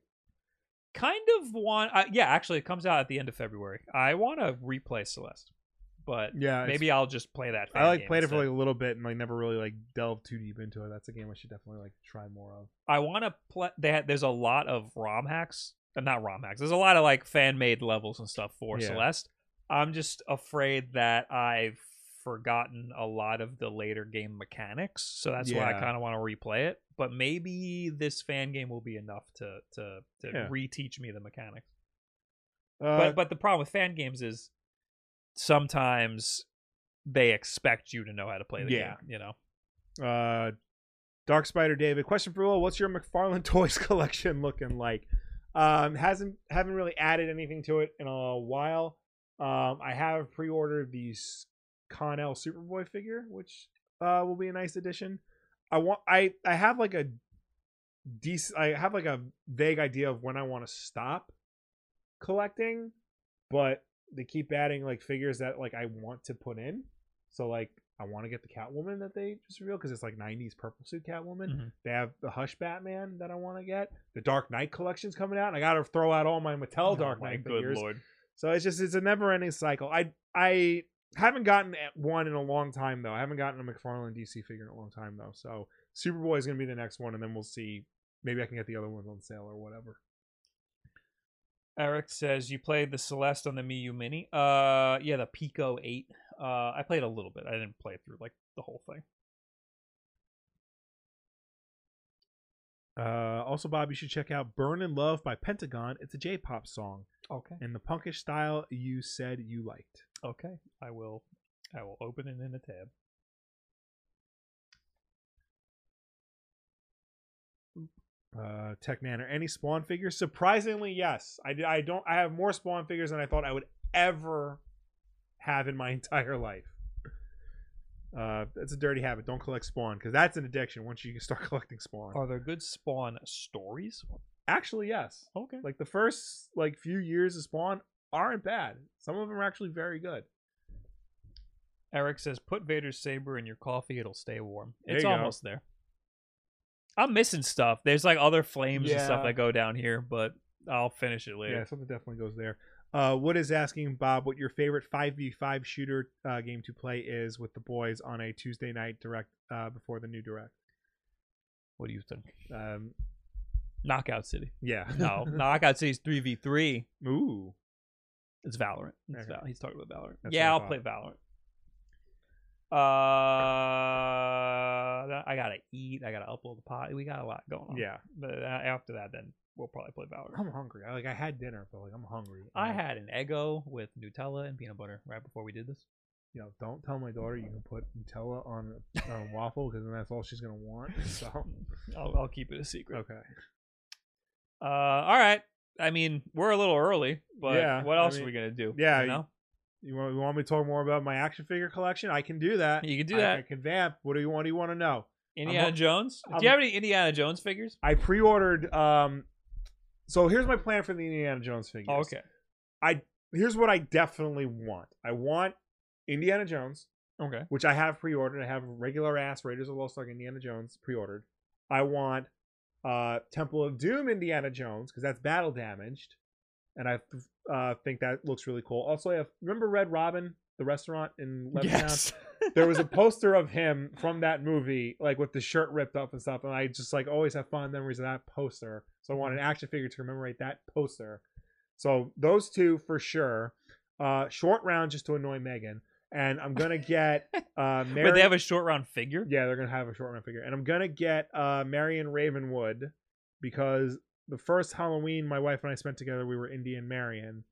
A: kind of want uh, yeah, actually it comes out at the end of February. I want to replay Celeste. But
E: Yeah, it's-
A: maybe I'll just play that. fan
E: I like
A: game
E: played it for
A: instead.
E: like a little bit and like never really like delved too deep into it. That's a game I should definitely like try more of.
A: I want to play. They had, there's a lot of ROM hacks, uh, not ROM hacks. There's a lot of like fan made levels and stuff for
E: Yeah.
A: Celeste. I'm just afraid that I've forgotten a lot of the later game mechanics, so that's why I
E: Yeah.
A: kind of want to replay it. But maybe this fan game will be enough to to to
E: Yeah.
A: reteach me the mechanics.
E: Uh,
A: but but the problem with fan games is sometimes they expect you to know how to play the
E: Yeah.
A: game. You know,
E: uh, Dark Spider David, question for Will: What's your McFarlane toys collection looking like?
B: Um, hasn't haven't really added anything to it in a while. Um, I have pre-ordered the S- Connell Superboy figure, which uh, will be a nice addition. I want I I have like a decent I have like a vague idea of when I want to stop collecting, but they keep adding like figures that like I want to put in. So like I want to get the Catwoman that they just revealed because it's like '90s purple suit Catwoman.
A: Mhm.
B: They have the Hush Batman that I want to get. The Dark Knight collection's coming out, and I gotta throw out all my Mattel Dark
A: Oh my
B: Knight
A: good
B: figures.
A: lord.
B: So it's just it's a never ending cycle. I I haven't gotten at one in a long time though. I haven't gotten a McFarlane DC figure in a long time though. So Superboy is gonna be the next one, and then we'll see. Maybe I can get the other ones on sale or whatever.
A: Eric says you played the Celeste on the Miu Mini. Uh, yeah, the Pico Eight. Uh, I played a little bit. I didn't play through like the whole thing.
B: Uh, also, Bob, you should check out "Burn in Love" by Pentagon. It's a J-pop song
A: Okay.
B: in the punkish style you said you liked.
A: Okay. I will. I will open it in a tab.
B: Uh, Tech Man, are any Spawn figures? Surprisingly, yes. I, I don't. I have more Spawn figures than I thought I would ever have in my entire life. Uh, that's a dirty habit. Don't collect Spawn because that's an addiction. Once you start collecting Spawn,
A: Are there good Spawn stories?
B: actually, yes.
A: Okay.
B: Like the first like few years of Spawn aren't bad. Some of them are actually very good.
A: Eric says put Vader's saber in your coffee. It'll stay warm.
B: There
A: it's
B: you go.
A: almost there. I'm missing stuff. There's like other flames and stuff
B: Yeah.
A: that go down here, but I'll finish it
B: Yeah,
A: later.
B: something definitely goes there. Uh, Wood is asking Bob what your favorite 5v5 shooter uh, game to play is with the boys on a Tuesday night direct uh, before the new direct.
A: What do you think?
B: Um,
A: Knockout City.
B: yeah.
A: No, Knockout City's three v three.
B: Ooh.
A: It's Valorant. It's
B: Okay.
A: Val- he's talking about Valorant.
B: That's
A: yeah, I'll
B: what I
A: play Valorant. Uh, I gotta eat. I gotta upload the pot. We got a lot going on.
B: Yeah.
A: but uh, after that, then we'll probably play Valorant.
B: I'm hungry. I, like I had dinner, but like I'm hungry.
A: I
B: And,
A: had an Eggo with Nutella and peanut butter right before we did this.
B: You know, don't tell my daughter you can put Nutella on a, on a waffle because then that's all she's gonna want. So
A: I'll, I'll keep it a secret.
B: okay.
A: Uh, all right. I mean, we're a little early, but
B: Yeah,
A: what
B: I
A: else
B: mean-
A: are we gonna do?
B: yeah,
A: you know,
B: You want, you want me to talk more about my action figure collection? I can do that.
A: you can do
B: I-
A: that.
B: I can vamp. What do you want? Do you want to know?
A: Indiana
B: I'm-
A: Jones. do
B: I'm-
A: you have any Indiana Jones figures?
B: I pre-ordered. Um, so here's my plan for the Indiana Jones figures.
A: Oh, okay.
B: Here's what I definitely want. I want Indiana Jones,
A: Okay.
B: which I have pre-ordered. I have regular ass Raiders of the Lost Ark Indiana Jones pre-ordered. I want uh Temple of Doom Indiana Jones because that's battle damaged, and I uh, think that looks really cool. Also, I have remember Red Robin, the restaurant in Lebanon.
A: Yes.
B: there was a poster of him from that movie, like with the shirt ripped up and stuff, and I just like always have fond memories of that poster. So I want an action figure to commemorate that poster. So those two for sure. Uh short round just to annoy Megan. And I'm gonna get uh Mary-
A: But they have a short round figure.
B: Yeah, they're gonna have a short round figure. And I'm gonna get uh Marion Ravenwood because the first Halloween my wife and I spent together, we were Indian Marion.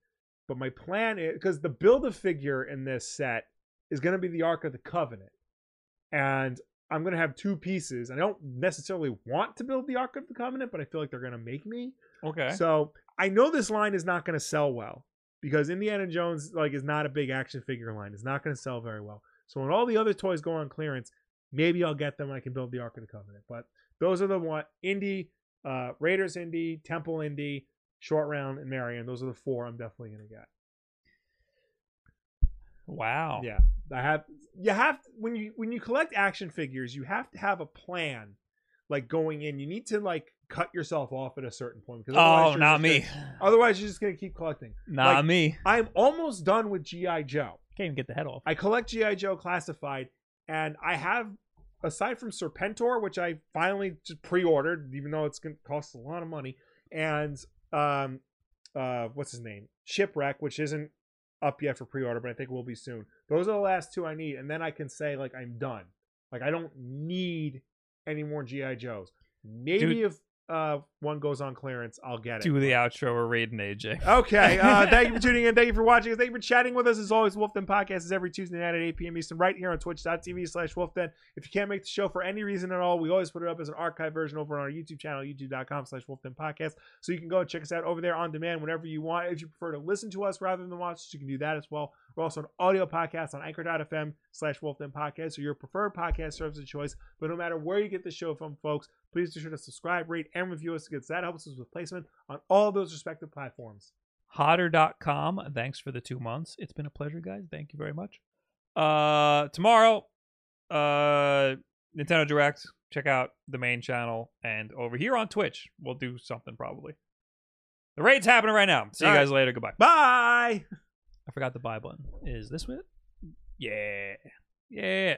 B: But my plan is because the build a figure in this set is going to be the Ark of the Covenant. And I'm going to have two pieces. I don't necessarily want to build the Ark of the Covenant, but I feel like they're going to make me.
A: Okay.
B: So I know this line is not going to sell well because Indiana Jones like is not a big action figure line. It's not going to sell very well. So when all the other toys go on clearance, maybe I'll get them. and I can build the Ark of the Covenant. But those are the one Indy, uh, Raiders Indy, Temple Indy, Short Round, and Marion. Those are the four I'm definitely going to get.
A: Wow.
B: Yeah, I have. You have when you when you collect action figures, you have to have a plan. Like going in, you need to like cut yourself off at a certain point. 'cause otherwise
A: Oh,
B: you're
A: not
B: just gonna-
A: me.
B: otherwise, you're just gonna keep collecting.
A: Not
B: Like-
A: me.
B: I'm almost done with GI Joe.
F: Can't even get the head off.
B: I collect GI Joe classified, and I have aside from Serpentor, which I finally just pre-ordered, even though it's gonna cost a lot of money, and um, uh, what's his name, Shipwreck, which isn't up yet for pre-order, but I think will be soon. Those are the last two I need, and then I can say like I'm done. Like I don't need any more GI Joes. Maybe if uh one goes on clearance, I'll get it.
A: Do the
B: but-
A: outro or read an AJ.
B: Okay. Uh, thank you for tuning in. Thank you for watching. Thank you for chatting with us. As always, Wolf Den Podcast is every Tuesday night at 8 p.m. Eastern, right here on twitch.tv slash Wolf Den. If you can't make the show for any reason at all, we always put it up as an archive version over on our YouTube channel, youtube.com slash Wolf Den Podcast. So you can go and check us out over there on demand whenever you want. If you prefer to listen to us rather than watch us, you can do that as well. We're also an audio podcast on anchor.fm slash Wolf Den Podcast or your preferred podcast service of choice. But no matter where you get the show from, folks, please be sure to subscribe, rate, and review us because that helps us with placement on all those respective platforms.
A: Hotter.com. Thanks for the two months. It's been a pleasure, guys. Thank you very much. Uh tomorrow, uh Nintendo Direct. Check out the main channel and over here on Twitch, we'll do something probably. The raid's happening right now. See you
B: All right.
A: guys later. Goodbye.
B: Bye.
A: I forgot the buy button. Is this it? Yeah. Yeah.